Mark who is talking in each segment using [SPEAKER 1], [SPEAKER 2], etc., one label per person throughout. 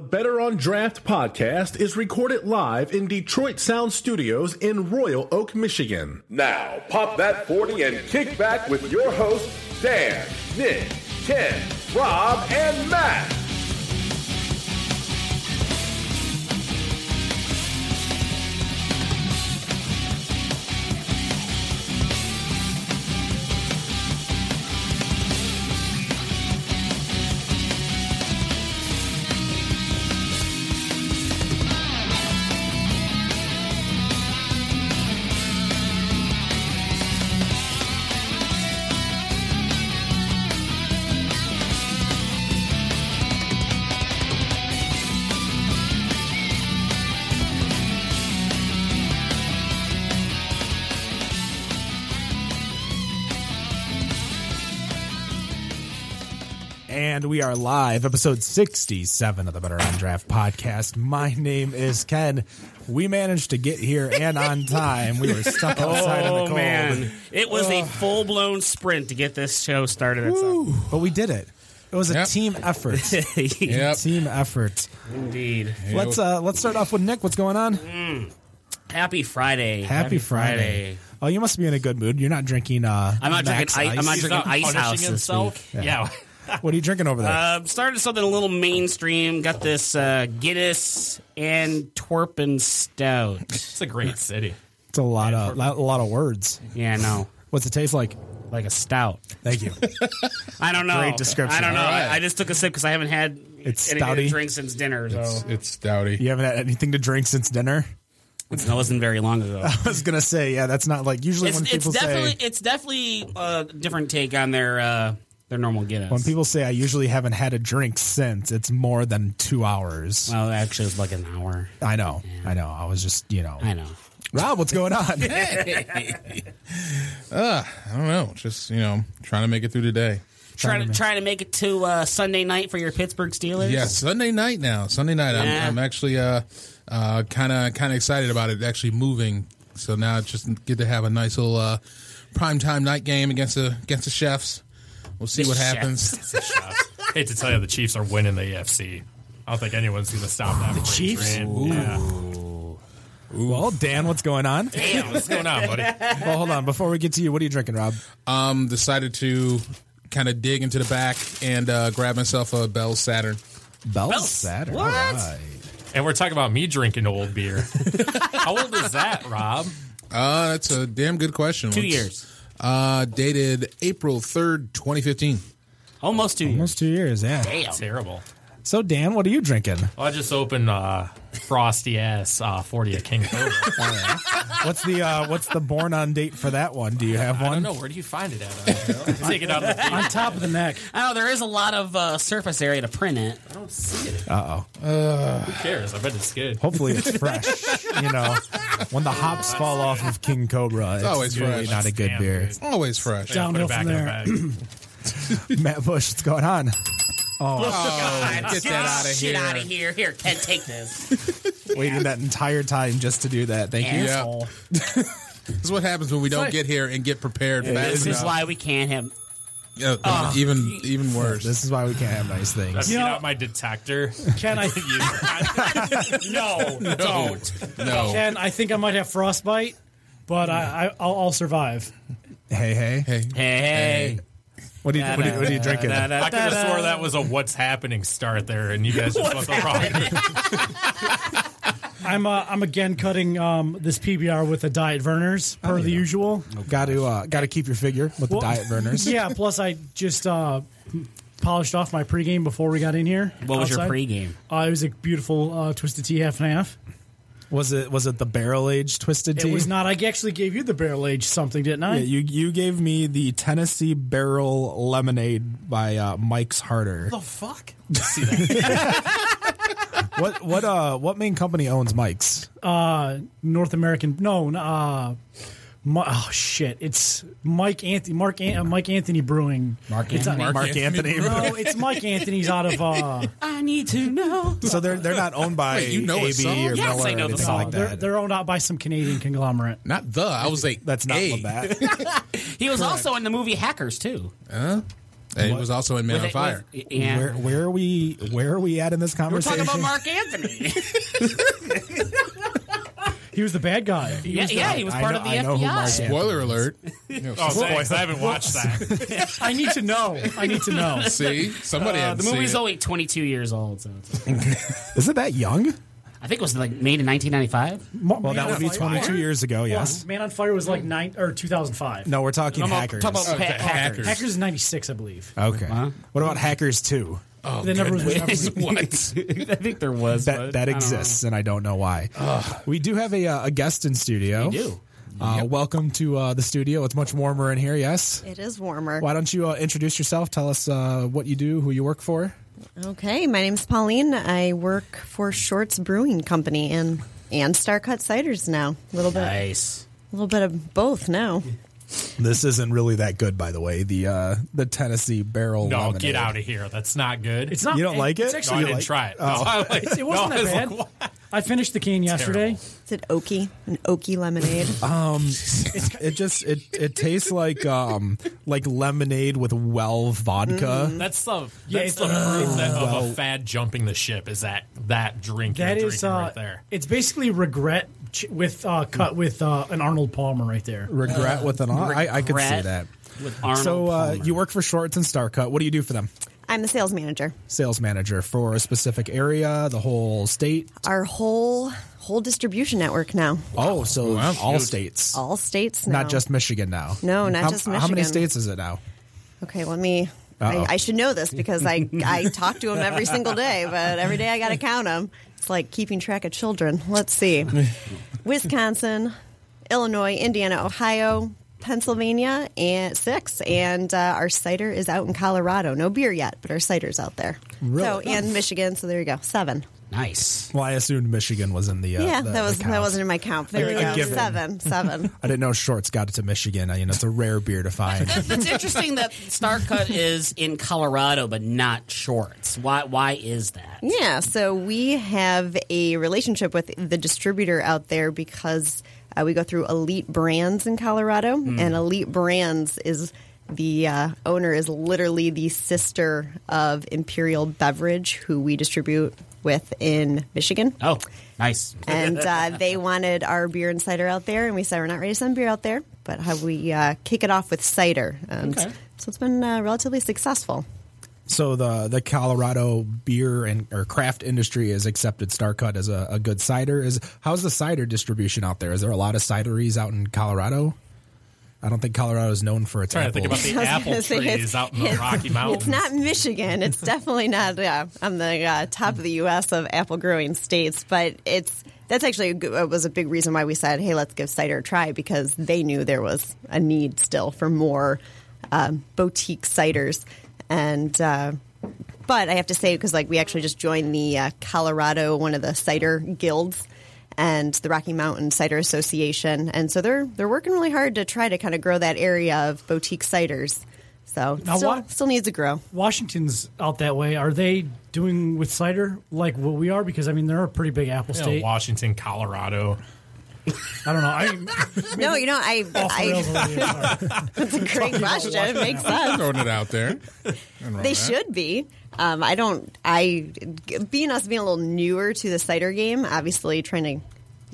[SPEAKER 1] Better on Draft podcast is recorded live in Detroit Sound Studios in Royal Oak, Michigan. Now, pop that 40 and kick back with your hosts, Dan, Nick, Ken, Rob, and Matt.
[SPEAKER 2] And we are live, episode 67 of the Better on Draft podcast. My name is Ken. We managed to get here and on time. We were stuck outside in the
[SPEAKER 3] Oh
[SPEAKER 2] cold,
[SPEAKER 3] man, it was a full blown sprint to get this show started. At some.
[SPEAKER 2] but we did it. It was a
[SPEAKER 4] Yep.
[SPEAKER 2] team effort.
[SPEAKER 4] Yep.
[SPEAKER 2] Team effort.
[SPEAKER 3] Indeed.
[SPEAKER 2] Let's uh let's start off with Nick. What's going on?
[SPEAKER 3] Happy Friday.
[SPEAKER 2] Happy, Friday. Oh, you must be in a good mood. You're not drinking uh
[SPEAKER 3] I'm not
[SPEAKER 2] Max
[SPEAKER 3] drinking. I, I'm not
[SPEAKER 2] Ice.
[SPEAKER 3] drinking Ice
[SPEAKER 5] punishing
[SPEAKER 3] House this week.
[SPEAKER 5] himself?
[SPEAKER 3] Yeah.
[SPEAKER 2] What are you drinking over there?
[SPEAKER 3] Uh, started something a little mainstream. Got this uh, Guinness and Twerpen Stout.
[SPEAKER 5] It's a great city.
[SPEAKER 2] it's a lot of lot- a lot of words.
[SPEAKER 3] Yeah, no,
[SPEAKER 2] What's it taste like?
[SPEAKER 3] like a stout.
[SPEAKER 2] Thank you.
[SPEAKER 3] I don't know.
[SPEAKER 2] Great description.
[SPEAKER 3] I don't know.
[SPEAKER 4] All right.
[SPEAKER 3] I, I just took a sip because I haven't had
[SPEAKER 2] It's
[SPEAKER 3] anything
[SPEAKER 2] stouty.
[SPEAKER 3] to drink since dinner. So
[SPEAKER 4] It's, it's stouty.
[SPEAKER 2] you haven't had anything to drink since dinner?
[SPEAKER 3] that wasn't very long ago.
[SPEAKER 2] I was gonna say, yeah, that's not like usually
[SPEAKER 3] it's,
[SPEAKER 2] when
[SPEAKER 3] it's
[SPEAKER 2] people
[SPEAKER 3] definitely
[SPEAKER 2] say
[SPEAKER 3] it's definitely a different take on their uh, their normal Guinness.
[SPEAKER 2] when people say I usually haven't had a drink since it's more than two hours.
[SPEAKER 3] well, actually, it's like an hour.
[SPEAKER 2] I know, I know. I was just you know,
[SPEAKER 3] I know.
[SPEAKER 2] Rob, what's going on?
[SPEAKER 4] I don't know. Just you know, trying to make it through today.
[SPEAKER 3] Try to try to make it to uh, Sunday night for your Pittsburgh Steelers.
[SPEAKER 4] Yeah, Sunday night now. Sunday night.
[SPEAKER 3] Yeah.
[SPEAKER 4] I'm, I'm actually uh, uh, kind of kind of excited about it actually moving. So now I just get to have a nice little uh, prime time night game against the against the chefs. We'll see
[SPEAKER 3] The
[SPEAKER 4] what
[SPEAKER 3] chefs.
[SPEAKER 4] happens.
[SPEAKER 5] I hate to tell you, the Chiefs are winning the AFC. I don't think anyone's going to stop that. The
[SPEAKER 2] Chiefs?
[SPEAKER 5] Yeah.
[SPEAKER 2] well, Dan, what's going on?
[SPEAKER 5] Damn, what's going on, buddy?
[SPEAKER 2] Well, hold on. Before we get to you, what are you drinking, Rob?
[SPEAKER 4] Um, decided to kind of dig into the back and uh, grab myself a Bell Saturn.
[SPEAKER 2] Bell
[SPEAKER 3] Bell's-
[SPEAKER 2] Saturn.
[SPEAKER 3] what?
[SPEAKER 2] All right.
[SPEAKER 5] And we're talking about me drinking old beer. How old is that, Rob?
[SPEAKER 4] Uh, that's a damn good question.
[SPEAKER 3] two
[SPEAKER 4] It's,
[SPEAKER 3] years,
[SPEAKER 4] Uh, dated April third, 2015.
[SPEAKER 3] almost two
[SPEAKER 2] Almost two years, yeah.
[SPEAKER 3] years. Damn.
[SPEAKER 5] Terrible.
[SPEAKER 2] So, Dan, what are you drinking?
[SPEAKER 5] Well, I just opened uh, frosty ass uh, forty at King Cobra.
[SPEAKER 2] What's the uh, what's the born on date for that one? Do you have
[SPEAKER 5] I don't
[SPEAKER 2] one?
[SPEAKER 5] know where do you find it at. Take it out of the.
[SPEAKER 6] on top of the neck.
[SPEAKER 3] I know Oh, there is a lot of uh, surface area to print it.
[SPEAKER 2] Oh,
[SPEAKER 5] I don't see it.
[SPEAKER 2] Uh oh.
[SPEAKER 5] Who cares? I bet it's good.
[SPEAKER 2] Hopefully it's fresh. you know, when the hops fall off of King Cobra, it's,
[SPEAKER 4] always
[SPEAKER 2] really
[SPEAKER 4] fresh.
[SPEAKER 2] not a good
[SPEAKER 5] Damn
[SPEAKER 2] beer.
[SPEAKER 5] good.
[SPEAKER 4] Always fresh.
[SPEAKER 5] Yeah, put
[SPEAKER 6] Downhill
[SPEAKER 5] it back
[SPEAKER 6] from
[SPEAKER 5] in the
[SPEAKER 6] there.
[SPEAKER 5] bag.
[SPEAKER 2] Matt Bush, what's going on?
[SPEAKER 4] Oh, get that out of
[SPEAKER 3] Shit
[SPEAKER 4] here.
[SPEAKER 3] out of here! Here, Ken, take this.
[SPEAKER 2] Waiting that entire time just to do that. Thank you.
[SPEAKER 4] Yeah. This is what happens when we don't
[SPEAKER 6] like-
[SPEAKER 4] get here and get prepared fast
[SPEAKER 3] this is
[SPEAKER 4] enough.
[SPEAKER 3] why we can't have.
[SPEAKER 4] Yeah, even even worse.
[SPEAKER 2] This is why we can't have nice
[SPEAKER 5] I've
[SPEAKER 2] things.
[SPEAKER 5] seen
[SPEAKER 6] You know-
[SPEAKER 5] out my detector.
[SPEAKER 6] Ken, I,
[SPEAKER 5] no, don't.
[SPEAKER 4] no.
[SPEAKER 6] Ken, I think I might have frostbite, but I, I, I'll, I'll survive.
[SPEAKER 2] Hey, hey.
[SPEAKER 4] Hey,
[SPEAKER 3] Hey, hey.
[SPEAKER 2] What are you, what are you, what are you drinking?
[SPEAKER 5] I could have swore that was a "What's Happening" start there, and you guys just went "Oh, the wrong.
[SPEAKER 6] I'm uh, I'm again cutting um, this PBR with a diet Verner's per the usual.
[SPEAKER 2] Got to uh, got to keep your figure with the
[SPEAKER 6] Well-
[SPEAKER 2] diet burners.
[SPEAKER 6] yeah. Plus, I just uh, polished off my pregame before we got in here.
[SPEAKER 3] What was your
[SPEAKER 6] outside.
[SPEAKER 3] pregame?
[SPEAKER 6] Uh, it was a beautiful uh, twisted tea half and half.
[SPEAKER 2] Was it was it the barrel aged twisted tea?
[SPEAKER 6] It was not. I actually gave you the barrel age something, didn't I?
[SPEAKER 2] Yeah, you you gave me the Tennessee Barrel Lemonade by uh, Mike's Harder.
[SPEAKER 5] the fuck?
[SPEAKER 2] What what uh what main company owns Mike's?
[SPEAKER 6] uh, North American. No, n- uh, Mi- oh shit! It's Mike Anthony, Mark An- uh, Mike Anthony Brewing. Mark it's, Anthony.
[SPEAKER 2] Mark Anthony.
[SPEAKER 6] no, it's Mike Anthony's out of. Uh,
[SPEAKER 3] I need to know.
[SPEAKER 2] So they're they're not owned by
[SPEAKER 4] Wait, you know a
[SPEAKER 2] AB
[SPEAKER 4] song?
[SPEAKER 2] or
[SPEAKER 3] Yes,
[SPEAKER 2] Miller
[SPEAKER 3] I know
[SPEAKER 2] or
[SPEAKER 3] the
[SPEAKER 2] anything
[SPEAKER 3] song.
[SPEAKER 2] like that.
[SPEAKER 6] they're, they're owned out by some Canadian conglomerate.
[SPEAKER 4] not the. I was like,
[SPEAKER 2] That's not
[SPEAKER 4] hey.
[SPEAKER 2] Labatt.
[SPEAKER 3] He was also in the movie Hackers too.
[SPEAKER 4] And he was also in
[SPEAKER 3] With
[SPEAKER 4] Man on
[SPEAKER 3] it-
[SPEAKER 4] Fire.
[SPEAKER 3] with- yeah.
[SPEAKER 2] Where where are we where are we at in this
[SPEAKER 3] We're
[SPEAKER 2] conversation?
[SPEAKER 3] talking about Mark Anthony.
[SPEAKER 6] He was the bad guy.
[SPEAKER 3] yeah, yeah, he was
[SPEAKER 2] I
[SPEAKER 3] part
[SPEAKER 2] know-
[SPEAKER 3] of the
[SPEAKER 2] I know who Mark
[SPEAKER 3] FBI.
[SPEAKER 4] Spoiler alert.
[SPEAKER 5] Oh, thanks. I haven't watched that.
[SPEAKER 6] I need to know. I need to know.
[SPEAKER 4] See, somebody
[SPEAKER 3] Uh,
[SPEAKER 4] had
[SPEAKER 3] the movie's only 22 years old, so it's,
[SPEAKER 2] Is it that young?
[SPEAKER 3] I think it was like made in 1995.
[SPEAKER 6] Well,
[SPEAKER 2] That would be 22 years ago. Oh, Yes.
[SPEAKER 6] Man on Fire was like nine or 2005.
[SPEAKER 2] No, we're talking
[SPEAKER 3] I'm
[SPEAKER 2] hackers.
[SPEAKER 3] talking about
[SPEAKER 4] Okay,
[SPEAKER 3] ha- hackers.
[SPEAKER 6] Hackers is 96, I believe.
[SPEAKER 2] okay. What about hackers too?
[SPEAKER 4] Oh,
[SPEAKER 6] They never was-
[SPEAKER 4] goodness.
[SPEAKER 6] never
[SPEAKER 4] what?
[SPEAKER 3] I think there was
[SPEAKER 2] that
[SPEAKER 3] but
[SPEAKER 2] that
[SPEAKER 3] I don't
[SPEAKER 2] exists, and I don't know why. We do have a, uh, a guest in studio.
[SPEAKER 3] We do.
[SPEAKER 2] Uh, Welcome to uh, the studio. It's much warmer in here. Yes.
[SPEAKER 7] It is warmer.
[SPEAKER 2] Why don't you uh, introduce yourself? Tell us uh, what you do, who you work for.
[SPEAKER 7] Okay, my name's Pauline. I work for Shorts Brewing Company and and Star Cut Ciders now. A little
[SPEAKER 3] know.
[SPEAKER 7] bit, a
[SPEAKER 3] Nice.
[SPEAKER 7] little bit of both now.
[SPEAKER 2] This isn't really that good, by the way. The uh, the Tennessee barrel.
[SPEAKER 5] No,
[SPEAKER 2] lemonade.
[SPEAKER 5] get out of here. That's not good.
[SPEAKER 6] It's not.
[SPEAKER 2] You don't like it?
[SPEAKER 6] It's
[SPEAKER 5] No, I
[SPEAKER 6] actually,
[SPEAKER 5] didn't
[SPEAKER 2] like-
[SPEAKER 5] try it. No, I like-
[SPEAKER 6] it's, it wasn't
[SPEAKER 5] no, I was
[SPEAKER 6] that
[SPEAKER 5] like,
[SPEAKER 6] bad. I finished the can yesterday.
[SPEAKER 7] Is it oaky? An oaky lemonade?
[SPEAKER 2] Uh-huh. It just it it tastes like um like lemonade with well vodka.
[SPEAKER 5] That's the that's
[SPEAKER 6] Yeah, it's-
[SPEAKER 5] the proof that of a fad jumping the ship is that that drink
[SPEAKER 6] That
[SPEAKER 5] you're
[SPEAKER 6] is
[SPEAKER 5] drinking
[SPEAKER 6] uh,
[SPEAKER 5] right there. Hmm.
[SPEAKER 6] It's basically regret ch- with uh, cut with uh, an Arnold Palmer right there.
[SPEAKER 2] Regret with an I, I could see
[SPEAKER 3] Brett
[SPEAKER 2] that.
[SPEAKER 3] With Arnold
[SPEAKER 2] So uh,
[SPEAKER 3] Palmer.
[SPEAKER 2] you work for Shorts and Star Cut. What do you do for them?
[SPEAKER 7] I'm the sales manager.
[SPEAKER 2] sales manager for a specific area, the whole state.
[SPEAKER 7] Our whole whole distribution network now.
[SPEAKER 2] Oh, so
[SPEAKER 4] Wow.
[SPEAKER 2] all states,
[SPEAKER 7] All states now.
[SPEAKER 2] not just Michigan now.
[SPEAKER 7] No, not
[SPEAKER 2] how,
[SPEAKER 7] just
[SPEAKER 2] How many
[SPEAKER 7] Michigan.
[SPEAKER 2] states is it now?
[SPEAKER 7] Okay, let me.
[SPEAKER 2] Uh-oh.
[SPEAKER 7] I, I should know this because I I talk to them every single day, but every day I got to count them. It's like keeping track of children. Let's see: Wisconsin, Illinois, Indiana, Ohio, Pennsylvania, and six. And uh, our cider is out in Colorado. No beer yet, but our cider's out there. So
[SPEAKER 2] Really? Oh.
[SPEAKER 7] and Michigan. So there you go, seven.
[SPEAKER 3] nice.
[SPEAKER 2] Well, I assumed Michigan was in the. Uh,
[SPEAKER 7] yeah,
[SPEAKER 2] the-
[SPEAKER 7] that was
[SPEAKER 2] the count.
[SPEAKER 7] that wasn't in my count. There
[SPEAKER 2] A-
[SPEAKER 7] we
[SPEAKER 2] a
[SPEAKER 7] go,
[SPEAKER 2] given.
[SPEAKER 7] seven, seven.
[SPEAKER 2] I didn't know Shorts got it to Michigan. I, you know, it's a rare beer to find.
[SPEAKER 3] That's interesting that Star Cut is in Colorado but not Shorts. Why? Why is that?
[SPEAKER 7] Yeah, so we have a relationship with the distributor out there because uh, we go through Elite Brands in Colorado, and Elite Brands is the uh, owner is literally the sister of Imperial Beverage, who we distribute with in Michigan.
[SPEAKER 3] Oh, nice.
[SPEAKER 7] And uh, they wanted our beer and cider out there, and we said we're not ready to send beer out there, but have we uh, kick it off with cider? And
[SPEAKER 3] Okay.
[SPEAKER 7] So it's been uh, relatively successful.
[SPEAKER 2] so the the Colorado beer and or craft industry has accepted Star Cut as a, a good cider. Is how's the cider distribution out there? Is there a lot of cideries out in Colorado? I don't think Colorado is known for its
[SPEAKER 5] Trying to think about
[SPEAKER 2] apples.
[SPEAKER 5] the
[SPEAKER 7] was
[SPEAKER 5] apple
[SPEAKER 7] gonna say,
[SPEAKER 5] trees
[SPEAKER 7] it's-
[SPEAKER 5] out in the Rocky
[SPEAKER 7] It's
[SPEAKER 5] Mountains.
[SPEAKER 7] not Michigan. It's definitely not uh, on the uh, top of the U.S. of apple growing states, but it's that's actually a g- uh, was a big reason why we said, hey, let's give cider a try because they knew there was a need still for more um, boutique ciders, and. Uh, but I have to say, because like we actually just joined the uh, Colorado one of the cider guilds and the Rocky Mountain Cider Association, and so they're they're working really hard to try to kind of grow that area of boutique ciders. So
[SPEAKER 6] Now
[SPEAKER 7] still,
[SPEAKER 6] what-
[SPEAKER 7] still needs to grow.
[SPEAKER 6] Washington's out that way. Are they doing with cider like what we are? Because I mean, they're a pretty big apple
[SPEAKER 5] You know,
[SPEAKER 6] state.
[SPEAKER 5] Washington, Colorado.
[SPEAKER 6] I don't know. I,
[SPEAKER 7] No, you know, I,
[SPEAKER 6] off the rails
[SPEAKER 7] I
[SPEAKER 6] over here. Sorry.
[SPEAKER 7] that's a great question. It makes sense.
[SPEAKER 4] Throwing it out there.
[SPEAKER 7] They should be. Um, I don't. I being us being a little newer to the cider game, obviously trying to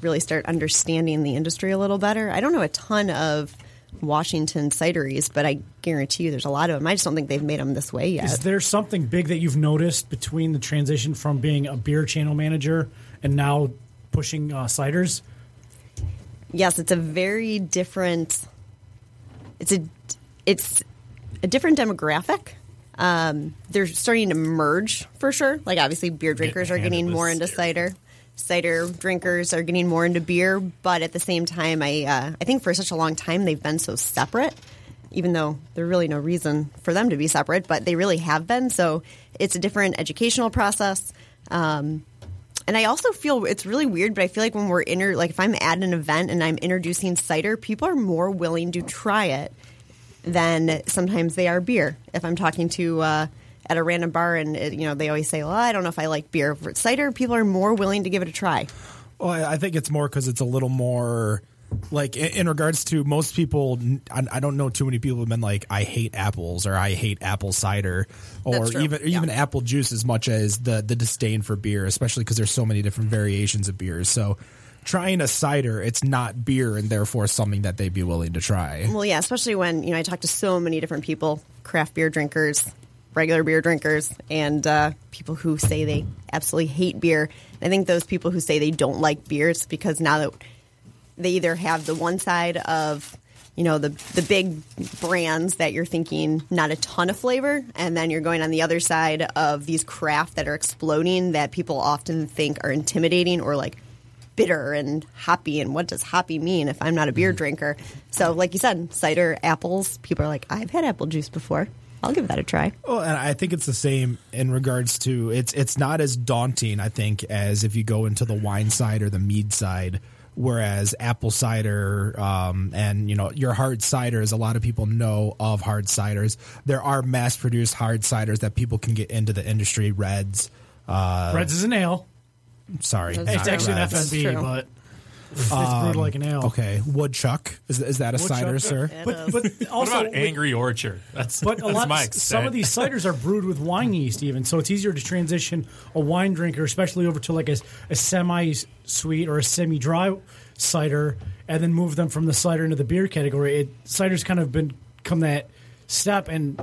[SPEAKER 7] really start understanding the industry a little better. I don't know a ton of Washington cideries, but I guarantee you, there's a lot of them. I just don't think they've made them this way yet.
[SPEAKER 6] Is there something big that you've noticed between the transition from being a beer channel manager and now pushing uh, ciders?
[SPEAKER 7] yes, it's a very different. It's a it's a different demographic. Um, they're starting to merge for sure. Like obviously, beer drinkers are
[SPEAKER 5] handed
[SPEAKER 7] getting
[SPEAKER 5] this
[SPEAKER 7] more into
[SPEAKER 5] scary.
[SPEAKER 7] cider. Cider drinkers are getting more into beer, but at the same time, I uh, I think for such a long time they've been so separate, even though there's really no reason for them to be separate, but they really have been. So it's a different educational process. Um, and I also feel it's really weird, but I feel like when we're inter, like if I'm at an event and I'm introducing cider, people are more willing to try it than sometimes they are beer. If I'm talking to uh, at a random bar and uh, you know they always say, "Well, I don't know if I like beer." For cider, people are more willing to give it a try.
[SPEAKER 2] Well, I I think it's more because it's a little more like in, in regards to most people n- I, I don't know too many people have been like i hate apples or i hate apple cider or
[SPEAKER 7] That's true.
[SPEAKER 2] even or
[SPEAKER 7] Yeah.
[SPEAKER 2] even apple juice as much as the the disdain for beer especially because there's so many different variations of beers so trying a cider it's not beer and therefore something that they'd be willing to try
[SPEAKER 7] Well, yeah, especially when you know I talk to so many different people, craft beer drinkers, regular beer drinkers, and uh, people who say they absolutely hate beer. I think those people who say they don't like beer, it's because now that they either have the one side of you know the the big brands that you're thinking not a ton of flavor, and then you're going on the other side of these craft that are exploding that people often think are intimidating or like bitter and hoppy and what does hoppy mean if I'm not a beer drinker? So like you said, cider, apples, people are like, I've had apple juice before. I'll give that a try.
[SPEAKER 2] Well, and I think it's the same in regards to it's it's not as daunting, I think, as if you go into the wine side or the mead side. Whereas apple cider um, and you know your hard ciders, a lot of people know of hard ciders. There are mass produced hard ciders that people can get into the industry. Reds, uh,
[SPEAKER 6] Reds is an ale.
[SPEAKER 2] sorry,
[SPEAKER 7] It's
[SPEAKER 6] It's
[SPEAKER 2] not
[SPEAKER 6] actually an
[SPEAKER 2] Reds. Um,
[SPEAKER 7] That's
[SPEAKER 6] FNB,
[SPEAKER 7] true.
[SPEAKER 6] but it's brewed like an ale.
[SPEAKER 2] Okay, woodchuck is is that a cider, sir?
[SPEAKER 6] But, but
[SPEAKER 5] What
[SPEAKER 6] also,
[SPEAKER 5] about Angry Orchard? That's,
[SPEAKER 6] but a
[SPEAKER 5] that's
[SPEAKER 6] lot
[SPEAKER 5] my
[SPEAKER 6] of, some of
[SPEAKER 5] extent.
[SPEAKER 6] these ciders are brewed with wine yeast, even so, it's easier to transition a wine drinker, especially over to like a, a semi-sweet or a semi-dry cider, and then move them from the cider into the beer category. It, cider's kind of been come that step, and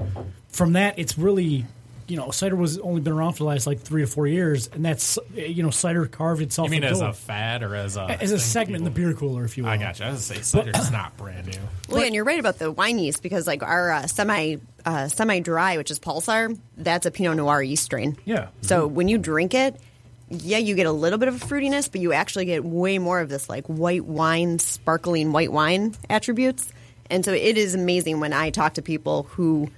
[SPEAKER 6] from that, it's really. You know, cider was only been around for the last like three or four years, and that's you know, cider carved itself.
[SPEAKER 5] You mean
[SPEAKER 6] into
[SPEAKER 5] as a
[SPEAKER 6] it.
[SPEAKER 5] fad or as a
[SPEAKER 6] as a
[SPEAKER 5] thing
[SPEAKER 6] segment in the
[SPEAKER 5] people-
[SPEAKER 6] beer cooler, if you will.
[SPEAKER 5] I got you. I was gonna say cider's not brand new.
[SPEAKER 7] Well, yeah, and you're right about the wine yeast because like our uh, semi uh, semi dry, which is Pulsar, that's a Pinot Noir yeast strain.
[SPEAKER 6] Yeah.
[SPEAKER 7] So when you drink it, yeah, you get a little bit of a fruitiness, but you actually get way more of this like white wine, sparkling white wine attributes. And so it is amazing when I talk to people who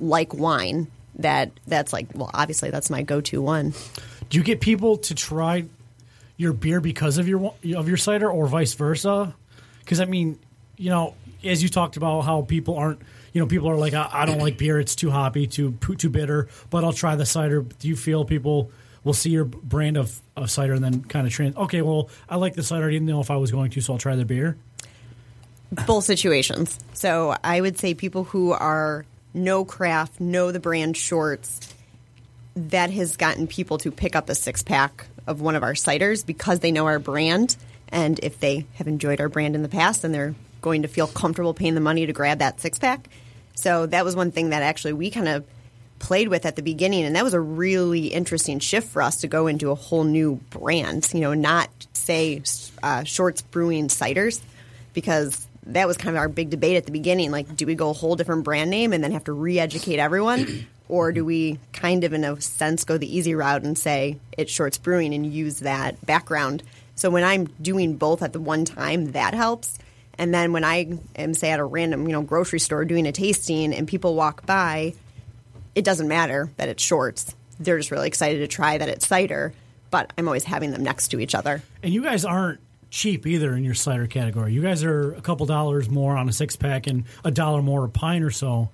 [SPEAKER 7] like wine that that's like well obviously that's my go-to one
[SPEAKER 6] Do you get people to try your beer because of your wi- of your cider, or vice versa? Because I mean, you know, as you talked about how people aren't, you know, people are like, I, I don't like beer; it's too hoppy, too poo- too bitter. But I'll try the cider. Do you feel people will see your b- brand of, of cider and then kind of trans? Okay, well, I like the cider. I didn't know if I was going to, so I'll try the beer.
[SPEAKER 7] both situations. So I would say people who are no craft, know the brand shorts, that has gotten people to pick up a six pack of one of our ciders because they know our brand. And if they have enjoyed our brand in the past, then they're going to feel comfortable paying the money to grab that six pack. So that was one thing that actually we kind of played with at the beginning. And that was a really interesting shift for us to go into a whole new brand, you know, not say uh, Shorts Brewing Ciders, because that was kind of our big debate at the beginning. Like, do we go a whole different brand name and then have to re educate everyone? Or do we kind of, in a sense, go the easy route and say it's Shorts Brewing and use that background? So when I'm doing both at the one time, that helps. And then when I am, say, at a random, you know, grocery store doing a tasting and people walk by, it doesn't matter that it's shorts. They're just really excited to try that it's cider, but I'm always having them next to each other.
[SPEAKER 6] And you guys aren't cheap either in your cider category. You guys are a couple dollars more on a six pack and a dollar more a pint or so.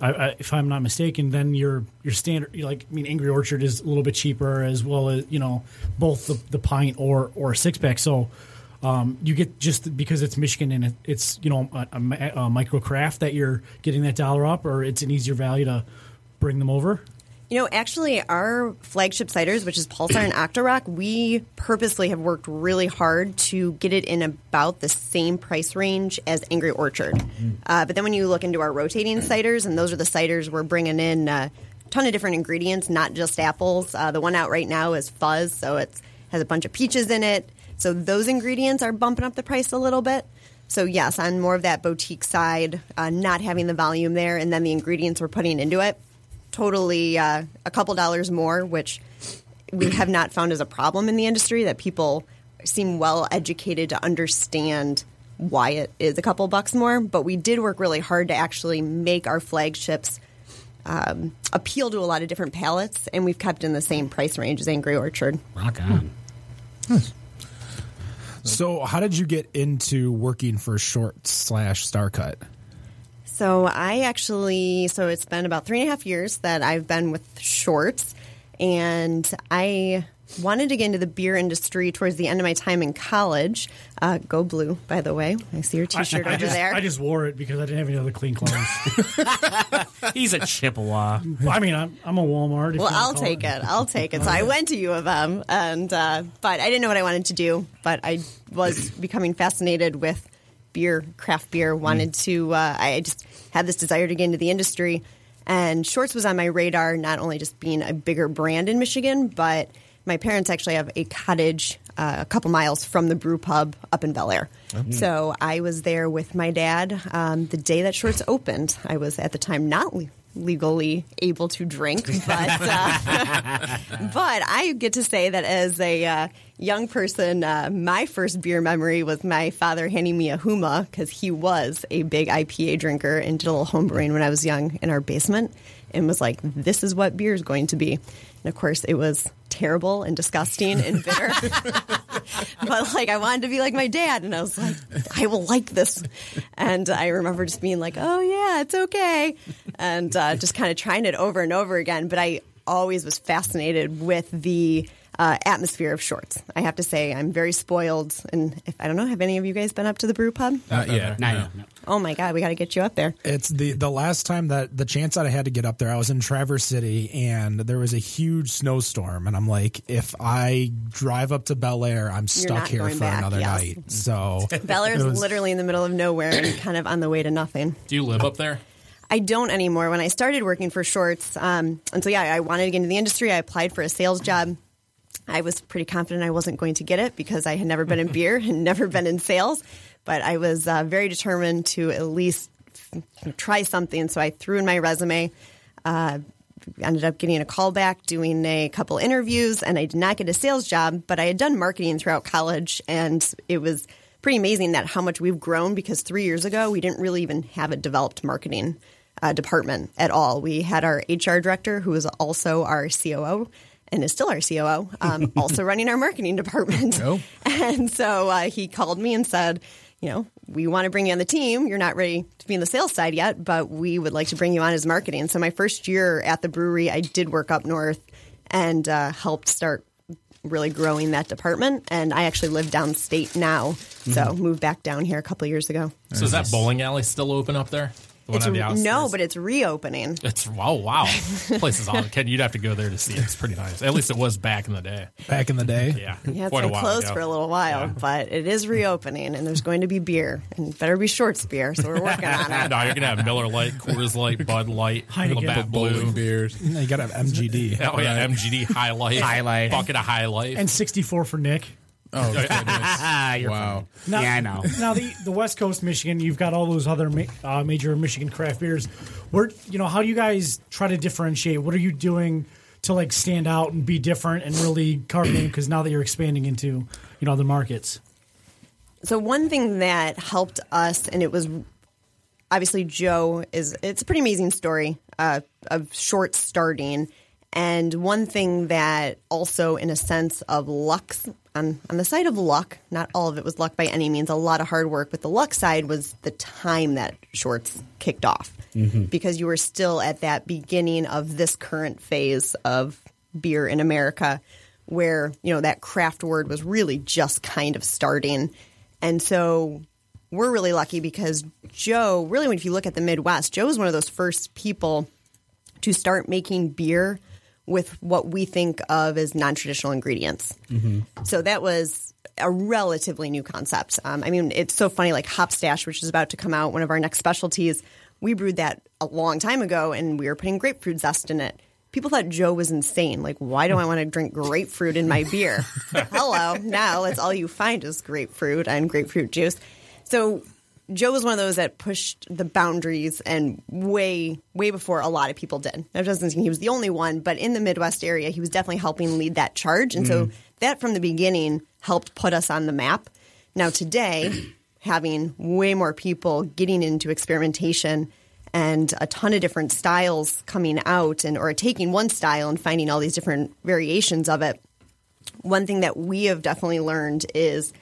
[SPEAKER 6] I, I, if I'm not mistaken, then your your standard, you like I mean, Angry Orchard is a little bit cheaper as well as you know both the, the pint or or six pack. So um, you get just because it's Michigan and it, it's you know a, a, ma- a micro craft that you're getting that dollar up, or it's an easier value to bring them over.
[SPEAKER 7] You know, actually, our flagship ciders, which is Pulsar and Octorock, we purposely have worked really hard to get it in about the same price range as Angry Orchard. Uh, but then when you look into our rotating ciders, and those are the ciders we're bringing in a ton of different ingredients, not just apples. Uh, the one out right now is fuzz, so it has a bunch of peaches in it. So those ingredients are bumping up the price a little bit. So yes, on more of that boutique side, uh, not having the volume there, and then the ingredients we're putting into it totally uh, a couple dollars more, which we have not found as a problem in the industry that people seem well educated to understand why it is a couple bucks more. But we did work really hard to actually make our flagships um, appeal to a lot of different palettes, and we've kept in the same price range as Angry Orchard.
[SPEAKER 3] Rock on.
[SPEAKER 2] So, how did you get into working for Short slash Star Cut?
[SPEAKER 7] So I actually, so it's been about three and a half years that I've been with Shorts, and I wanted to get into the beer industry towards the end of my time in college. Uh, go blue, by the way. I see your T-shirt
[SPEAKER 6] I
[SPEAKER 7] over
[SPEAKER 6] just,
[SPEAKER 7] there.
[SPEAKER 6] I just wore it because I didn't have any other clean clothes.
[SPEAKER 3] He's a Chippewa.
[SPEAKER 6] I mean, I'm, I'm a Walmart. if
[SPEAKER 7] well,
[SPEAKER 6] you wanna
[SPEAKER 7] I'll
[SPEAKER 6] call
[SPEAKER 7] take it. I'll take it. So I went to U of M, and uh, but I didn't know what I wanted to do. But I was becoming fascinated with beer, craft beer. Wanted to. Uh, I just had this desire to get into the industry, and Shorts was on my radar. Not only just being a bigger brand in Michigan, but my parents actually have a cottage uh, a couple miles from the brew pub up in Bel Air. So I was there with my dad um, the day that Shorts opened. I was at the time not le- legally able to drink, but uh, but I get to say that as a uh, young person, uh, my first beer memory was my father handing me a Huma because he was a big IPA drinker and did a little homebrewing when I was young in our basement, and was like, "This is what beer is going to be." And of course, it was terrible and disgusting and bitter. but like I wanted to be like my dad, and I was like, I will like this. And I remember just being like, oh yeah, it's okay, and uh, just kind of trying it over and over again. But I always was fascinated with the. Uh, atmosphere of shorts. I have to say, I'm very spoiled. And if I don't know, have any of you guys been up to the brew pub?
[SPEAKER 4] Not yet.
[SPEAKER 3] No, no, no.
[SPEAKER 7] Oh my God, we got to get you up there.
[SPEAKER 2] It's the the last time that the chance that I had to get up there, I was in Traverse City and there was a huge snowstorm, and I'm like, if I drive up to Bel Air, I'm stuck
[SPEAKER 7] not
[SPEAKER 2] here
[SPEAKER 7] going
[SPEAKER 2] for
[SPEAKER 7] back,
[SPEAKER 2] another
[SPEAKER 7] yes.
[SPEAKER 2] night. So
[SPEAKER 7] Bel Air's
[SPEAKER 2] it was-
[SPEAKER 7] literally in the middle of nowhere and kind of on the way to nothing.
[SPEAKER 5] Do you live up there?
[SPEAKER 7] I don't anymore. When I started working for Shorts, um, and so yeah, I wanted to get into the industry. I applied for a sales job. I was pretty confident I wasn't going to get it because I had never been in beer and never been in sales, but I was uh, very determined to at least try something. So I threw in my resume. Uh, ended up getting a call back, doing a couple interviews, and I did not get a sales job, but I had done marketing throughout college, and it was pretty amazing that how much we've grown because three years ago we didn't really even have a developed marketing uh, department at all. We had our HR director, who was also our COO. And is still our COO, um, also running our marketing department.
[SPEAKER 4] Oh.
[SPEAKER 7] And so uh, he called me and said, you know, we want to bring you on the team. You're not ready to be on the sales side yet, but we would like to bring you on as marketing. So my first year at the brewery, I did work up north and uh, helped start really growing that department. And I actually live downstate now, so
[SPEAKER 5] Mm-hmm.
[SPEAKER 7] moved back down here a couple of years ago.
[SPEAKER 5] So is that bowling alley still open up there? The one
[SPEAKER 7] It's
[SPEAKER 5] on the outskirts?
[SPEAKER 7] no, but it's reopening.
[SPEAKER 5] It's wow, wow. Place is on. Ken, you'd have to go there to see it. It's pretty nice. At least it was back in the day.
[SPEAKER 2] back in the day,
[SPEAKER 5] Yeah,
[SPEAKER 7] Yeah, it's been closed
[SPEAKER 5] ago.
[SPEAKER 7] for a little while, but it is reopening, and there's going to be beer, and better be Shorts beer. So we're working on it.
[SPEAKER 5] no, you're gonna have Miller Light, Coors Light, Bud Light,
[SPEAKER 6] Heineken.
[SPEAKER 5] Bat
[SPEAKER 4] Bowling
[SPEAKER 5] Blue.
[SPEAKER 4] beers.
[SPEAKER 2] you got to have MGD.
[SPEAKER 5] Oh yeah, MGD High Life,
[SPEAKER 3] High Life.
[SPEAKER 5] bucket of High Life.
[SPEAKER 6] And 64 for Nick.
[SPEAKER 4] Oh, goodness.
[SPEAKER 3] Ah, you're
[SPEAKER 4] wow.
[SPEAKER 6] Now-
[SPEAKER 3] Yeah, I know.
[SPEAKER 6] Now the, the West Coast, Michigan, you've got all those other ma- uh, major Michigan craft beers. Where you know how do you guys try to differentiate? What are you doing to like stand out and be different and really carve in? Because now that you're expanding into you know other markets,
[SPEAKER 7] So one thing that helped us, and it was obviously Joe is it's a pretty amazing story uh, of short starting, and one thing that also in a sense of luck on on the side of luck, not all of it was luck by any means. A lot of hard work, but the luck side was the time that shorts kicked off because you were still at that beginning of this current phase of beer in America where you know that craft word was really just kind of starting and so we're really lucky because joe really when if you look at the midwest joe was one of those first people to start making beer with what we think of as non-traditional ingredients so that was a relatively new concept. Um, I mean, it's so funny. Like Hop Stash, which is about to come out, one of our next specialties, we brewed that a long time ago, and we were putting grapefruit zest in it. People thought Joe was insane. Like, why do I want to drink grapefruit in my beer? Hello, now that's all you find is grapefruit and grapefruit juice. So Joe was one of those that pushed the boundaries and way, way before a lot of people did. That doesn't mean he was the only one, but in the Midwest area, he was definitely helping lead that charge. And so that from the beginning helped put us on the map. Now, today, having way more people getting into experimentation and a ton of different styles coming out and or taking one style and finding all these different variations of it one thing that we have definitely learned is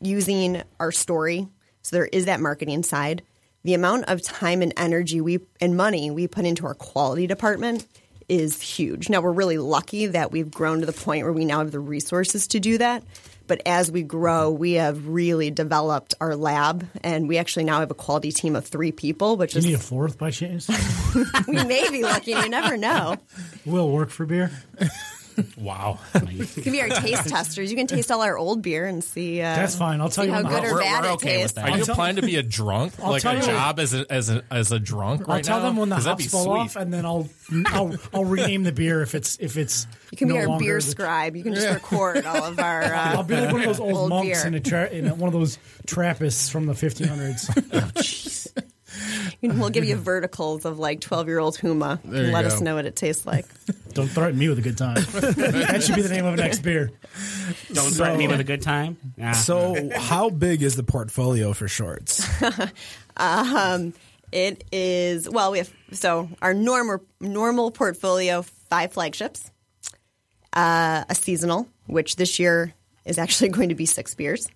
[SPEAKER 7] using our story. So there is that marketing side. The amount of time and energy we and money we put into our quality department is huge. Now, we're really lucky that we've grown to the point where we now have the resources to do that. But as we grow, we have really developed our lab, and we actually now have a quality team of three people, which
[SPEAKER 6] Do you need a
[SPEAKER 7] is
[SPEAKER 6] fourth by chance?
[SPEAKER 7] we may be lucky. You never know.
[SPEAKER 6] Will work for beer.
[SPEAKER 5] Wow.
[SPEAKER 7] You can be our taste testers. You can taste all our old beer and see. Uh,
[SPEAKER 6] That's fine. I'll tell
[SPEAKER 7] see
[SPEAKER 6] you
[SPEAKER 7] how
[SPEAKER 6] what-
[SPEAKER 7] good or
[SPEAKER 5] we're
[SPEAKER 7] bad
[SPEAKER 5] we're
[SPEAKER 7] it
[SPEAKER 5] okay
[SPEAKER 7] tastes.
[SPEAKER 5] with that. Are you applying to be a drunk, like
[SPEAKER 6] tell
[SPEAKER 5] a
[SPEAKER 6] you-
[SPEAKER 5] job as a, as a as a drunk
[SPEAKER 6] I'll
[SPEAKER 5] right
[SPEAKER 6] tell
[SPEAKER 5] now?
[SPEAKER 6] them when the
[SPEAKER 5] 'Cause that'd
[SPEAKER 6] hops
[SPEAKER 5] be
[SPEAKER 6] fall
[SPEAKER 5] sweet.
[SPEAKER 6] off, and then I'll, I'll I'll rename the beer if it's if it's.
[SPEAKER 7] You can
[SPEAKER 6] no
[SPEAKER 7] be our
[SPEAKER 6] longer
[SPEAKER 7] beer
[SPEAKER 6] the-
[SPEAKER 7] scribe. You can just record all of our. Uh,
[SPEAKER 6] I'll be like one of those old,
[SPEAKER 7] Old
[SPEAKER 6] monks
[SPEAKER 7] beer.
[SPEAKER 6] in a tra- in a- one of those Trappists from the 1500s.
[SPEAKER 7] You know, We'll give you verticals of like 12 year old Huma.
[SPEAKER 4] you
[SPEAKER 7] Let
[SPEAKER 4] go.
[SPEAKER 7] us know what it tastes like.
[SPEAKER 6] Don't threaten me with a good time. that should be the name of next beer.
[SPEAKER 3] Don't threaten me with a good time. Yeah.
[SPEAKER 2] So, how big is the portfolio for shorts?
[SPEAKER 7] It is, well, we have, so our normal, normal portfolio, five flagships, uh, a seasonal, which this year is actually going to be six beers.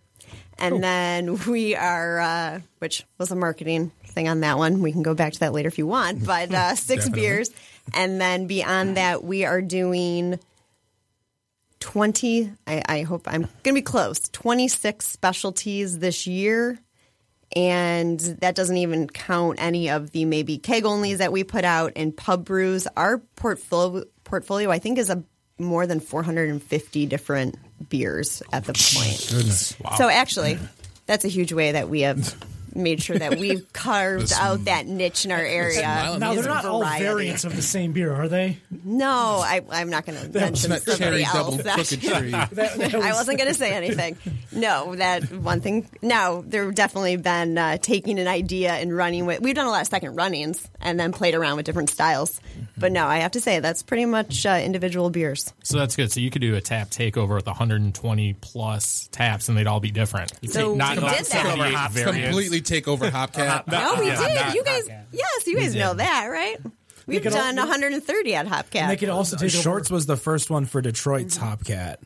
[SPEAKER 7] And then we are, uh, which was a marketing thing on that one. We can go back to that later if you want, but uh, six
[SPEAKER 4] Definitely.
[SPEAKER 7] beers. And then beyond that, we are doing 20 I, I hope i'm gonna be close 26 specialties this year and that doesn't even count any of the maybe keg onlys that we put out and pub brews our portfolio portfolio i think is a more than 450 different beers at the point
[SPEAKER 4] Goodness.
[SPEAKER 7] so actually that's a huge way that we have made sure that we've carved out that niche in our area
[SPEAKER 4] island.
[SPEAKER 6] Now
[SPEAKER 7] is
[SPEAKER 6] they're not all
[SPEAKER 7] variety.
[SPEAKER 6] variants of the same beer, are they?
[SPEAKER 7] no I, i'm not gonna
[SPEAKER 4] It's
[SPEAKER 7] mention
[SPEAKER 4] not
[SPEAKER 7] somebody
[SPEAKER 4] cherry double
[SPEAKER 7] else
[SPEAKER 4] crooked tree.
[SPEAKER 7] I wasn't going to say anything. No, that one thing. No, there have definitely been uh, taking an idea and running with. We've done a lot of second runnings and then played around with different styles. But no, I have to say that's pretty much uh, individual beers.
[SPEAKER 5] So that's good. So you could do a tap takeover with 120 plus taps, and they'd all be different.
[SPEAKER 7] So
[SPEAKER 5] Not-
[SPEAKER 7] we
[SPEAKER 5] not
[SPEAKER 7] did that.
[SPEAKER 5] 78 variants.
[SPEAKER 4] Completely take over Hopcat.
[SPEAKER 7] No, Oh, we
[SPEAKER 5] yeah,
[SPEAKER 7] did.
[SPEAKER 5] not-
[SPEAKER 7] you guys, yes, you guys know that, right? We've
[SPEAKER 6] could all-
[SPEAKER 7] done 130 at Hopcat.
[SPEAKER 6] They could also take
[SPEAKER 2] shorts
[SPEAKER 6] over.
[SPEAKER 2] was the first one for Detroit's
[SPEAKER 7] Mm-hmm.
[SPEAKER 2] Hopcat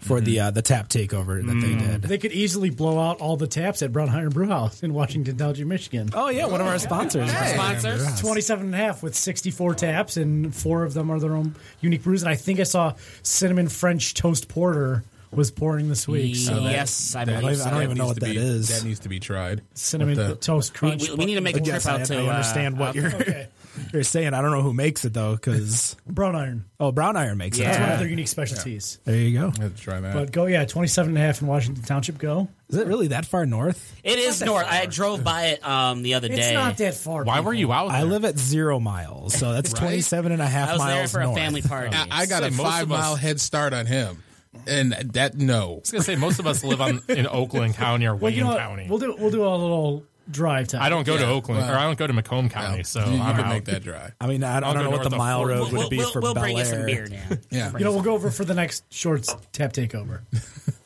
[SPEAKER 2] for the uh, the tap takeover that they did.
[SPEAKER 6] They could easily blow out all the taps at Brownhire Brewhouse in Washington, Delgi, Michigan.
[SPEAKER 2] Oh yeah, one of our sponsors.
[SPEAKER 5] Sponsors?
[SPEAKER 6] 27 and a half with 64 taps, and four of them are their own unique brews. And I think I saw Cinnamon French Toast Porter was pouring this week. So
[SPEAKER 3] yes, I
[SPEAKER 2] I don't
[SPEAKER 3] believe
[SPEAKER 2] even- I don't
[SPEAKER 3] so.
[SPEAKER 2] even know
[SPEAKER 4] needs
[SPEAKER 2] what
[SPEAKER 4] to
[SPEAKER 2] that
[SPEAKER 4] be-
[SPEAKER 2] is.
[SPEAKER 4] That needs to be tried.
[SPEAKER 6] Cinnamon
[SPEAKER 4] What the-
[SPEAKER 6] Toast Crunch.
[SPEAKER 3] We- we need to make a
[SPEAKER 2] Yes,
[SPEAKER 3] trip out
[SPEAKER 2] I,
[SPEAKER 3] to,
[SPEAKER 2] I understand
[SPEAKER 3] uh,
[SPEAKER 2] what
[SPEAKER 3] up-
[SPEAKER 2] you're
[SPEAKER 6] Okay.
[SPEAKER 2] you're saying. I don't know who makes it though, because
[SPEAKER 6] Brown Iron.
[SPEAKER 2] oh, Brown Iron makes
[SPEAKER 6] That's
[SPEAKER 2] it.
[SPEAKER 6] one of their unique specialties.
[SPEAKER 2] There you go.
[SPEAKER 4] Let's try that.
[SPEAKER 6] But go, yeah, 27 and a half in Washington Township, go.
[SPEAKER 2] Is it really that far north?
[SPEAKER 3] It is north. I drove by it um, the other
[SPEAKER 6] It's
[SPEAKER 3] day.
[SPEAKER 6] not that far.
[SPEAKER 5] Why were you out? There?
[SPEAKER 2] I live at zero miles, so that's twenty seven and a half
[SPEAKER 3] I was there
[SPEAKER 2] miles
[SPEAKER 3] for a
[SPEAKER 2] north.
[SPEAKER 3] family party.
[SPEAKER 4] I, I got a
[SPEAKER 5] Say most of
[SPEAKER 4] five mile
[SPEAKER 5] us-
[SPEAKER 4] head start on him, and that no.
[SPEAKER 5] I was gonna say most of us live on in Oakland County or
[SPEAKER 6] Well,
[SPEAKER 5] Wayne
[SPEAKER 6] you know what?
[SPEAKER 5] County.
[SPEAKER 6] We'll do, we'll do a little drive time.
[SPEAKER 5] I don't go to
[SPEAKER 4] Yeah,
[SPEAKER 5] Oakland
[SPEAKER 4] well,
[SPEAKER 5] or I don't go to Macomb County, so
[SPEAKER 4] you, you
[SPEAKER 5] I'm
[SPEAKER 4] can
[SPEAKER 5] out.
[SPEAKER 4] make that dry.
[SPEAKER 2] I mean, I, I
[SPEAKER 5] I'll
[SPEAKER 2] don't
[SPEAKER 5] go
[SPEAKER 2] know what the
[SPEAKER 5] north of
[SPEAKER 2] mile
[SPEAKER 5] Fort-
[SPEAKER 2] road
[SPEAKER 3] we'll,
[SPEAKER 2] would be
[SPEAKER 3] we'll,
[SPEAKER 2] for
[SPEAKER 3] we'll
[SPEAKER 2] Bel
[SPEAKER 3] bring you some
[SPEAKER 2] Air.
[SPEAKER 3] beer now.
[SPEAKER 4] Yeah.
[SPEAKER 6] You know, we'll go over for the next shorts tap takeover.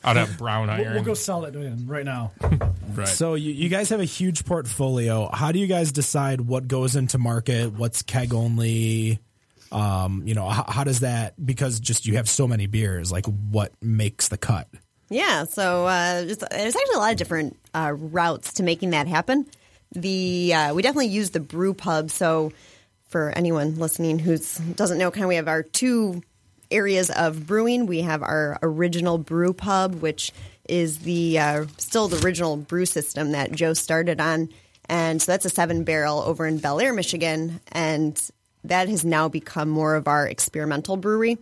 [SPEAKER 5] Out at Brown Iron.
[SPEAKER 6] We'll, we'll go sell it in right now.
[SPEAKER 7] Oh,
[SPEAKER 4] Right.
[SPEAKER 2] So you, you guys have a huge portfolio. How do you guys decide what goes into market, what's keg only? Um, you know, how, how does that because just you have so many beers, like what makes the cut?
[SPEAKER 7] Yeah, so uh, it's- there's actually a lot of different uh, routes to making that happen. The uh, we definitely use the brew pub. So for anyone listening who doesn't know, kind of we have our two areas of brewing. We have our original brew pub, which is the uh, still the original brew system that Joe started on, and so that's a seven barrel over in Bel Air, Michigan, and that has now become more of our experimental brewery.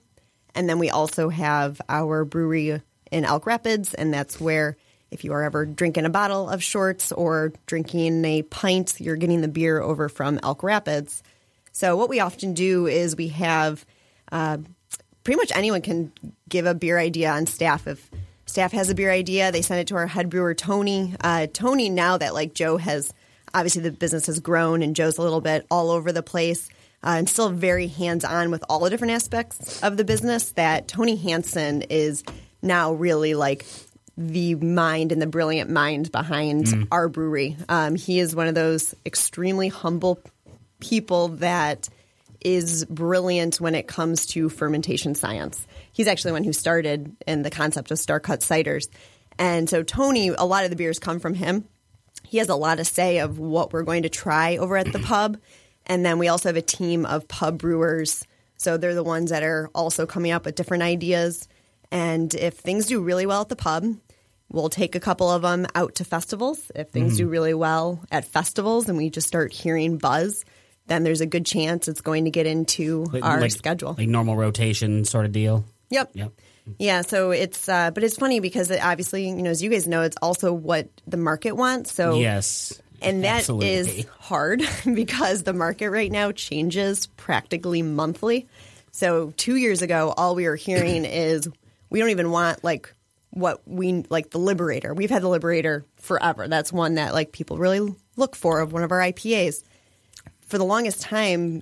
[SPEAKER 7] And then we also have our brewery in Elk Rapids, and that's where if you are ever drinking a bottle of shorts or drinking a pint, you're getting the beer over from Elk Rapids. So what we often do is we have uh, pretty much anyone can give a beer idea on staff if staff has a beer idea they send it to our head brewer tony uh, tony now that like joe has obviously the business has grown and joe's a little bit all over the place uh, and still very hands-on with all the different aspects of the business that tony hansen is now really like the mind and the brilliant mind behind our brewery um, he is one of those extremely humble people that is brilliant when it comes to fermentation science. He's actually the one who started in the concept of star cut ciders. And so Tony, a lot of the beers come from him. He has a lot of say of what we're going to try over at the pub. And then we also have a team of pub brewers. So they're the ones that are also coming up with different ideas. And if things do really well at the pub, we'll take a couple of them out to festivals. If things
[SPEAKER 3] Mm-hmm.
[SPEAKER 7] do really well at festivals and we just start hearing buzz, then there's a good chance it's going to get into our
[SPEAKER 3] like,
[SPEAKER 7] schedule.
[SPEAKER 3] like normal rotation sort of deal.
[SPEAKER 7] Yep.
[SPEAKER 3] Yep.
[SPEAKER 7] Yeah. So it's, uh, but it's funny because it obviously, you know, as you guys know, it's also what the market wants. So
[SPEAKER 3] Yes,
[SPEAKER 7] and that is
[SPEAKER 3] absolutely.
[SPEAKER 7] hard because the market right now changes practically monthly. So 2 years ago all we were hearing is we don't even want like what we like the liberator. We've had the liberator forever. That's one that like people really look for of one of our IPAs. For the longest time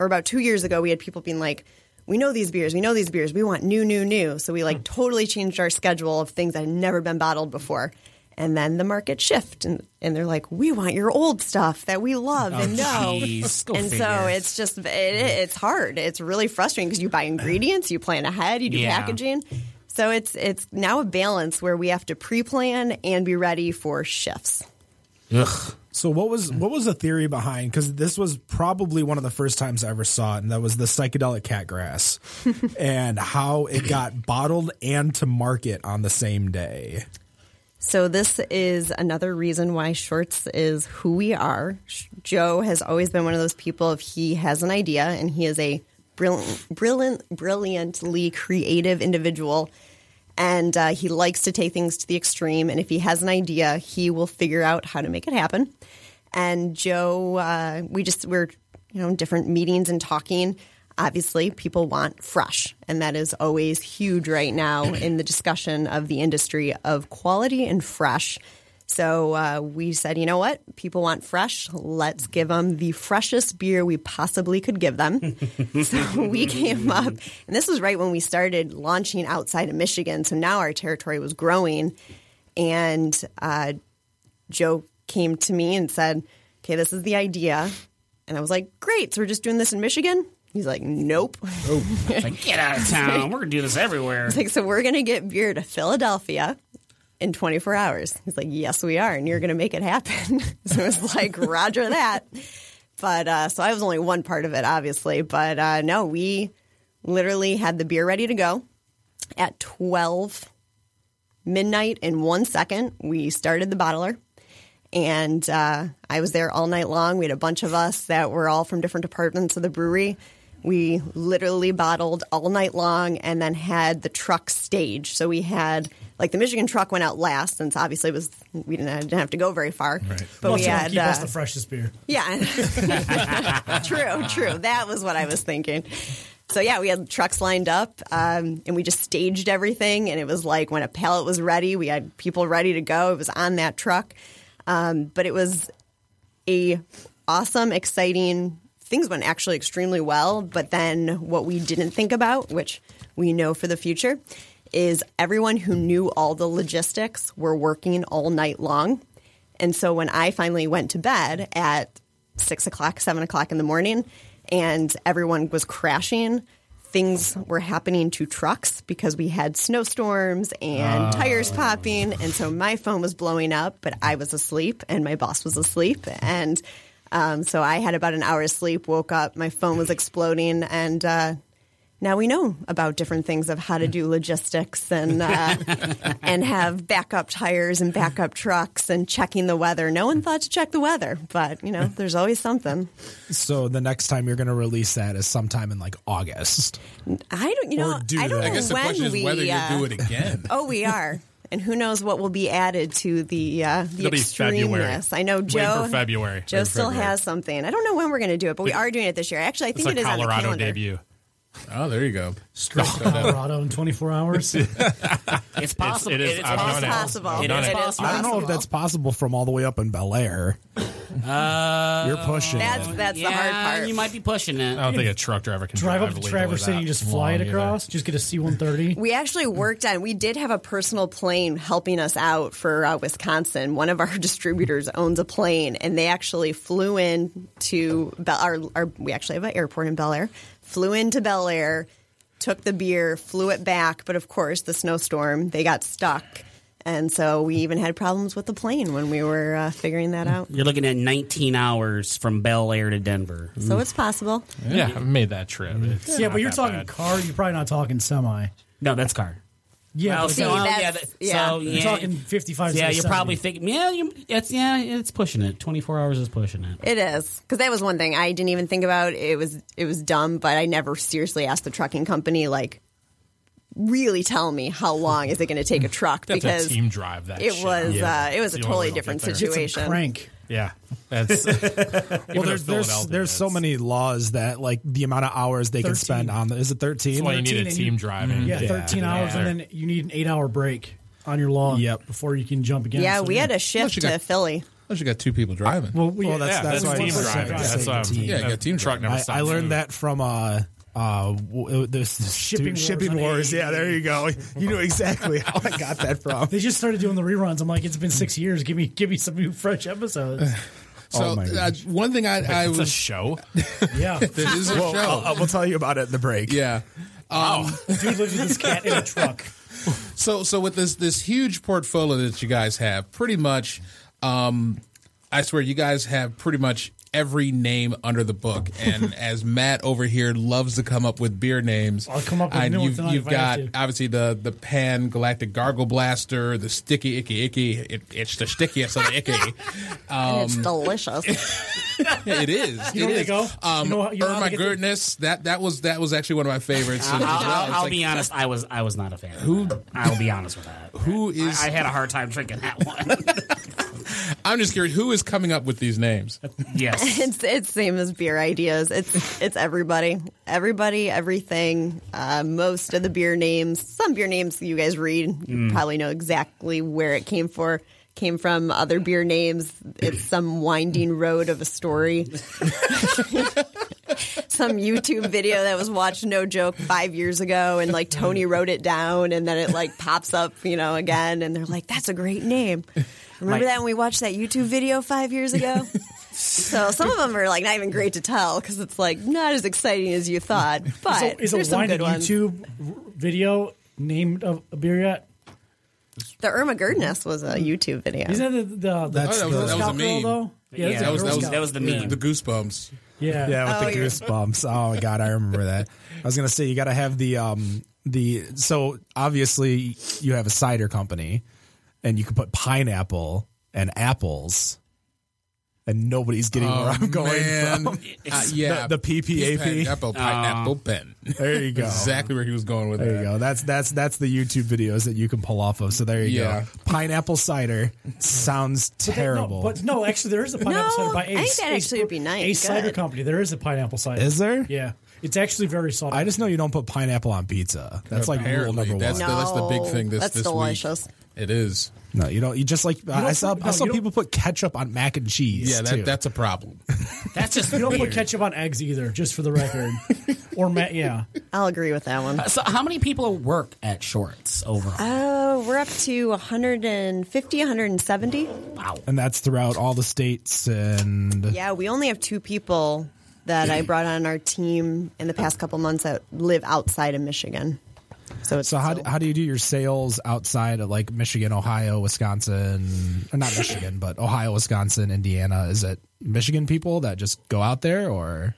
[SPEAKER 7] or about 2 years ago we had people being like we know these beers. We know these beers. We want new, new, new. So we like
[SPEAKER 3] Hmm.
[SPEAKER 7] totally changed our schedule of things that had never been bottled before and then the market shift and, and they're like we want your old stuff that we love and know
[SPEAKER 3] Oh, jeez. Go
[SPEAKER 7] and so
[SPEAKER 3] figure.
[SPEAKER 7] it's just it, it's hard it's really frustrating because you buy ingredients you plan ahead you do
[SPEAKER 3] Yeah.
[SPEAKER 7] packaging so it's it's now a balance where we have to pre-plan and be ready for shifts
[SPEAKER 3] Ugh.
[SPEAKER 2] So what was what was the theory behind? Because this was probably one of the first times I ever saw it, and that was the psychedelic cat grass, and how it got bottled and to market on the same day.
[SPEAKER 7] So this is another reason why Shorts is who we are. Sh- Joe has always been one of those people. If he has an idea and he is a brilliant, brilliant, brilliantly creative individual, and uh, he likes to take things to the extreme. And if he has an idea, he will figure out how to make it happen. And Joe, uh, we just we're you know different meetings and talking. Obviously, people want fresh, and that is always huge right now in the discussion of the industry of quality and fresh. So uh, we said, you know what? People want fresh. Let's give them the freshest beer we possibly could give them. so we came up, and this was right when we started launching outside of Michigan. So now our territory was growing, and uh, Joe came to me and said, "Okay, this is the idea," and I was like, "Great! So we're just doing this in Michigan." He's like, "Nope."
[SPEAKER 3] It's like get out of town. We're gonna do this everywhere.
[SPEAKER 7] Like, so we're going to get beer to Philadelphia in 24 hours. He's like, yes, we are. And you're going to make it happen. so it was like, roger that. But uh, so I was only one part of it, obviously. But uh, no, we literally had the beer ready to go at 12 midnight in one second. We started the bottler. And uh, I was there all night long. We had a bunch of us that were all from different departments of the brewery. We literally bottled all night long and then had the truck stage. So we had like the Michigan truck went out last since obviously it was we didn't, didn't have to go very far. But
[SPEAKER 6] Well,
[SPEAKER 7] we
[SPEAKER 6] so
[SPEAKER 7] had
[SPEAKER 6] keep us
[SPEAKER 7] uh,
[SPEAKER 6] the freshest beer.
[SPEAKER 7] yeah. true, true. That was what I was thinking. So yeah, we had trucks lined up, um, and we just staged everything. And it was like when a pallet was ready, we had people ready to go. It was on that truck, um, but it was a awesome, exciting. Things went actually extremely well. But then what we didn't think about, which we know for the future, is everyone who knew all the logistics were working all night long. And so when I finally went to bed at six o'clock, seven o'clock in the morning, and everyone was crashing, things were happening to trucks because we had snowstorms and tires popping. And so my phone was blowing up, but I was asleep and my boss was asleep. And um, so I had about an hour's sleep, woke up, my phone was exploding, and uh, now we know about different things of how to do logistics and uh, and have backup tires and backup trucks and checking the weather. No one thought to check the weather, but you know, there's always something.
[SPEAKER 2] So the next time you're going to release that is sometime in like August.
[SPEAKER 7] I don't, you
[SPEAKER 2] Or
[SPEAKER 7] know,
[SPEAKER 2] do
[SPEAKER 7] I don't
[SPEAKER 2] that.
[SPEAKER 7] know
[SPEAKER 2] I
[SPEAKER 4] I guess the
[SPEAKER 7] when
[SPEAKER 4] question
[SPEAKER 7] we.
[SPEAKER 4] is whether
[SPEAKER 7] uh,
[SPEAKER 4] you do it again.
[SPEAKER 7] Oh, we are. And who knows what will be added to the uh, the
[SPEAKER 5] It'll be February.
[SPEAKER 7] extremeness? I know
[SPEAKER 5] Wait
[SPEAKER 7] Joe.
[SPEAKER 5] for February.
[SPEAKER 7] Joe
[SPEAKER 5] Wait for
[SPEAKER 7] still
[SPEAKER 5] February.
[SPEAKER 7] has something. I don't know when we're going to do it, but we are doing it this year. Actually, I
[SPEAKER 5] It's
[SPEAKER 7] think
[SPEAKER 5] a
[SPEAKER 7] it is on the
[SPEAKER 5] Colorado
[SPEAKER 7] calendar.
[SPEAKER 5] debut.
[SPEAKER 4] Oh, there you go.
[SPEAKER 6] Colorado in 24 hours.
[SPEAKER 3] It's possible.
[SPEAKER 5] it is-
[SPEAKER 3] It's
[SPEAKER 5] I've done
[SPEAKER 7] It's
[SPEAKER 5] it.
[SPEAKER 7] possible.
[SPEAKER 5] I've done
[SPEAKER 7] It
[SPEAKER 5] it.
[SPEAKER 7] is
[SPEAKER 2] I don't know
[SPEAKER 7] possible.
[SPEAKER 2] if that's possible from all the way up in Bel Air.
[SPEAKER 5] Uh,
[SPEAKER 2] you're pushing.
[SPEAKER 7] that's
[SPEAKER 2] it.
[SPEAKER 7] that's the hard
[SPEAKER 3] Yeah,
[SPEAKER 7] part.
[SPEAKER 3] you might be pushing it.
[SPEAKER 5] I don't think a truck driver can
[SPEAKER 6] Drive
[SPEAKER 5] drive
[SPEAKER 6] up to
[SPEAKER 5] legally
[SPEAKER 6] Traverse City
[SPEAKER 5] that
[SPEAKER 6] and just fly it
[SPEAKER 5] long either.
[SPEAKER 6] across. Just get a C 130.
[SPEAKER 7] We actually worked on. We did have a personal plane helping us out for uh, Wisconsin. One of our distributors owns a plane, and they actually flew in to Bel. Our, our we actually have an airport in Bel Air. Flew into Bel Air, took the beer, flew it back. But of course, the snowstorm, they got stuck. And so we even had problems with the plane when we were uh, figuring that out.
[SPEAKER 3] You're looking at 19 hours from Bel Air to Denver.
[SPEAKER 7] So it's possible.
[SPEAKER 5] Yeah, I've made that trip. It's
[SPEAKER 6] yeah,
[SPEAKER 5] not
[SPEAKER 6] but you're
[SPEAKER 5] that
[SPEAKER 6] talking
[SPEAKER 5] bad.
[SPEAKER 6] car. You're probably not talking semi.
[SPEAKER 3] No, that's car.
[SPEAKER 6] Yeah,
[SPEAKER 3] Well,
[SPEAKER 6] but
[SPEAKER 7] See,
[SPEAKER 3] so, well,
[SPEAKER 7] that's-
[SPEAKER 3] yeah, that-
[SPEAKER 7] yeah.
[SPEAKER 3] so,
[SPEAKER 6] you're
[SPEAKER 3] yeah.
[SPEAKER 6] talking 55.
[SPEAKER 3] Yeah,
[SPEAKER 6] to
[SPEAKER 3] you're
[SPEAKER 6] 70.
[SPEAKER 3] probably thinking. Yeah, you, it's yeah, it's pushing it. 24 hours is pushing it.
[SPEAKER 7] It is because that was one thing I didn't even think about. It was it was dumb, but I never seriously asked the trucking company like, really tell me how long is it going to take a truck
[SPEAKER 5] That's
[SPEAKER 7] because
[SPEAKER 5] a team drive. That
[SPEAKER 7] it
[SPEAKER 5] shit.
[SPEAKER 7] was uh, it was a
[SPEAKER 5] The only way
[SPEAKER 7] totally
[SPEAKER 5] it'll
[SPEAKER 7] different
[SPEAKER 5] get there.
[SPEAKER 6] It's a
[SPEAKER 7] situation.
[SPEAKER 6] crank.
[SPEAKER 5] Yeah, that's well.
[SPEAKER 2] Well, there's there's, there's so many laws that like the amount of hours they can
[SPEAKER 6] 13.
[SPEAKER 2] spend on. The, is it
[SPEAKER 5] That's
[SPEAKER 2] thirteen?
[SPEAKER 5] why you need
[SPEAKER 6] 13
[SPEAKER 5] a
[SPEAKER 6] and
[SPEAKER 5] team
[SPEAKER 6] you-
[SPEAKER 5] driving.
[SPEAKER 6] Mm-hmm. Yeah, 13 hours, and then you need an eight hour break on your log
[SPEAKER 2] Yep.
[SPEAKER 6] before you can jump again.
[SPEAKER 7] Yeah,
[SPEAKER 6] So
[SPEAKER 7] we had a shift
[SPEAKER 4] you
[SPEAKER 7] to
[SPEAKER 4] got-
[SPEAKER 7] Philly.
[SPEAKER 4] Unless you got two people driving.
[SPEAKER 6] Well, we,
[SPEAKER 2] Well, that's-
[SPEAKER 5] yeah, that's,
[SPEAKER 2] that's why
[SPEAKER 5] team
[SPEAKER 2] it's
[SPEAKER 5] driving.
[SPEAKER 2] driving.
[SPEAKER 5] That's why I'm-
[SPEAKER 2] Team.
[SPEAKER 4] Yeah, you got team
[SPEAKER 5] truck never.
[SPEAKER 2] I, I
[SPEAKER 5] stops moving.
[SPEAKER 2] learned that from uh uh w- this, this dude-
[SPEAKER 6] Shipping Wars
[SPEAKER 2] shipping
[SPEAKER 6] on
[SPEAKER 2] wars.
[SPEAKER 6] AAV.
[SPEAKER 2] Yeah, there you go. You knew exactly how I got that from.
[SPEAKER 6] they just started doing the reruns. I'm like, it's been six years. Give me give me some new fresh episodes.
[SPEAKER 4] so
[SPEAKER 2] Oh my
[SPEAKER 4] uh,
[SPEAKER 2] gosh.
[SPEAKER 4] one thing I, I
[SPEAKER 5] It's a uh,
[SPEAKER 4] was
[SPEAKER 5] show.
[SPEAKER 6] Yeah. Dude
[SPEAKER 4] there is a
[SPEAKER 2] Well,
[SPEAKER 4] show.
[SPEAKER 2] I'll, I'll- we'll tell you about it in the break.
[SPEAKER 4] yeah. Um,
[SPEAKER 6] lives with this cat in a truck.
[SPEAKER 4] so so with this this huge portfolio that you guys have, pretty much, um, I swear you guys have pretty much every name under the book. And as Matt over here loves to come up with beer names,
[SPEAKER 6] I'll come up with
[SPEAKER 4] I-
[SPEAKER 6] new ones
[SPEAKER 4] You've,
[SPEAKER 6] tonight
[SPEAKER 4] you've
[SPEAKER 6] if I have
[SPEAKER 4] got
[SPEAKER 6] to.
[SPEAKER 4] obviously the the Pan Galactic Gargle Blaster, the Sticky Icky Icky. It, it's the stickiest of the icky.
[SPEAKER 7] and it's delicious.
[SPEAKER 4] it is.
[SPEAKER 6] You
[SPEAKER 4] it
[SPEAKER 6] know where they
[SPEAKER 4] is.
[SPEAKER 6] go?
[SPEAKER 4] Um,
[SPEAKER 6] You know how- you know
[SPEAKER 4] Earn
[SPEAKER 6] how
[SPEAKER 4] my
[SPEAKER 6] they get the-
[SPEAKER 4] goodness. That that was that was actually one of my favorites.
[SPEAKER 3] I'll, I'll,
[SPEAKER 4] It's
[SPEAKER 3] I'll
[SPEAKER 4] like,
[SPEAKER 3] be honest. I was I was not a fan. Who? I'll be honest with that.
[SPEAKER 4] Who is?
[SPEAKER 3] I, I had a hard time drinking that one.
[SPEAKER 4] I'm just curious. Who is coming up with these names?
[SPEAKER 3] yes.
[SPEAKER 7] it's it's same as beer ideas. It's it's everybody, everybody, everything. Uh, most of the beer names, some beer names you guys read, you probably know exactly where it came for. Came from other beer names. It's some winding road of a story. some YouTube video that was watched, no joke, five years ago, and like Tony wrote it down, and then it like pops up, you know, again, and they're like, "That's a great name." Remember
[SPEAKER 3] Like-
[SPEAKER 7] that when we watched that YouTube video five years ago? so some of them are like not even great to tell because it's like not as exciting as you thought.
[SPEAKER 6] Is
[SPEAKER 7] But
[SPEAKER 6] a,
[SPEAKER 7] there's
[SPEAKER 6] is a
[SPEAKER 7] some
[SPEAKER 6] wine
[SPEAKER 7] good ones.
[SPEAKER 6] YouTube video named of a beer yet?
[SPEAKER 7] The Irma Gurdness was
[SPEAKER 6] Hmm.
[SPEAKER 7] a YouTube video.
[SPEAKER 6] Isn't Oh, that the, the, the
[SPEAKER 2] That's
[SPEAKER 6] Girl
[SPEAKER 2] the- that was a
[SPEAKER 6] Scout girl,
[SPEAKER 4] meme.
[SPEAKER 6] though? Yeah, that's
[SPEAKER 3] Yeah,
[SPEAKER 6] a
[SPEAKER 4] That was
[SPEAKER 6] Girl
[SPEAKER 4] that was
[SPEAKER 6] Scout.
[SPEAKER 3] That was the meme.
[SPEAKER 4] The goosebumps.
[SPEAKER 6] Yeah.
[SPEAKER 2] Yeah, with
[SPEAKER 7] Oh,
[SPEAKER 2] the
[SPEAKER 7] yeah.
[SPEAKER 2] goosebumps. Oh my god, I remember that. I was gonna say you gotta have the um the so obviously you have a cider company and you can put pineapple and apples and nobody's getting where I'm going
[SPEAKER 4] Oh, Man.
[SPEAKER 2] from.
[SPEAKER 4] Uh, yeah,
[SPEAKER 2] The- the PPAP.
[SPEAKER 4] Pineapple, pineapple pen.
[SPEAKER 2] There you go.
[SPEAKER 4] exactly where he was going with
[SPEAKER 2] There you
[SPEAKER 4] that.
[SPEAKER 2] go. That's that's that's the YouTube videos that you can pull off of. So there you
[SPEAKER 4] Yeah.
[SPEAKER 2] go. Pineapple cider sounds terrible.
[SPEAKER 6] No, but no, actually, there is a pineapple
[SPEAKER 7] No,
[SPEAKER 6] cider by
[SPEAKER 7] I
[SPEAKER 6] Ace.
[SPEAKER 7] think that
[SPEAKER 6] Ace-
[SPEAKER 7] actually would be nice.
[SPEAKER 6] Ace Cider
[SPEAKER 7] Good.
[SPEAKER 6] Company. There is a pineapple cider.
[SPEAKER 2] Is there?
[SPEAKER 6] Yeah, it's actually very salty.
[SPEAKER 2] I just know you don't put pineapple on pizza. That's like rule
[SPEAKER 4] Apparently,
[SPEAKER 2] number one.
[SPEAKER 4] that's, the, that's the big
[SPEAKER 7] No,
[SPEAKER 4] thing. This
[SPEAKER 7] that's
[SPEAKER 4] this
[SPEAKER 7] delicious.
[SPEAKER 4] Week. It is.
[SPEAKER 2] No, you don't. You just like I
[SPEAKER 6] don't
[SPEAKER 2] saw.
[SPEAKER 6] put-
[SPEAKER 2] I
[SPEAKER 6] no,
[SPEAKER 2] saw
[SPEAKER 6] you
[SPEAKER 2] people put ketchup on mac and cheese.
[SPEAKER 4] Yeah, that,
[SPEAKER 2] too.
[SPEAKER 4] that's a problem.
[SPEAKER 3] That's just
[SPEAKER 6] you don't put
[SPEAKER 3] weird.
[SPEAKER 6] ketchup on eggs either, just for the record. or ma- yeah,
[SPEAKER 7] I'll agree with that
[SPEAKER 6] Uh,
[SPEAKER 7] one.
[SPEAKER 3] So how many people work at Shorts overall?
[SPEAKER 7] Oh, we're up to 150, 170.
[SPEAKER 3] wow.
[SPEAKER 2] and that's throughout all the states and
[SPEAKER 7] Yeah, we only have two people that I brought on our team in the past couple months that live outside of Michigan. So it's
[SPEAKER 2] So how, do- how do you do your sales outside of like Michigan, Ohio, Wisconsin, or not Michigan, but Ohio, Wisconsin, Indiana? Is it Michigan people that just go out there or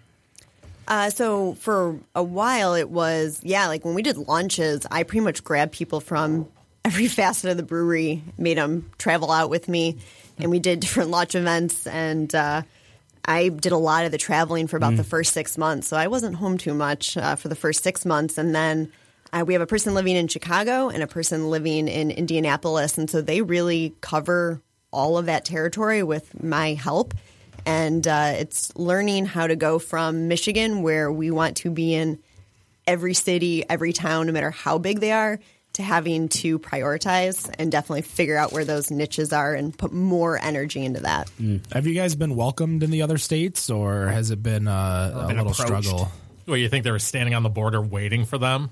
[SPEAKER 7] Uh, so for a while, it was yeah. Like when we did launches, I pretty much grabbed people from every facet of the brewery, made them travel out with me, and we did different launch events. And uh, I did a lot of the traveling for about the first six months, so I wasn't home too much uh, for the first six months, and then. Uh, we have a person living in Chicago and a person living in Indianapolis. And so they really cover all of that territory with my help and uh, it's learning how to go from Michigan, where we want to be in every city, every town, no matter how big they are, to having to prioritize and definitely figure out where those niches are and put more energy into that.
[SPEAKER 2] have you guys been welcomed in the other states or has it been uh, a
[SPEAKER 5] been
[SPEAKER 2] little
[SPEAKER 5] approached.
[SPEAKER 2] struggle?
[SPEAKER 5] Well, you think they were standing on the border waiting for them?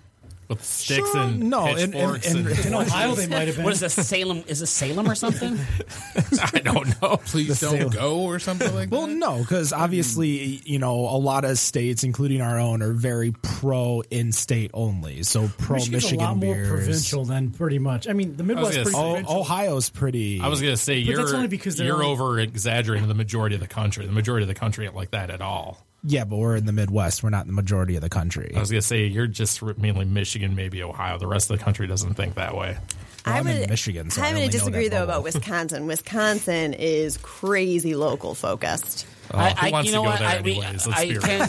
[SPEAKER 5] with sticks
[SPEAKER 2] Sure,
[SPEAKER 5] and
[SPEAKER 2] no, and- and-
[SPEAKER 5] pitchforks
[SPEAKER 2] and-
[SPEAKER 5] and-
[SPEAKER 6] In Ohio, they might have been.
[SPEAKER 3] What is a Salem? Is it Salem or something?
[SPEAKER 5] I don't know.
[SPEAKER 4] Please don't
[SPEAKER 2] sale.
[SPEAKER 4] go or something like
[SPEAKER 2] Well,
[SPEAKER 6] Uh,
[SPEAKER 4] that.
[SPEAKER 2] no, because obviously, you know, a lot of states, including our own, are very pro in-state only. So pro
[SPEAKER 6] Michigan's
[SPEAKER 2] Michigan
[SPEAKER 6] a lot
[SPEAKER 2] beers.
[SPEAKER 6] more provincial than pretty much. I mean, the Midwest
[SPEAKER 5] gonna
[SPEAKER 6] pretty
[SPEAKER 5] say-
[SPEAKER 2] Oh,
[SPEAKER 6] provincial.
[SPEAKER 2] Ohio's pretty.
[SPEAKER 5] I was gonna say
[SPEAKER 6] But
[SPEAKER 5] you're
[SPEAKER 6] that's only because they're
[SPEAKER 5] you're
[SPEAKER 6] only-
[SPEAKER 5] over exaggerating the majority of the country. The majority of the country ain't like that at all.
[SPEAKER 2] yeah, but we're in the Midwest. We're not in the majority of the country.
[SPEAKER 5] I was gonna say you're just mainly Michigan, maybe Ohio. The rest of the country doesn't think that way.
[SPEAKER 2] I'm in Michigan, so I
[SPEAKER 7] I'm going
[SPEAKER 2] only
[SPEAKER 7] to
[SPEAKER 2] know that
[SPEAKER 7] disagree though
[SPEAKER 2] bubble.
[SPEAKER 7] about Wisconsin. Wisconsin is crazy local focused.
[SPEAKER 5] Oh, who wants to go there anyways? Let's
[SPEAKER 3] I,
[SPEAKER 5] be real.
[SPEAKER 3] can,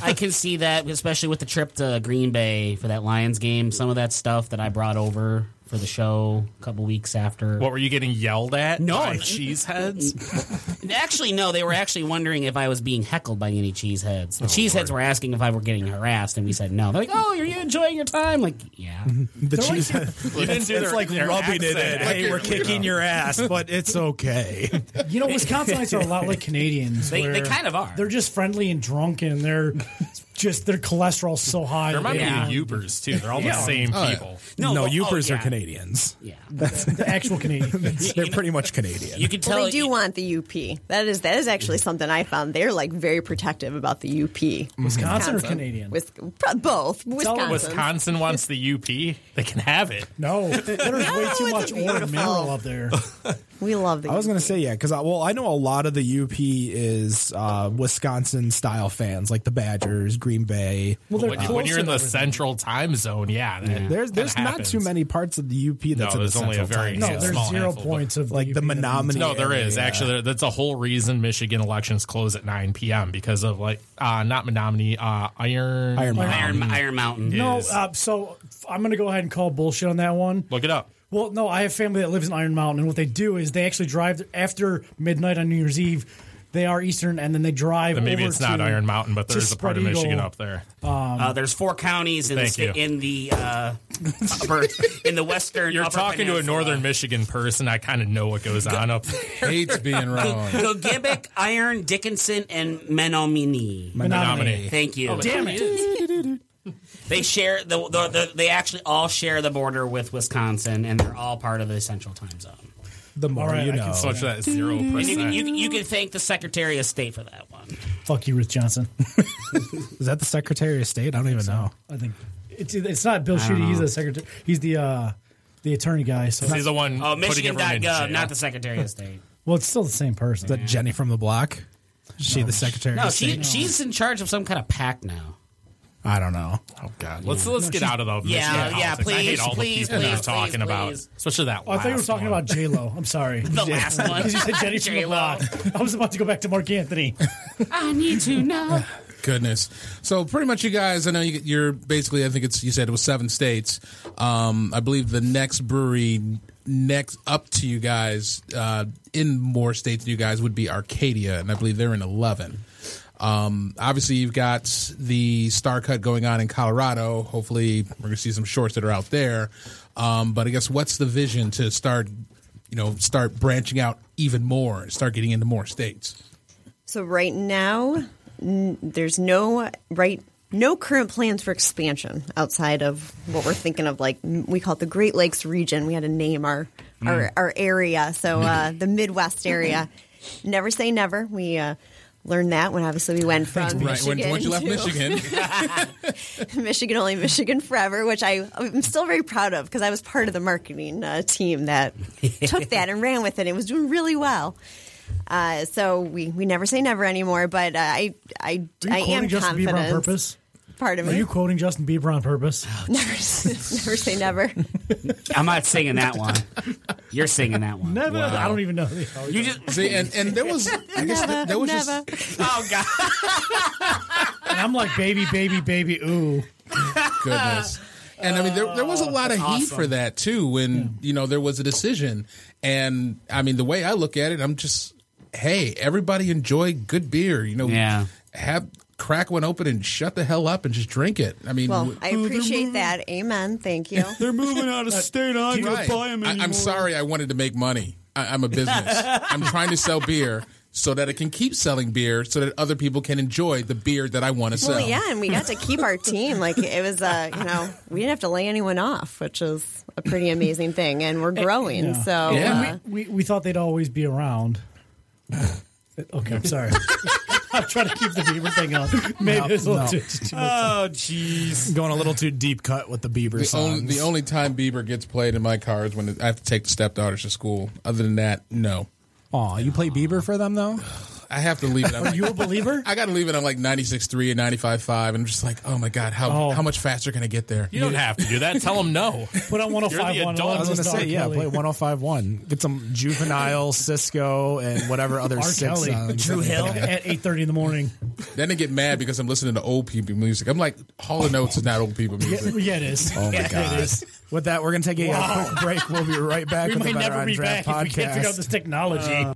[SPEAKER 3] I can see that, especially with the trip to Green Bay for that Lions game. Some of that stuff that I brought over for the show a couple weeks after.
[SPEAKER 5] What were you getting yelled at?
[SPEAKER 3] No.
[SPEAKER 5] by cheeseheads.
[SPEAKER 3] Actually, no, they were actually wondering if I was being heckled by any cheeseheads. The cheeseheads were asking if I were getting harassed, and we said no. They're like, "Oh, are you enjoying your time?" Like, yeah.
[SPEAKER 2] the cheese.
[SPEAKER 5] You didn't do their- their accent.
[SPEAKER 2] Hey, we're kicking your ass, but it's okay.
[SPEAKER 6] You know, Wisconsinites are a lot like Canadians.
[SPEAKER 3] They-
[SPEAKER 6] where
[SPEAKER 3] they kind of are.
[SPEAKER 6] They're just friendly and drunk, and they're just their cholesterol's so high.
[SPEAKER 5] There might
[SPEAKER 6] that
[SPEAKER 5] be the Upers too. They're all the same people.
[SPEAKER 2] No,
[SPEAKER 3] well, oh,
[SPEAKER 2] Upers are
[SPEAKER 3] yeah.
[SPEAKER 2] Canadians.
[SPEAKER 3] Yeah,
[SPEAKER 6] the actual Canadians.
[SPEAKER 2] They're pretty much Canadian.
[SPEAKER 3] you can tell.
[SPEAKER 7] Well, they do
[SPEAKER 3] you-
[SPEAKER 7] want the UP. That is that is actually something I found. They're like very protective about the UP.
[SPEAKER 2] Mm.
[SPEAKER 6] Wisconsin or Canadian?
[SPEAKER 7] With both Wisconsin.
[SPEAKER 5] Wisconsin wants the UP. They can have it.
[SPEAKER 6] no, there's way too
[SPEAKER 7] it's
[SPEAKER 6] much ore and
[SPEAKER 7] beautiful.
[SPEAKER 6] mineral up there.
[SPEAKER 7] We love the.
[SPEAKER 2] I was gonna say yeah, because I, well, I know a lot of the UP is uh, Wisconsin style fans, like the Badgers, Green Bay.
[SPEAKER 6] Well, they're
[SPEAKER 5] When, you, when
[SPEAKER 6] close
[SPEAKER 5] you're in the
[SPEAKER 6] and everything.
[SPEAKER 5] central time zone, yeah, that-
[SPEAKER 2] There's
[SPEAKER 5] Mm, that
[SPEAKER 2] there's not
[SPEAKER 5] happens.
[SPEAKER 2] too many parts of the UP that's in
[SPEAKER 5] there's
[SPEAKER 2] the
[SPEAKER 5] only
[SPEAKER 2] central
[SPEAKER 5] a very
[SPEAKER 2] time
[SPEAKER 5] No,
[SPEAKER 2] zone.
[SPEAKER 6] No, there's
[SPEAKER 5] small
[SPEAKER 6] zero
[SPEAKER 5] handful, but-
[SPEAKER 6] points of
[SPEAKER 2] Like the
[SPEAKER 6] UP that
[SPEAKER 2] Menominee
[SPEAKER 6] means-
[SPEAKER 5] No, there is
[SPEAKER 2] area.
[SPEAKER 5] actually. There, that's a whole reason Michigan elections close at 9 p.m. because of like uh, not Menominee, uh, Iron
[SPEAKER 2] Iron Mountain.
[SPEAKER 3] Iron, Iron Mountain.
[SPEAKER 6] No,
[SPEAKER 5] is-
[SPEAKER 6] uh, so f- I'm going to go ahead and call bullshit on that one.
[SPEAKER 5] Look it up.
[SPEAKER 6] Well, no, I have family that lives in Iron Mountain, and what they do is they actually drive after midnight on New Year's Eve. They are Eastern, and then they drive.
[SPEAKER 5] Then maybe
[SPEAKER 6] over
[SPEAKER 5] it's not
[SPEAKER 6] to-
[SPEAKER 5] Iron Mountain, but
[SPEAKER 6] to
[SPEAKER 5] there is a part of
[SPEAKER 6] Spread Eagle.
[SPEAKER 5] Michigan up there.
[SPEAKER 3] Uh, there's four counties in the,
[SPEAKER 5] Thank
[SPEAKER 3] sta-
[SPEAKER 5] you.
[SPEAKER 3] in the uh, upper, in the western.
[SPEAKER 5] You're
[SPEAKER 3] upper
[SPEAKER 5] talking to a
[SPEAKER 3] peninsula.
[SPEAKER 5] northern Michigan person. I kind of know what goes on up there.
[SPEAKER 4] Hates being wrong.
[SPEAKER 3] Gogebic, Iron, Dickinson, and Menominee.
[SPEAKER 6] Menominee.
[SPEAKER 3] Thank you.
[SPEAKER 6] Damn it!
[SPEAKER 3] They share the, the, the they actually all share the border with Wisconsin, and they're all part of the Central Time Zone.
[SPEAKER 2] The more
[SPEAKER 6] All right,
[SPEAKER 2] you
[SPEAKER 6] I can
[SPEAKER 2] know.
[SPEAKER 5] So much that zero
[SPEAKER 3] You, can- you,
[SPEAKER 5] percent.
[SPEAKER 3] can- you can thank the Secretary of State for that one.
[SPEAKER 6] Fuck you, Ruth Johnson.
[SPEAKER 2] Is that the Secretary of State? I don't even know.
[SPEAKER 6] I think it's it's not Bill Schuette. He's the secretary. He's the uh, the attorney guy. So
[SPEAKER 5] He's the one
[SPEAKER 3] Oh,
[SPEAKER 5] putting everyone in jail.
[SPEAKER 3] Michigan.gov, not the Secretary of State.
[SPEAKER 6] well, it's still the same person.
[SPEAKER 2] Is that Jenny from the block? Is she the Secretary
[SPEAKER 3] No,
[SPEAKER 2] of State?
[SPEAKER 3] Oh, she, she's in charge of some kind of pack now.
[SPEAKER 2] I don't know.
[SPEAKER 5] Oh God, let's let's get out of the
[SPEAKER 3] Yeah,
[SPEAKER 5] Michigan
[SPEAKER 3] yeah,
[SPEAKER 5] politics. I hate
[SPEAKER 3] please,
[SPEAKER 5] all
[SPEAKER 3] please,
[SPEAKER 5] the people
[SPEAKER 3] please,
[SPEAKER 5] they're talking
[SPEAKER 3] please,
[SPEAKER 5] about,
[SPEAKER 3] please.
[SPEAKER 5] especially that.
[SPEAKER 6] Oh, I thought you were talking about J Lo. I'm sorry.
[SPEAKER 3] The last one.
[SPEAKER 6] Because you said Jenny from the
[SPEAKER 3] J-Lo.
[SPEAKER 6] block. I was about to go back to Mark Anthony.
[SPEAKER 3] I need to know.
[SPEAKER 4] Goodness. So pretty much, you guys. I know you, you're basically. I think it's you said it was seven states. Um, I believe the next brewery next up to you guys uh, in more states than you guys would be Arcadia, and I believe they're in eleven. Um, obviously, you've got the Star Cut going on in Colorado. Hopefully, we're gonna see some shorts that are out there. Um, but I guess what's the vision to start? You know, start branching out even more, and start getting into more states.
[SPEAKER 7] So right now, n- there's no right no current plans for expansion outside of what we're thinking of. Like m- we call it the Great Lakes region. We had to name our our, our area. So uh, the Midwest area. never say never. We uh, learned that when obviously we went from
[SPEAKER 4] Right when,
[SPEAKER 7] Michigan
[SPEAKER 4] once you left
[SPEAKER 7] to-
[SPEAKER 4] Michigan.
[SPEAKER 7] Michigan only, Michigan forever, which I, I'm still very proud of because I was part of the marketing uh, team that took that and ran with it. It was doing really well. Uh, so we, we never say never anymore, but uh, I I,
[SPEAKER 6] Are you
[SPEAKER 7] I
[SPEAKER 6] quoting
[SPEAKER 7] am
[SPEAKER 6] Justin
[SPEAKER 7] confident.
[SPEAKER 6] Bieber on purpose?
[SPEAKER 7] Pardon
[SPEAKER 6] Are
[SPEAKER 7] me.
[SPEAKER 6] you quoting Justin Bieber on purpose?
[SPEAKER 7] never, s- never say never.
[SPEAKER 3] I'm not singing that one. You're singing that one.
[SPEAKER 6] Never. I don't even know.
[SPEAKER 3] You just.
[SPEAKER 4] See, and, and there was, I guess there, there was
[SPEAKER 7] never.
[SPEAKER 4] just,
[SPEAKER 3] Oh God!
[SPEAKER 6] And I'm like, baby, baby, baby, ooh.
[SPEAKER 4] goodness. And I mean, there, there was a lot of heat for that too when, you know, there was a decision. And I mean, the way I look at it, I'm just, hey, everybody enjoy good beer, you know,
[SPEAKER 3] Yeah.
[SPEAKER 4] have crack one open and shut the hell up and just drink it. I mean,
[SPEAKER 7] Well,
[SPEAKER 4] w-
[SPEAKER 7] I appreciate that. Amen. Thank you.
[SPEAKER 8] They're moving out of state. I'm
[SPEAKER 4] right. I, am sorry I wanted to make money. I, I'm a business. I'm trying to sell beer. so that it can keep selling beer so that other people can enjoy the beer that I want to
[SPEAKER 7] Well,
[SPEAKER 4] sell.
[SPEAKER 7] yeah, and we got to keep our team. Like it was, uh, you know, we didn't have to lay anyone off, which is a pretty amazing thing. And
[SPEAKER 6] Eh,
[SPEAKER 7] we're growing, so
[SPEAKER 4] Yeah.
[SPEAKER 2] Uh-huh.
[SPEAKER 7] uh,
[SPEAKER 6] We, we thought they'd always be around. okay, I'm sorry. I'm trying to keep the Bieber thing up. Maybe it's a little
[SPEAKER 2] no.
[SPEAKER 6] too, too much.
[SPEAKER 2] Oh, jeez. Going a little too deep cut with the Bieber
[SPEAKER 4] The only,
[SPEAKER 2] songs.
[SPEAKER 4] the only time Bieber gets played in my car is when I have to take the stepdaughters to school. Other than that, no.
[SPEAKER 2] Aw, you play Bieber for them, though?
[SPEAKER 4] I have to leave it. I'm like,
[SPEAKER 6] you a believer?
[SPEAKER 4] I got to leave it on like 96.3 and 95.5. And I'm just like, oh my God, how,
[SPEAKER 6] Oh.
[SPEAKER 4] how much faster can I get there?
[SPEAKER 5] You don't have to do that. Tell them no.
[SPEAKER 6] Put on 105.1.
[SPEAKER 5] You're the adult.
[SPEAKER 2] I was going to say, yeah, play 1051. Get some juvenile, Cisco, and whatever other
[SPEAKER 6] R.
[SPEAKER 2] oh six
[SPEAKER 6] Kelly.
[SPEAKER 2] songs.
[SPEAKER 6] Drew Hill at 8.30 in the morning.
[SPEAKER 4] Then they get mad because I'm listening to old people music. I'm like, Hall & Oates is not old people music.
[SPEAKER 6] Yeah, it is. Oh, my God. It is.
[SPEAKER 2] With that, we're going to take a quick break. We'll be right back
[SPEAKER 6] We
[SPEAKER 2] with
[SPEAKER 6] might
[SPEAKER 2] the Better
[SPEAKER 6] never
[SPEAKER 2] on
[SPEAKER 6] be back
[SPEAKER 2] Draft
[SPEAKER 6] if we can't figure
[SPEAKER 2] podcast.
[SPEAKER 6] out
[SPEAKER 2] Uh,
[SPEAKER 6] this technology.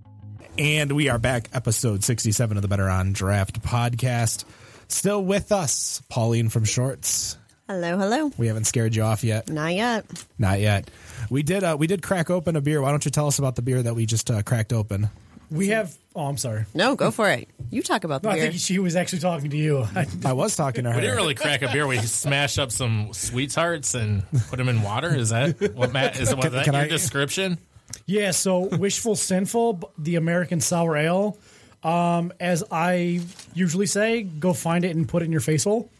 [SPEAKER 2] And we are back, episode 67 of the Better on Draft podcast. Still with us, Pauline from Shorts.
[SPEAKER 7] hello, hello.
[SPEAKER 2] We haven't scared you off yet.
[SPEAKER 7] Not yet.
[SPEAKER 2] Not yet. We did. Uh, we did crack open a beer. Why don't you tell us about the beer that we just uh, cracked open?
[SPEAKER 6] We have. Oh, I'm sorry.
[SPEAKER 7] No, go for it. You talk about the
[SPEAKER 6] No, I
[SPEAKER 7] beer.
[SPEAKER 6] think she was actually talking to you. I,
[SPEAKER 2] I was talking to her.
[SPEAKER 5] We didn't really crack a beer. We smashed up some sweethearts and put them in water. Is that what Matt? Is that, was that
[SPEAKER 2] can
[SPEAKER 5] your
[SPEAKER 2] I-
[SPEAKER 5] description?
[SPEAKER 6] Yeah, so Wishful Sinful, b- the American Sour Ale. Um, as I usually say, go find it and put it in your face hole.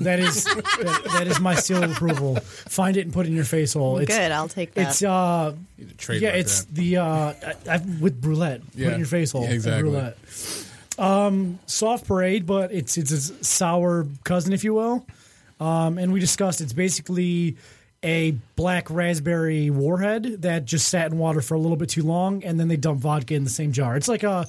[SPEAKER 6] That is that, that is my seal of approval. Find it and put it in your face hole. It's,
[SPEAKER 7] Good, I'll take that.
[SPEAKER 6] It's uh,
[SPEAKER 4] Trademark
[SPEAKER 6] yeah, it's
[SPEAKER 4] that.
[SPEAKER 6] the uh, I, I, with brulette. Put it
[SPEAKER 4] Yeah,
[SPEAKER 6] in your face hole.
[SPEAKER 4] yeah,
[SPEAKER 6] and
[SPEAKER 4] exactly.
[SPEAKER 6] Brulette. Um, soft parade, but it's it's a sour cousin, if you will. Um, and we discussed it's basically a black raspberry warhead that just sat in water for a little bit too long, and then they dump vodka in the same jar. It's like a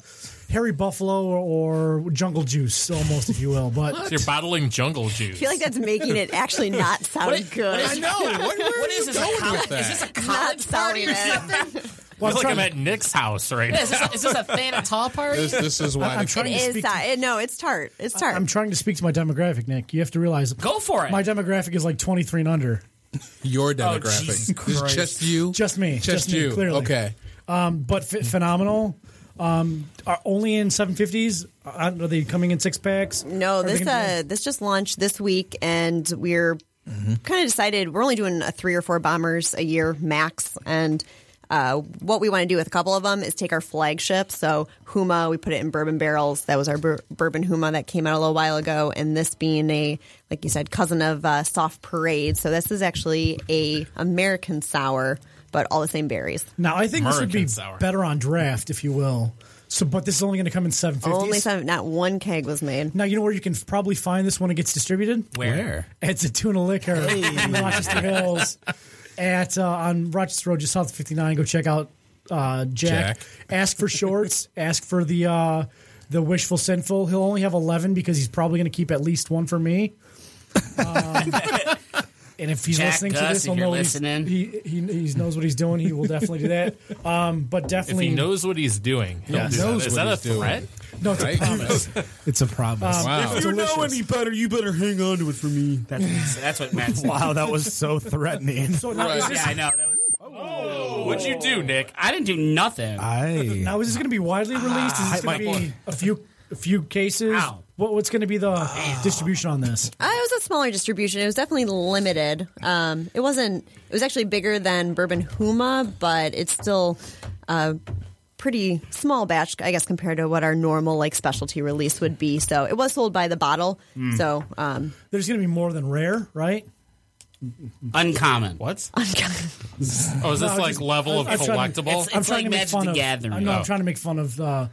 [SPEAKER 6] hairy buffalo or, or jungle juice, almost, if you will. But
[SPEAKER 5] So you're bottling jungle juice.
[SPEAKER 7] I feel like that's making it actually not sound good.
[SPEAKER 4] I know. What, where
[SPEAKER 3] What
[SPEAKER 4] are
[SPEAKER 3] is
[SPEAKER 4] you
[SPEAKER 3] this? A
[SPEAKER 4] going
[SPEAKER 3] college,
[SPEAKER 4] with that?
[SPEAKER 3] is this a
[SPEAKER 7] not
[SPEAKER 3] college
[SPEAKER 7] sounding
[SPEAKER 3] party or
[SPEAKER 7] it.
[SPEAKER 3] something?
[SPEAKER 5] I feel
[SPEAKER 6] Well, I'm
[SPEAKER 5] like I'm
[SPEAKER 6] trying-
[SPEAKER 5] at Nick's house right
[SPEAKER 3] Yeah, is,
[SPEAKER 5] now.
[SPEAKER 3] this a, is this a Tall party?
[SPEAKER 4] This, this is why
[SPEAKER 6] I'm
[SPEAKER 4] the-
[SPEAKER 7] It
[SPEAKER 6] trying to
[SPEAKER 7] is
[SPEAKER 6] speak
[SPEAKER 7] not. no, it's tart. It's tart.
[SPEAKER 6] I'm trying to speak to my demographic, Nick. You have to realize
[SPEAKER 3] Go for it.
[SPEAKER 6] My demographic is like 23 and under.
[SPEAKER 4] your
[SPEAKER 5] Jesus
[SPEAKER 4] demographic. This is
[SPEAKER 5] Christ.
[SPEAKER 4] just you.
[SPEAKER 6] Oh, Just me.
[SPEAKER 4] Just,
[SPEAKER 6] Just me,
[SPEAKER 4] you.
[SPEAKER 6] clearly. Um,
[SPEAKER 4] Okay.
[SPEAKER 6] but ph phenomenal. Um, are only in 750s. Are are they coming in six packs?
[SPEAKER 7] No,
[SPEAKER 6] Are they
[SPEAKER 7] this
[SPEAKER 6] gonna be-
[SPEAKER 7] uh, this just launched this week, and we're
[SPEAKER 6] Mm-hmm.
[SPEAKER 7] kind of decided we're only doing a three or four bombers a year max, and. Uh, what we want to do with a couple of them is take our flagship. So Huma, we put it in bourbon barrels. That was our bur- bourbon Huma that came out a little while ago. And this being a, like you said, cousin of uh, Soft Parade. So this is actually a American sour, but all the same berries.
[SPEAKER 6] now I think this would
[SPEAKER 5] American
[SPEAKER 6] be
[SPEAKER 5] sour.
[SPEAKER 6] better on draft, if you will. So, but this is only going to come in 750s.
[SPEAKER 7] Only some, not one keg was made.
[SPEAKER 6] Now you know where you can f- probably find this when it gets distributed.
[SPEAKER 5] Where?
[SPEAKER 6] It's a tuna liquor in Rochester Hills, at uh, on Rochester Road, just south of 59. Go check out uh,
[SPEAKER 4] Jack.
[SPEAKER 6] Jack. Ask for shorts. ask for the uh, the wishful sinful. He'll only have 11 because he's probably going to keep at least one for me. Um, and if he's
[SPEAKER 3] Jack
[SPEAKER 6] listening to
[SPEAKER 3] Gus,
[SPEAKER 6] this,
[SPEAKER 3] if
[SPEAKER 6] he'll
[SPEAKER 3] you're
[SPEAKER 6] know he's-
[SPEAKER 3] listening.
[SPEAKER 6] he, he he knows what he's doing. He will definitely do that. Um, but
[SPEAKER 5] If
[SPEAKER 6] definitely
[SPEAKER 5] he knows what he's doing, he'll
[SPEAKER 6] Yes.
[SPEAKER 5] do that.
[SPEAKER 4] Knows
[SPEAKER 5] Is
[SPEAKER 4] what
[SPEAKER 5] that a
[SPEAKER 4] he's doing.
[SPEAKER 5] threat?
[SPEAKER 6] no, it's a
[SPEAKER 4] Right?
[SPEAKER 6] promise.
[SPEAKER 2] It's a promise.
[SPEAKER 4] Wow.
[SPEAKER 8] If you know
[SPEAKER 6] Delicious.
[SPEAKER 8] any better, you better hang on to it for me.
[SPEAKER 3] That's, that's what Matt said.
[SPEAKER 2] Wow, that was so threatening.
[SPEAKER 6] So now, is
[SPEAKER 4] Right.
[SPEAKER 6] this,
[SPEAKER 3] Yeah, I know. That was,
[SPEAKER 5] Oh. What'd you do, Nick?
[SPEAKER 3] I didn't do nothing.
[SPEAKER 2] I
[SPEAKER 6] Now is this going to be widely
[SPEAKER 3] Ah,
[SPEAKER 6] released? Is this
[SPEAKER 2] my
[SPEAKER 6] going to be a few a few cases?
[SPEAKER 3] Ow. Ah.
[SPEAKER 6] What, what's going to be the distribution on this?
[SPEAKER 7] Uh, it was a smaller distribution. It was definitely limited. Um, it wasn't. It was actually bigger than Bourbon Huma, but it's still a pretty small batch, I guess, compared to what our normal like specialty release would be. So it was sold by the bottle.
[SPEAKER 4] Hmm.
[SPEAKER 7] So um,
[SPEAKER 6] There's going to be more than rare, right?
[SPEAKER 3] Uncommon.
[SPEAKER 5] What? Oh, is this
[SPEAKER 6] No,
[SPEAKER 5] like
[SPEAKER 6] just-
[SPEAKER 5] level of
[SPEAKER 6] I- I'm trying to-
[SPEAKER 5] collectible?
[SPEAKER 3] It's- like Magic the
[SPEAKER 6] of.
[SPEAKER 3] Gathering.
[SPEAKER 6] I know. I'm
[SPEAKER 5] Oh.
[SPEAKER 6] trying to make fun of uh,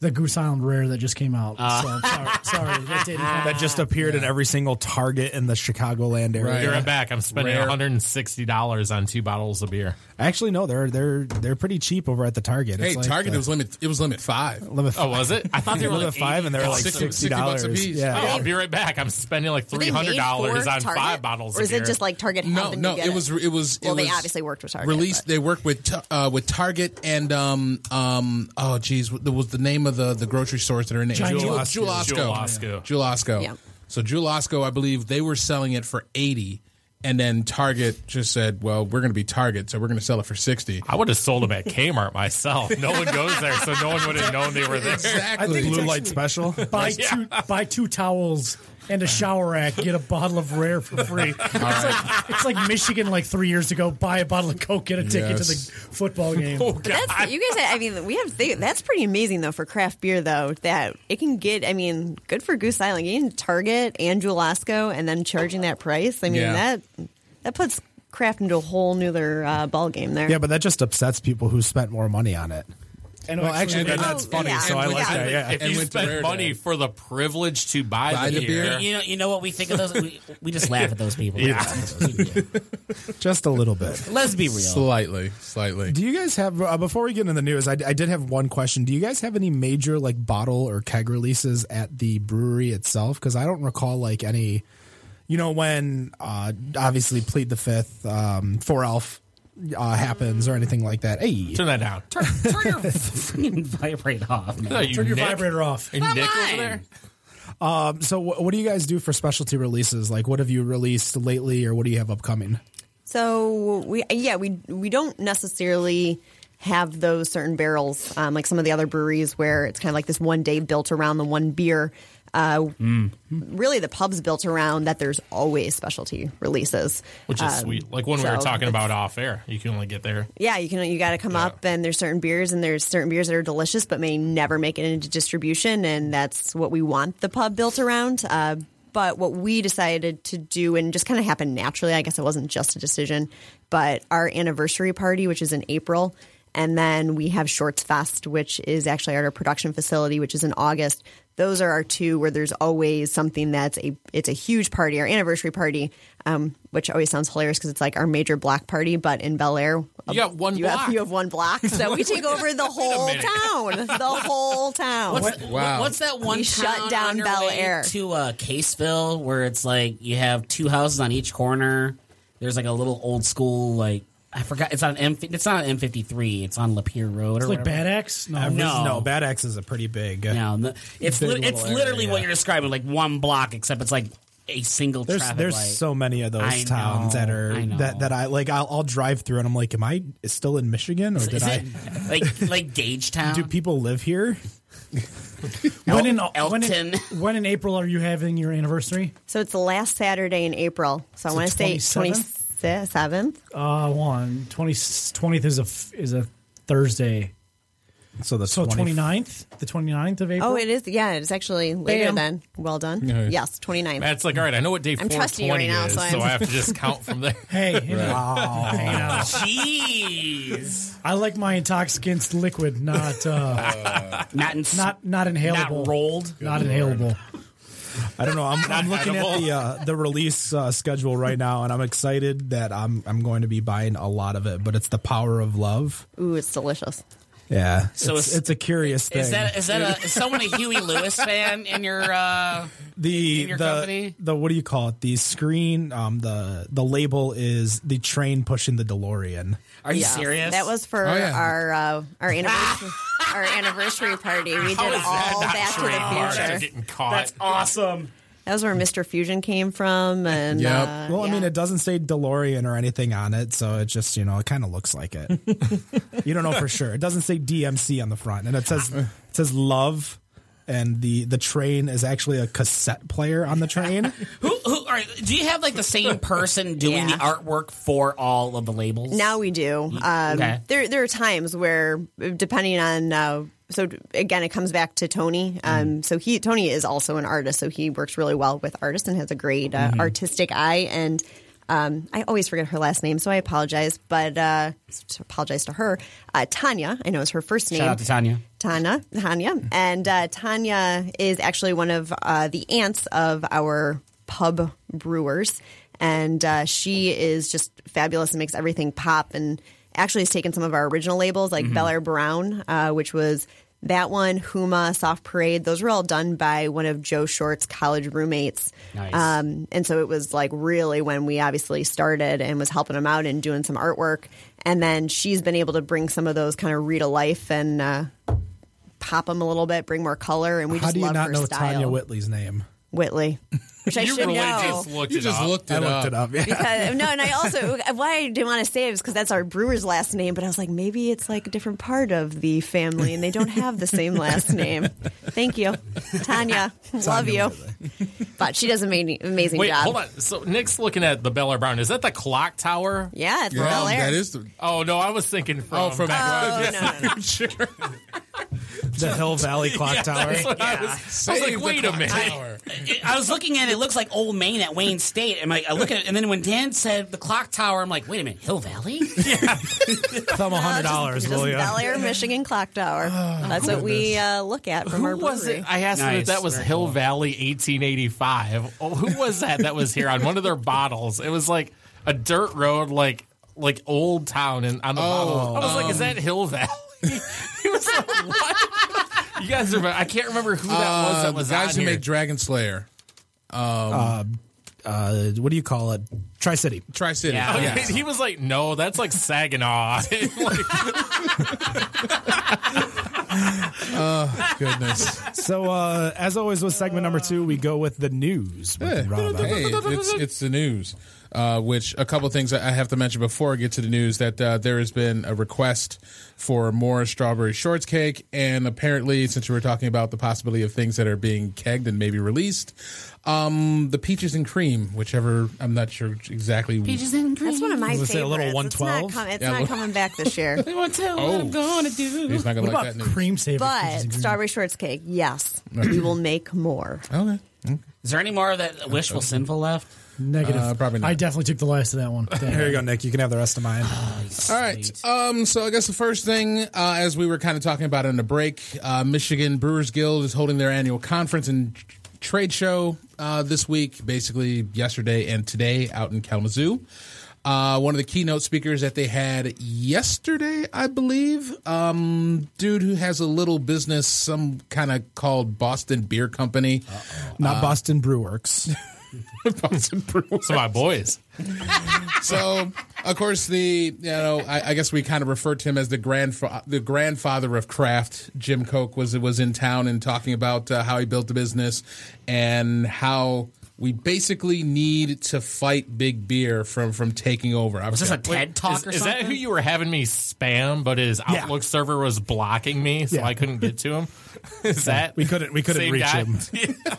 [SPEAKER 6] the Goose Island rare that just came out.
[SPEAKER 3] Ah.
[SPEAKER 6] so I'm sorry, sorry, that didn't. Come
[SPEAKER 2] that just appeared in every single Target in the Chicagoland area.
[SPEAKER 4] Right.
[SPEAKER 5] You're right back. I'm spending
[SPEAKER 4] Rare.
[SPEAKER 5] $160 on two bottles of beer.
[SPEAKER 2] Actually, no, they're they're they're pretty cheap over at the Target.
[SPEAKER 4] Hey,
[SPEAKER 2] It's like
[SPEAKER 4] Target
[SPEAKER 2] the-
[SPEAKER 4] it was limit. It was limit five.
[SPEAKER 2] limit.
[SPEAKER 5] Oh, was it? I thought they were
[SPEAKER 2] Limit
[SPEAKER 5] like
[SPEAKER 2] five, and they're like
[SPEAKER 4] $60
[SPEAKER 2] sixty
[SPEAKER 4] bucks a
[SPEAKER 2] dollars.
[SPEAKER 4] piece.
[SPEAKER 5] Oh,
[SPEAKER 2] Yeah,
[SPEAKER 5] I'll be right back. I'm spending like
[SPEAKER 7] were they
[SPEAKER 5] three
[SPEAKER 7] made
[SPEAKER 5] hundred dollars
[SPEAKER 7] for
[SPEAKER 5] on
[SPEAKER 7] Target?
[SPEAKER 5] five bottles.
[SPEAKER 7] Or is
[SPEAKER 5] of beer.
[SPEAKER 7] it just like Target?
[SPEAKER 4] No,
[SPEAKER 7] happened
[SPEAKER 4] no,
[SPEAKER 7] to get
[SPEAKER 4] it was it was. It
[SPEAKER 7] Well, they
[SPEAKER 4] was
[SPEAKER 7] obviously worked with Target,
[SPEAKER 4] Released.
[SPEAKER 7] but-
[SPEAKER 4] They worked with Tar- uh, with Target and um um oh geez, what was the name of the the grocery stores that are in there?
[SPEAKER 6] Giant
[SPEAKER 4] Jewel
[SPEAKER 6] Osco.
[SPEAKER 4] Jewel Osco.
[SPEAKER 5] Jewel Osco.
[SPEAKER 4] Jewel Osco.
[SPEAKER 7] Yeah.
[SPEAKER 4] So Jewel Osco, I believe they were selling it for eighty, And then Target just said, "Well, we're going to be Target, so we're going to sell it for 60."
[SPEAKER 5] I would have sold them at Kmart myself. No one goes there, so no one would have known they were there.
[SPEAKER 4] Exactly.
[SPEAKER 2] Blue light special.
[SPEAKER 6] buy two buy two towels and a shower rack, get a bottle of rare for free. It's, like, it's like Michigan like three years ago. Buy a bottle of Coke, get a ticket to the
[SPEAKER 4] Yes.
[SPEAKER 6] football game.
[SPEAKER 7] That's, you guys, I mean, we have they, that's pretty amazing though for craft beer though that it can get. I mean, good for Goose Island getting Target and Jewel-Osco and then charging that price. I mean,
[SPEAKER 4] Yeah.
[SPEAKER 7] that that puts craft into a whole nother uh, ball game there.
[SPEAKER 2] Yeah, but that just upsets people who spent more money on it.
[SPEAKER 6] And
[SPEAKER 2] Well, actually,
[SPEAKER 4] and-
[SPEAKER 2] then that's
[SPEAKER 7] Oh,
[SPEAKER 2] funny.
[SPEAKER 7] yeah.
[SPEAKER 2] So I
[SPEAKER 7] And
[SPEAKER 2] like
[SPEAKER 7] we-
[SPEAKER 2] that. Yeah.
[SPEAKER 5] If
[SPEAKER 4] And
[SPEAKER 5] you
[SPEAKER 4] went to Rare
[SPEAKER 5] spend
[SPEAKER 4] Dad.
[SPEAKER 5] money for the privilege to buy,
[SPEAKER 4] Buy
[SPEAKER 5] the,
[SPEAKER 4] the
[SPEAKER 5] beer,
[SPEAKER 4] beer.
[SPEAKER 3] You know, you know what we think of those? We, we just laugh at those people. Yeah.
[SPEAKER 2] Just a little bit.
[SPEAKER 3] Let's be real.
[SPEAKER 4] Slightly, slightly.
[SPEAKER 2] Do you guys have uh, before we get into the news? I, I did have one question. Do you guys have any major like bottle or keg releases at the brewery itself? Because I don't recall like any. You know when uh, obviously plead the fifth, um, four elf uh, happens or anything like that. Hey,
[SPEAKER 5] Turn that down. Turn,
[SPEAKER 3] Turn your freaking vibrate off, man.
[SPEAKER 5] you
[SPEAKER 6] turn your
[SPEAKER 5] Nick.
[SPEAKER 6] vibrator off.
[SPEAKER 5] Nick over
[SPEAKER 3] mine.
[SPEAKER 5] there?
[SPEAKER 2] so wh- what do you guys do for specialty releases? Like what have you released lately, or what do you have upcoming?
[SPEAKER 7] So we yeah we we don't necessarily have those certain barrels um, like some of the other breweries where it's kind of like this one day built around the one beer. Uh, Really, the pub's built around that. There's always specialty releases,
[SPEAKER 5] Which is
[SPEAKER 7] Um,
[SPEAKER 5] sweet. Like when we
[SPEAKER 7] so
[SPEAKER 5] were talking
[SPEAKER 7] it's-
[SPEAKER 5] about off air, you can only get there.
[SPEAKER 7] Yeah, you can. You got to come up, and there's certain beers, and there's certain beers that are delicious, but may never make it into distribution, and that's what we want the pub built around. Uh, but what we decided to do, and just kind of happened naturally, I guess it wasn't just a decision, but our anniversary party, which is in April, and then we have Shorts Fest, which is actually at our production facility, which is in August. Those are our two where there's always something that's a it's a huge party, our anniversary party, um, which always sounds hilarious because it's like our major block party, but in Bel Air,
[SPEAKER 5] You got one
[SPEAKER 7] you
[SPEAKER 5] block.
[SPEAKER 7] Have, you have one block, so we take over the whole
[SPEAKER 5] minute.
[SPEAKER 7] town, the whole town.
[SPEAKER 4] Wow.
[SPEAKER 3] What's that one?
[SPEAKER 7] We shut
[SPEAKER 3] town
[SPEAKER 7] down
[SPEAKER 3] on your
[SPEAKER 7] Bel
[SPEAKER 3] way
[SPEAKER 7] Air.
[SPEAKER 3] to uh, Caseville, where it's like you have two houses on each corner. There's like a little old school, like I forgot. It's on M. It's not on M53. It's on Lapeer Road. or
[SPEAKER 6] It's like
[SPEAKER 3] whatever.
[SPEAKER 6] Bad Axe. No,
[SPEAKER 3] No.
[SPEAKER 2] no, Bad Axe is a pretty big. uh,
[SPEAKER 3] No, no, it's
[SPEAKER 2] Big
[SPEAKER 3] lit
[SPEAKER 2] little
[SPEAKER 3] it's
[SPEAKER 2] area,
[SPEAKER 3] literally what
[SPEAKER 2] yeah.
[SPEAKER 3] you're describing, like one block, except it's like a single
[SPEAKER 2] There's
[SPEAKER 3] traffic
[SPEAKER 2] there's
[SPEAKER 3] light.
[SPEAKER 2] so many of those
[SPEAKER 3] I
[SPEAKER 2] towns that
[SPEAKER 3] know,
[SPEAKER 2] are
[SPEAKER 3] I know.
[SPEAKER 2] that that I like. I'll, I'll drive through and I'm like, am I still in Michigan or did
[SPEAKER 3] Is
[SPEAKER 2] I?
[SPEAKER 3] it like like Gage Town?
[SPEAKER 2] Do people live here?
[SPEAKER 6] when in uh, when in,
[SPEAKER 3] Elton.
[SPEAKER 6] when in April are you having your anniversary?
[SPEAKER 7] So it's the last Saturday in April. So I want to say
[SPEAKER 6] 27th?
[SPEAKER 7] twenty seventh.
[SPEAKER 6] Uh, one 20, 20th is a f- is a Thursday.
[SPEAKER 2] So the
[SPEAKER 6] So 29th, the 29th of April.
[SPEAKER 7] Oh, it is. Yeah, it's actually later
[SPEAKER 6] Bam.
[SPEAKER 7] then. Well done. Yes, 29th.
[SPEAKER 5] That's like, all right, I know what day
[SPEAKER 7] I'm trusting you
[SPEAKER 5] 420
[SPEAKER 7] right now,
[SPEAKER 5] is,
[SPEAKER 7] so I'm-
[SPEAKER 5] so I have to just count from there.
[SPEAKER 6] Hey, you know, you know,
[SPEAKER 3] Jeez,
[SPEAKER 6] I like my intoxicants liquid, not uh,
[SPEAKER 3] not in, not
[SPEAKER 6] not not inhalable,
[SPEAKER 3] rolled.
[SPEAKER 6] not inhalable.
[SPEAKER 2] I don't know. I'm, I'm looking at the uh, the release uh, schedule right now, and I'm excited that I'm I'm going to be buying a lot of it. But it's the power of love.
[SPEAKER 7] Ooh, it's delicious.
[SPEAKER 2] Yeah. So it's,
[SPEAKER 3] it's-
[SPEAKER 2] it's a curious thing.
[SPEAKER 3] Is that is that a is someone a Huey Lewis fan in your? uh
[SPEAKER 2] the
[SPEAKER 3] in your
[SPEAKER 2] the
[SPEAKER 3] company?
[SPEAKER 2] the what do you call it? The screen. Um. The the label is the train pushing the DeLorean.
[SPEAKER 3] Are you
[SPEAKER 7] Yeah.
[SPEAKER 3] serious?
[SPEAKER 7] That was for
[SPEAKER 4] Oh, yeah.
[SPEAKER 7] our uh, our anniversary our anniversary party. We did
[SPEAKER 5] How is that
[SPEAKER 7] all
[SPEAKER 5] not
[SPEAKER 7] Back to
[SPEAKER 5] trademarked? They're
[SPEAKER 7] the Future.
[SPEAKER 5] getting caught.
[SPEAKER 3] that's awesome.
[SPEAKER 7] That was where Mr. Fusion came from, and
[SPEAKER 4] Yep.
[SPEAKER 7] uh,
[SPEAKER 2] Well, I mean,
[SPEAKER 7] yeah.
[SPEAKER 2] it doesn't say DeLorean or anything on it, so it just you know it kind of looks like it. you don't know for sure. It doesn't say DMC on the front, and it says it says love, and the the train is actually a cassette player on the train.
[SPEAKER 3] Who, who all right, do you have like the same person doing
[SPEAKER 7] Yeah.
[SPEAKER 3] the artwork for all of the labels?
[SPEAKER 7] Now we do. Um,
[SPEAKER 3] Okay.
[SPEAKER 7] There, there are times where, depending on, uh, so again, it comes back to Tony. Um,
[SPEAKER 3] Mm-hmm.
[SPEAKER 7] So he, Tony is also an artist, so he works really well with artists and has a great uh,
[SPEAKER 3] Mm-hmm.
[SPEAKER 7] artistic eye. And um, I always forget her last name, so I apologize, but uh, s- apologize to her. Uh, Tanya, I know is her first name.
[SPEAKER 3] Shout out to Tanya.
[SPEAKER 7] Tanya, Tanya, and uh, Tanya is actually one of uh, the aunts of our pub brewers, and uh, she is just fabulous and makes everything pop. And actually, has taken some of our original labels like Bel Air Brown, uh, which was that one, Huma, Soft Parade. Those were all done by one of Joe Short's college roommates.
[SPEAKER 3] Nice.
[SPEAKER 7] Um, and so it was like really when we obviously started and was helping him out and doing some artwork. And then she's been able to bring some of those kind of read to life and uh, pop them a little bit, bring more color. And we
[SPEAKER 2] How
[SPEAKER 7] just
[SPEAKER 2] do you
[SPEAKER 7] love
[SPEAKER 2] not
[SPEAKER 7] her
[SPEAKER 2] know
[SPEAKER 7] style.
[SPEAKER 2] Tanya Whitley's name?
[SPEAKER 7] Whitley, which I
[SPEAKER 5] You
[SPEAKER 7] should
[SPEAKER 5] really
[SPEAKER 7] know.
[SPEAKER 5] just looked
[SPEAKER 4] You
[SPEAKER 5] it
[SPEAKER 4] just
[SPEAKER 5] up.
[SPEAKER 4] looked
[SPEAKER 2] I
[SPEAKER 4] it
[SPEAKER 2] looked it
[SPEAKER 4] up.
[SPEAKER 2] up. Yeah.
[SPEAKER 7] Uh, no, and I also why I didn't want to say it was because that's our brewer's last name, but I was like, maybe it's like a different part of the family and they don't have the same last name. Thank you, Tanya. Love you, but she does an amazing, amazing
[SPEAKER 5] Wait,
[SPEAKER 7] job.
[SPEAKER 5] hold on. So Nick's looking at the Bel Air Brown. Is that the clock tower?
[SPEAKER 7] Yeah, it's
[SPEAKER 4] Yeah,
[SPEAKER 7] Bel Air.
[SPEAKER 4] that is the.
[SPEAKER 5] Oh no, I was thinking from.
[SPEAKER 4] Oh, from
[SPEAKER 7] Oh, no, no, no.
[SPEAKER 5] Sure.
[SPEAKER 2] The Hill Valley Clock Tower.
[SPEAKER 5] That's what I was. I was
[SPEAKER 4] Save
[SPEAKER 5] like,
[SPEAKER 4] the
[SPEAKER 5] wait a
[SPEAKER 4] clock
[SPEAKER 5] minute.
[SPEAKER 4] tower.
[SPEAKER 3] I was looking at it. It looks like Old Main at Wayne State. I'm like, I look at it, and then when Dan said the clock tower, I'm like, wait a minute, Hill Valley.
[SPEAKER 2] Thumb hundred dollars,
[SPEAKER 7] Just
[SPEAKER 2] will you?
[SPEAKER 7] Bel Air, Michigan Clock Tower. That's what we uh, look at from our
[SPEAKER 5] Who
[SPEAKER 7] brewery.
[SPEAKER 5] was it? I asked him if
[SPEAKER 3] Nice,
[SPEAKER 5] that was
[SPEAKER 3] very
[SPEAKER 5] Hill Valley 1885. Oh, who was that? That was here on one of their bottles. It was like a dirt road, like like old town, and on the bottle. I was like, is that Hill Valley? he was like, what? you guys remember? I can't remember who that was.
[SPEAKER 4] Uh,
[SPEAKER 5] That
[SPEAKER 4] the
[SPEAKER 5] was
[SPEAKER 4] guys
[SPEAKER 5] on
[SPEAKER 4] who
[SPEAKER 5] here.
[SPEAKER 4] make Dragon Slayer,
[SPEAKER 2] Uh, what do you call it? Tri City.
[SPEAKER 4] Tri City.
[SPEAKER 3] Yeah.
[SPEAKER 4] Yeah.
[SPEAKER 5] He- He was like, no, that's like Saginaw. Like,
[SPEAKER 4] Goodness.
[SPEAKER 2] So, uh, as always, with segment number two, we go with the news. with
[SPEAKER 4] Yeah.
[SPEAKER 2] Rob.
[SPEAKER 4] Hey, it's, it's the news. Uh, which a couple of things I I have to mention before I get to the news that uh, there has been a request for more strawberry shortcake, and apparently, since we were talking about the possibility of things that are being kegged and maybe released, um, the peaches and cream, whichever I'm not sure exactly.
[SPEAKER 3] Pages in green.
[SPEAKER 7] That's one of my
[SPEAKER 2] Was
[SPEAKER 7] favorites.
[SPEAKER 2] it a little
[SPEAKER 7] It's not
[SPEAKER 2] 112?
[SPEAKER 7] com- It's
[SPEAKER 4] Yeah,
[SPEAKER 7] not,
[SPEAKER 4] look-
[SPEAKER 7] coming back this year.
[SPEAKER 3] Won't tell what I'm gonna do.
[SPEAKER 4] Oh. He's not gonna
[SPEAKER 6] What
[SPEAKER 4] like
[SPEAKER 6] about
[SPEAKER 4] that news.
[SPEAKER 6] cream savers? Which is
[SPEAKER 7] But
[SPEAKER 6] green.
[SPEAKER 7] strawberry shortcake, yes, we will make more.
[SPEAKER 4] Okay.
[SPEAKER 3] Is there any more of that wishful sinful left?
[SPEAKER 6] negative.
[SPEAKER 4] Uh, probably not.
[SPEAKER 6] I definitely took the last of that one.
[SPEAKER 2] Here you go, Nick. You can have the rest of mine.
[SPEAKER 4] All right. Um, so I guess the first thing, uh, as we were kind of talking about in the break, uh, Michigan Brewers Guild is holding their annual conference and tr- trade show uh, this week, basically yesterday and today, out in Kalamazoo. Uh, one of the keynote speakers that they had yesterday, I believe, um, dude who has a little business, some kind of called Boston Beer Company.
[SPEAKER 2] Not Boston Brew Works.
[SPEAKER 4] Boston Brewers.
[SPEAKER 5] so my boys.
[SPEAKER 4] So, of course, the you know, I, I guess we kind of refer to him as the grandfa- the grandfather of craft. Jim Koch was was in town and talking about uh, how he built the business and how we basically need to fight big beer from from taking over.
[SPEAKER 3] Is this a TED talk
[SPEAKER 5] Is,
[SPEAKER 3] or
[SPEAKER 5] is
[SPEAKER 3] something?
[SPEAKER 5] that who you were having me spam? But his
[SPEAKER 2] Yeah.
[SPEAKER 5] Outlook server was blocking me, so
[SPEAKER 2] Yeah.
[SPEAKER 5] I couldn't get to him. Is that
[SPEAKER 2] We couldn't- we couldn't
[SPEAKER 5] same
[SPEAKER 2] reach
[SPEAKER 5] guy?
[SPEAKER 2] him.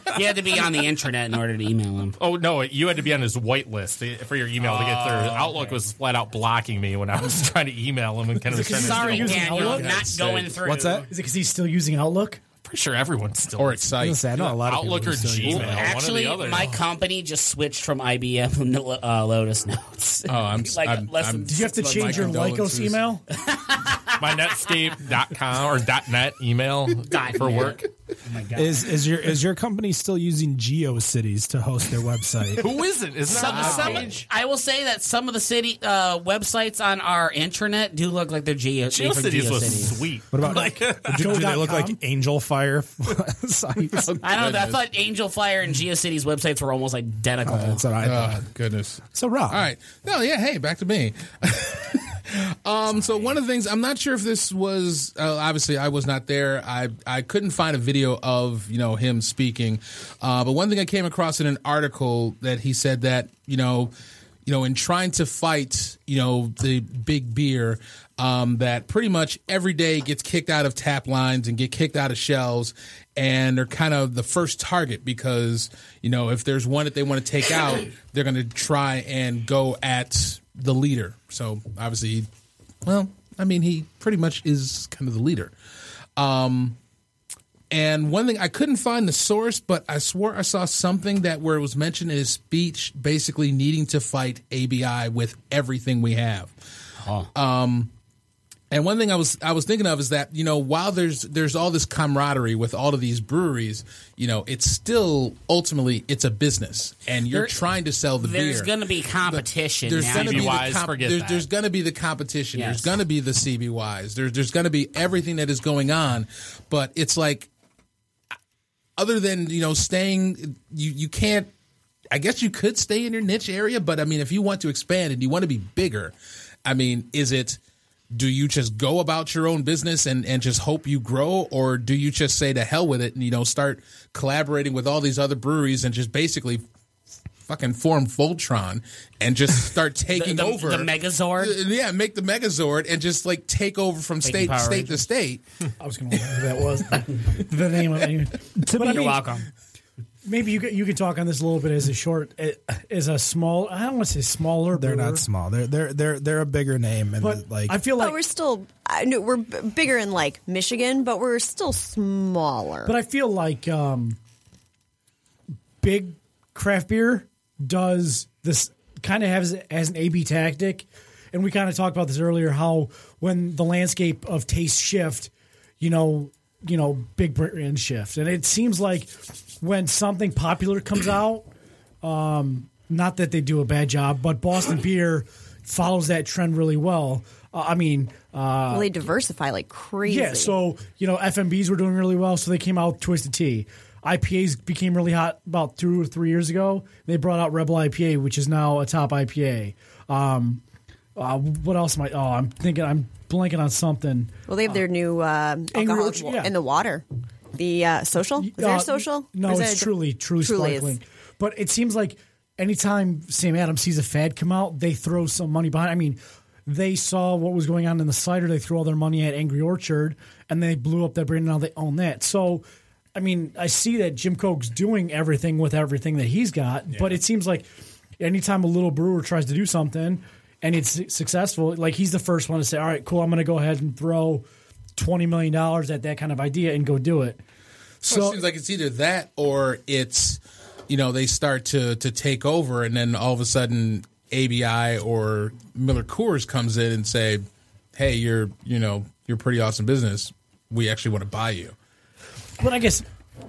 [SPEAKER 3] you had to be on the internet in order to email him.
[SPEAKER 5] Oh no, you had to be on his white list for your email to get through.
[SPEAKER 2] Oh,
[SPEAKER 5] Outlook was flat out blocking me when I was trying to email him and kind of. trying to
[SPEAKER 3] Sorry,
[SPEAKER 5] steal-
[SPEAKER 6] using
[SPEAKER 3] Dan, you're
[SPEAKER 6] Outlook?
[SPEAKER 3] not going through.
[SPEAKER 2] What's that?
[SPEAKER 6] Is it because he's still using Outlook?
[SPEAKER 5] Pretty sure everyone's still
[SPEAKER 4] or excite?
[SPEAKER 2] I know a lot of people
[SPEAKER 5] Outlook
[SPEAKER 2] who
[SPEAKER 5] or
[SPEAKER 2] still use
[SPEAKER 5] Gmail.
[SPEAKER 2] it.
[SPEAKER 5] one or the
[SPEAKER 3] Actually,
[SPEAKER 5] other.
[SPEAKER 3] my company just switched from IBM to uh, Lotus Notes. Oh,
[SPEAKER 4] I'm-
[SPEAKER 3] like
[SPEAKER 4] I'm-
[SPEAKER 3] less
[SPEAKER 4] I'm-
[SPEAKER 3] than
[SPEAKER 6] Did you have to
[SPEAKER 3] six months
[SPEAKER 6] change your
[SPEAKER 3] ago.
[SPEAKER 6] Lycos
[SPEAKER 4] condolences.
[SPEAKER 6] email?
[SPEAKER 5] my Netscape.com or .net email
[SPEAKER 3] Dot
[SPEAKER 5] for
[SPEAKER 3] net.
[SPEAKER 5] work.
[SPEAKER 2] Is is your is your company still using GeoCities to host their website?
[SPEAKER 5] Who isn't? Isn't
[SPEAKER 3] Some,
[SPEAKER 5] that
[SPEAKER 3] some, I will say that some of the city uh, websites on our intranet do look like they're geo. made from
[SPEAKER 5] GeoCities was
[SPEAKER 3] GeoCities.
[SPEAKER 5] sweet.
[SPEAKER 2] What about like, do, do they look like Angel Fire sites?
[SPEAKER 3] I don't know. I thought Angel Fire and GeoCities websites were almost identical.
[SPEAKER 2] That's what I thought.
[SPEAKER 4] Oh, goodness.
[SPEAKER 2] So Rob,
[SPEAKER 4] All right. No, yeah. Hey, back to me. um, so one of the things I'm not sure if this was uh, obviously I was not there. I I couldn't find a video of you know him speaking, uh, but one thing I came across in an article that he said that you know. You know, in trying to fight, you know, the big beer, um, that pretty much every day gets kicked out of tap lines and get kicked out of shelves, and they're kind of the first target because you know if there's one that they want to take out, they're going to try and go at the leader. So obviously, he- well, I mean, he pretty much is kind of the leader. Um, and one thing I couldn't find the source, but I swore I saw something that where it was mentioned in his speech, basically needing to fight ABI with everything we have. Um, And one thing I was I was thinking of is that you know while there's there's all this camaraderie with all of these breweries, you know it's still ultimately it's a business, and you're
[SPEAKER 3] There-
[SPEAKER 4] trying to sell the
[SPEAKER 3] There's
[SPEAKER 4] beer.
[SPEAKER 3] going to be competition.
[SPEAKER 4] There's
[SPEAKER 3] now.
[SPEAKER 4] going to be the
[SPEAKER 5] CBYs, forget
[SPEAKER 4] there's,
[SPEAKER 5] that.
[SPEAKER 4] there's going to be the competition. There's
[SPEAKER 3] Yes.
[SPEAKER 4] going to be the CBYs. There's there's going to be everything that is going on, but it's like other than you know staying, you you can't. I guess you could stay in your niche area, but I mean, if you want to expand and you want to be bigger, I mean, is it do you just go about your own business and, and just hope you grow, or do you just say to hell with it and you know start collaborating with all these other breweries and just basically fucking form Voltron and just start taking
[SPEAKER 3] the,
[SPEAKER 4] over
[SPEAKER 3] the Megazord.
[SPEAKER 4] Yeah, make the Megazord and just like take over from
[SPEAKER 3] Making
[SPEAKER 4] state
[SPEAKER 3] Power
[SPEAKER 4] state to
[SPEAKER 3] Rangers.
[SPEAKER 4] state.
[SPEAKER 6] I was going to wonder who that was. the name of it. To me,
[SPEAKER 3] You're welcome.
[SPEAKER 6] Maybe you could, you could talk on this a little bit as a short, eh, as a small. I don't want to say smaller.
[SPEAKER 2] They're
[SPEAKER 6] brewer,
[SPEAKER 2] not small. They're they're they're they're a bigger name, and
[SPEAKER 6] but
[SPEAKER 2] like
[SPEAKER 6] I feel like
[SPEAKER 7] but we're still I know we're b- bigger in like Michigan, but we're still smaller.
[SPEAKER 6] But I feel like um, big craft beer does this kind of has as an A/B tactic, and we kind of talked about this earlier. How when the landscape of taste shift, you know, you know, big brands shift, and it seems like when something popular comes out, um, not that they do a bad job, but Boston beer follows that trend really well. Uh, I mean,
[SPEAKER 7] Well, they diversify like crazy.
[SPEAKER 6] yeah, so you know FMBs were doing really well, so they came out with Twisted Tea. IPAs became really hot about two or three years ago. They brought out Rebel IPA, which is now a top IPA. Um, uh, what else am I? Oh, I'm thinking I'm blanking on something.
[SPEAKER 7] well, they have their new uh,
[SPEAKER 6] Angry
[SPEAKER 7] alcoholic
[SPEAKER 6] Orchard,
[SPEAKER 7] wa-
[SPEAKER 6] yeah.
[SPEAKER 7] in the water. The uh, social is there
[SPEAKER 6] Uh,
[SPEAKER 7] a social? Or
[SPEAKER 6] No,
[SPEAKER 7] is that
[SPEAKER 6] it's
[SPEAKER 7] a di-
[SPEAKER 6] truly, truly,
[SPEAKER 7] Truly is.
[SPEAKER 6] sparkling. But it seems like anytime Sam Adams sees a fad come out, they throw some money behind. I mean, they saw what was going on in the cider. They threw all their money at Angry Orchard, and they blew up that brand. And now they own that. So, I mean, I see that Jim Koch's doing everything with everything that he's got. But it seems like anytime a little brewer tries to do something and it's su- successful, like he's the first one to say, "All right, cool, I'm going to go ahead and throw." Twenty million dollars at that kind of idea and go do it.
[SPEAKER 4] Well, it seems like it's either that or it's you know they start to to take over and then all of a sudden ABI or Miller Coors comes in and say, "Hey, you're you know you're a pretty awesome business. We actually want to buy you."
[SPEAKER 6] But I guess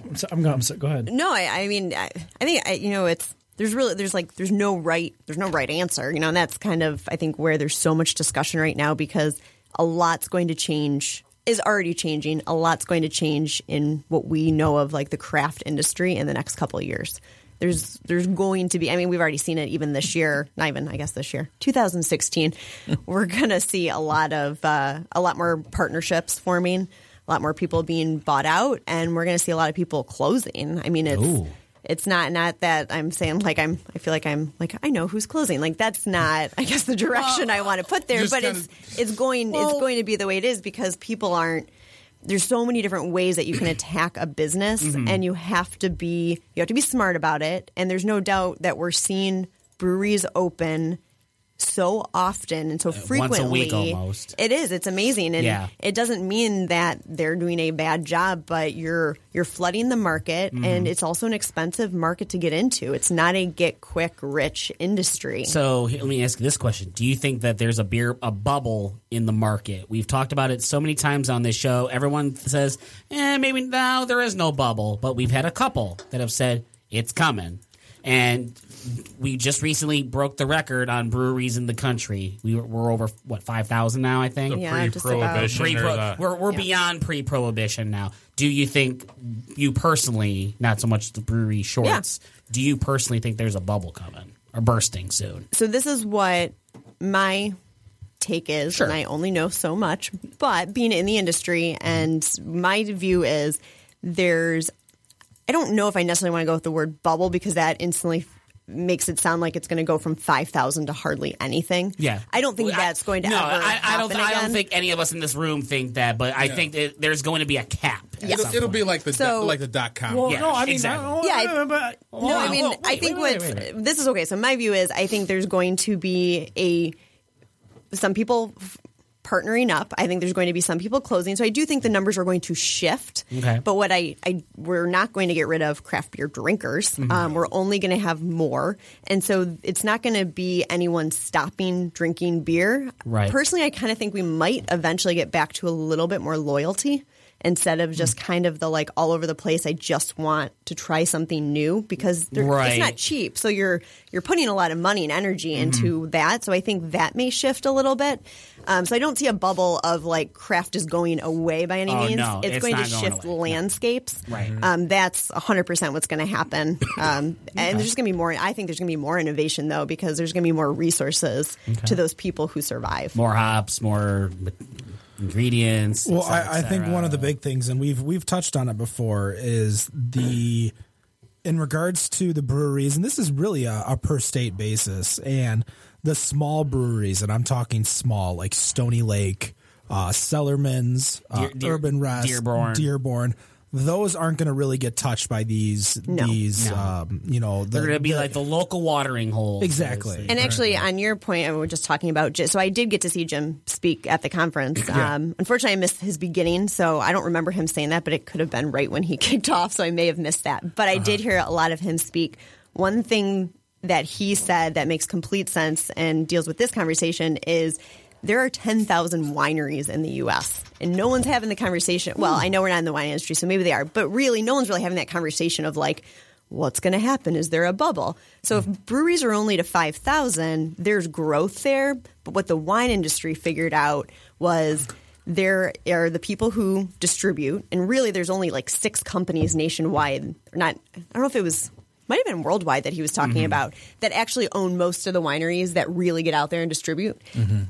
[SPEAKER 6] I'm, so, I'm, go, I'm so, go ahead.
[SPEAKER 7] No, I, I mean, I, I think I, you know it's there's really there's like there's no right there's no right answer, you know, and that's kind of I think where there's so much discussion right now because a lot's going to change is already changing. A lot's going to change in what we know of like the craft industry in the next couple of years. There's there's going to be I mean we've already seen it even this year not even I guess this year 2016 we're gonna see a lot of uh, a lot more partnerships forming a lot more people being bought out and we're going to see a lot of people closing i mean it's it's not not that i'm saying like i'm i feel like i'm like i know who's closing like that's not i guess the direction i want to put there
[SPEAKER 4] Just
[SPEAKER 7] but
[SPEAKER 4] kinda-
[SPEAKER 7] it's it's going it's going to be the way it is because people aren't there's so many different ways that you can attack a business
[SPEAKER 3] Mm-hmm.
[SPEAKER 7] and you have to be you have to be smart about it and there's no doubt that we're seeing breweries open so often and so
[SPEAKER 3] Uh, once
[SPEAKER 7] frequently
[SPEAKER 3] a week almost.
[SPEAKER 7] it is it's amazing and
[SPEAKER 3] Yeah.
[SPEAKER 7] it doesn't mean that they're doing a bad job but you're you're flooding the market
[SPEAKER 3] Mm-hmm.
[SPEAKER 7] and it's also an expensive market to get into it's not a get quick rich industry
[SPEAKER 3] So here, let me ask you this question: Do you think that there's a beer a bubble in the market? We've talked about it so many times on this show. Everyone says, "Eh, maybe no, there is no bubble," but we've had a couple that have said it's coming, and we just recently broke the record on breweries in the country. We were, we're over what five thousand now, I think.
[SPEAKER 7] Yeah, just about.
[SPEAKER 5] Pre-prohibition or
[SPEAKER 3] Pre-pro-
[SPEAKER 5] the-
[SPEAKER 3] we're we're
[SPEAKER 7] Yeah.
[SPEAKER 3] beyond pre-prohibition now. Do you think you personally, not so much the brewery shorts, do you personally think there's a bubble coming or bursting soon?
[SPEAKER 7] so this is what my take is and i only know so much but being in the industry and my view is there's i don't know if i necessarily want to go with the word bubble because that instantly makes it sound like it's going to go from 5000 to hardly anything
[SPEAKER 3] Yeah,
[SPEAKER 7] i don't think
[SPEAKER 3] Well,
[SPEAKER 7] that's going to
[SPEAKER 3] No,
[SPEAKER 7] ever
[SPEAKER 3] I, I don't.
[SPEAKER 7] happen
[SPEAKER 3] I
[SPEAKER 7] again.
[SPEAKER 3] don't think any of us in this room think that. But I think that there's going to be a cap. at
[SPEAKER 7] Yeah.
[SPEAKER 3] some
[SPEAKER 4] It'll, it'll be
[SPEAKER 3] point.
[SPEAKER 4] like the
[SPEAKER 7] So-
[SPEAKER 4] like the dot com.
[SPEAKER 6] Well,
[SPEAKER 3] Yeah,
[SPEAKER 6] no, I mean,
[SPEAKER 3] exactly.
[SPEAKER 6] I, oh,
[SPEAKER 7] Yeah, I-
[SPEAKER 6] no, no, but-
[SPEAKER 7] No,
[SPEAKER 6] oh,
[SPEAKER 7] I mean,
[SPEAKER 3] whoa,
[SPEAKER 7] I
[SPEAKER 3] wait,
[SPEAKER 7] think
[SPEAKER 3] wait, wait,
[SPEAKER 7] what's
[SPEAKER 3] wait, wait,
[SPEAKER 7] this is okay. So my view is, I think there's going to be a some people f- partnering up. I think there's going to be some people closing. So I do think the numbers are going to shift.
[SPEAKER 3] Okay.
[SPEAKER 7] But what I, I we're not going to get rid of craft beer drinkers.
[SPEAKER 3] Mm-hmm.
[SPEAKER 7] Um, we're only going to have more, and so it's not going to be anyone stopping drinking beer.
[SPEAKER 3] Right.
[SPEAKER 7] Personally, I kind of think we might eventually get back to a little bit more loyalty instead of just
[SPEAKER 3] Mm.
[SPEAKER 7] kind of the like all over the place. I just want to try something new because they're- it's
[SPEAKER 3] Right. Mm-hmm.
[SPEAKER 7] not cheap. So you're you're putting a lot of money and energy into that. So I think that may shift a little bit. Um, so I don't see a bubble of like craft is going away by any
[SPEAKER 3] Oh,
[SPEAKER 7] means.
[SPEAKER 3] no,
[SPEAKER 7] it's,
[SPEAKER 3] it's
[SPEAKER 7] going to
[SPEAKER 3] not going
[SPEAKER 7] shift
[SPEAKER 3] away. No.
[SPEAKER 7] landscapes.
[SPEAKER 3] Right.
[SPEAKER 7] Um, that's 100% what's going to happen. Um, And there's going to be more, I think there's going to be more innovation though, because there's going to be more resources to those people who survive.
[SPEAKER 3] more hops, more ingredients. et
[SPEAKER 2] Well,
[SPEAKER 3] cetera,
[SPEAKER 2] I, I
[SPEAKER 3] et
[SPEAKER 2] think
[SPEAKER 3] cetera.
[SPEAKER 2] one of the big things, and we've we've touched on it before, is the in regards to the breweries, and this is really a, a per state basis, and the small breweries, and I'm talking small, like Stony Lake, uh, Sellerman's, uh,
[SPEAKER 3] Deer- Deer-
[SPEAKER 2] Urban Rest,
[SPEAKER 3] Dearborn.
[SPEAKER 2] Dearborn. Those aren't going to really get touched by these
[SPEAKER 7] No.
[SPEAKER 2] these
[SPEAKER 3] No.
[SPEAKER 2] um, you know the,
[SPEAKER 3] They're going to be like the local watering hole.
[SPEAKER 2] exactly
[SPEAKER 7] And actually, on your point, we were just talking about. Jim- So I did get to see Jim speak at the conference. Um, unfortunately, I missed his beginning, so I don't remember him saying that. But it could have been right when he kicked off, so I may have missed that. But I did hear a lot of him speak. One thing that he said that makes complete sense and deals with this conversation is. There are 10,000 wineries in the US, and no one's having the conversation. Well, I know we're not in the wine industry, so maybe they are, but really, no one's really having that conversation of like, what's going to happen? Is there a bubble? So if breweries are only to 5,000, there's growth there. But what the wine industry figured out was there are the people who distribute, and really there's only like six companies nationwide, or not, I don't know if it was. Might have been worldwide that he was talking about that actually own most of the wineries that really get out there and distribute.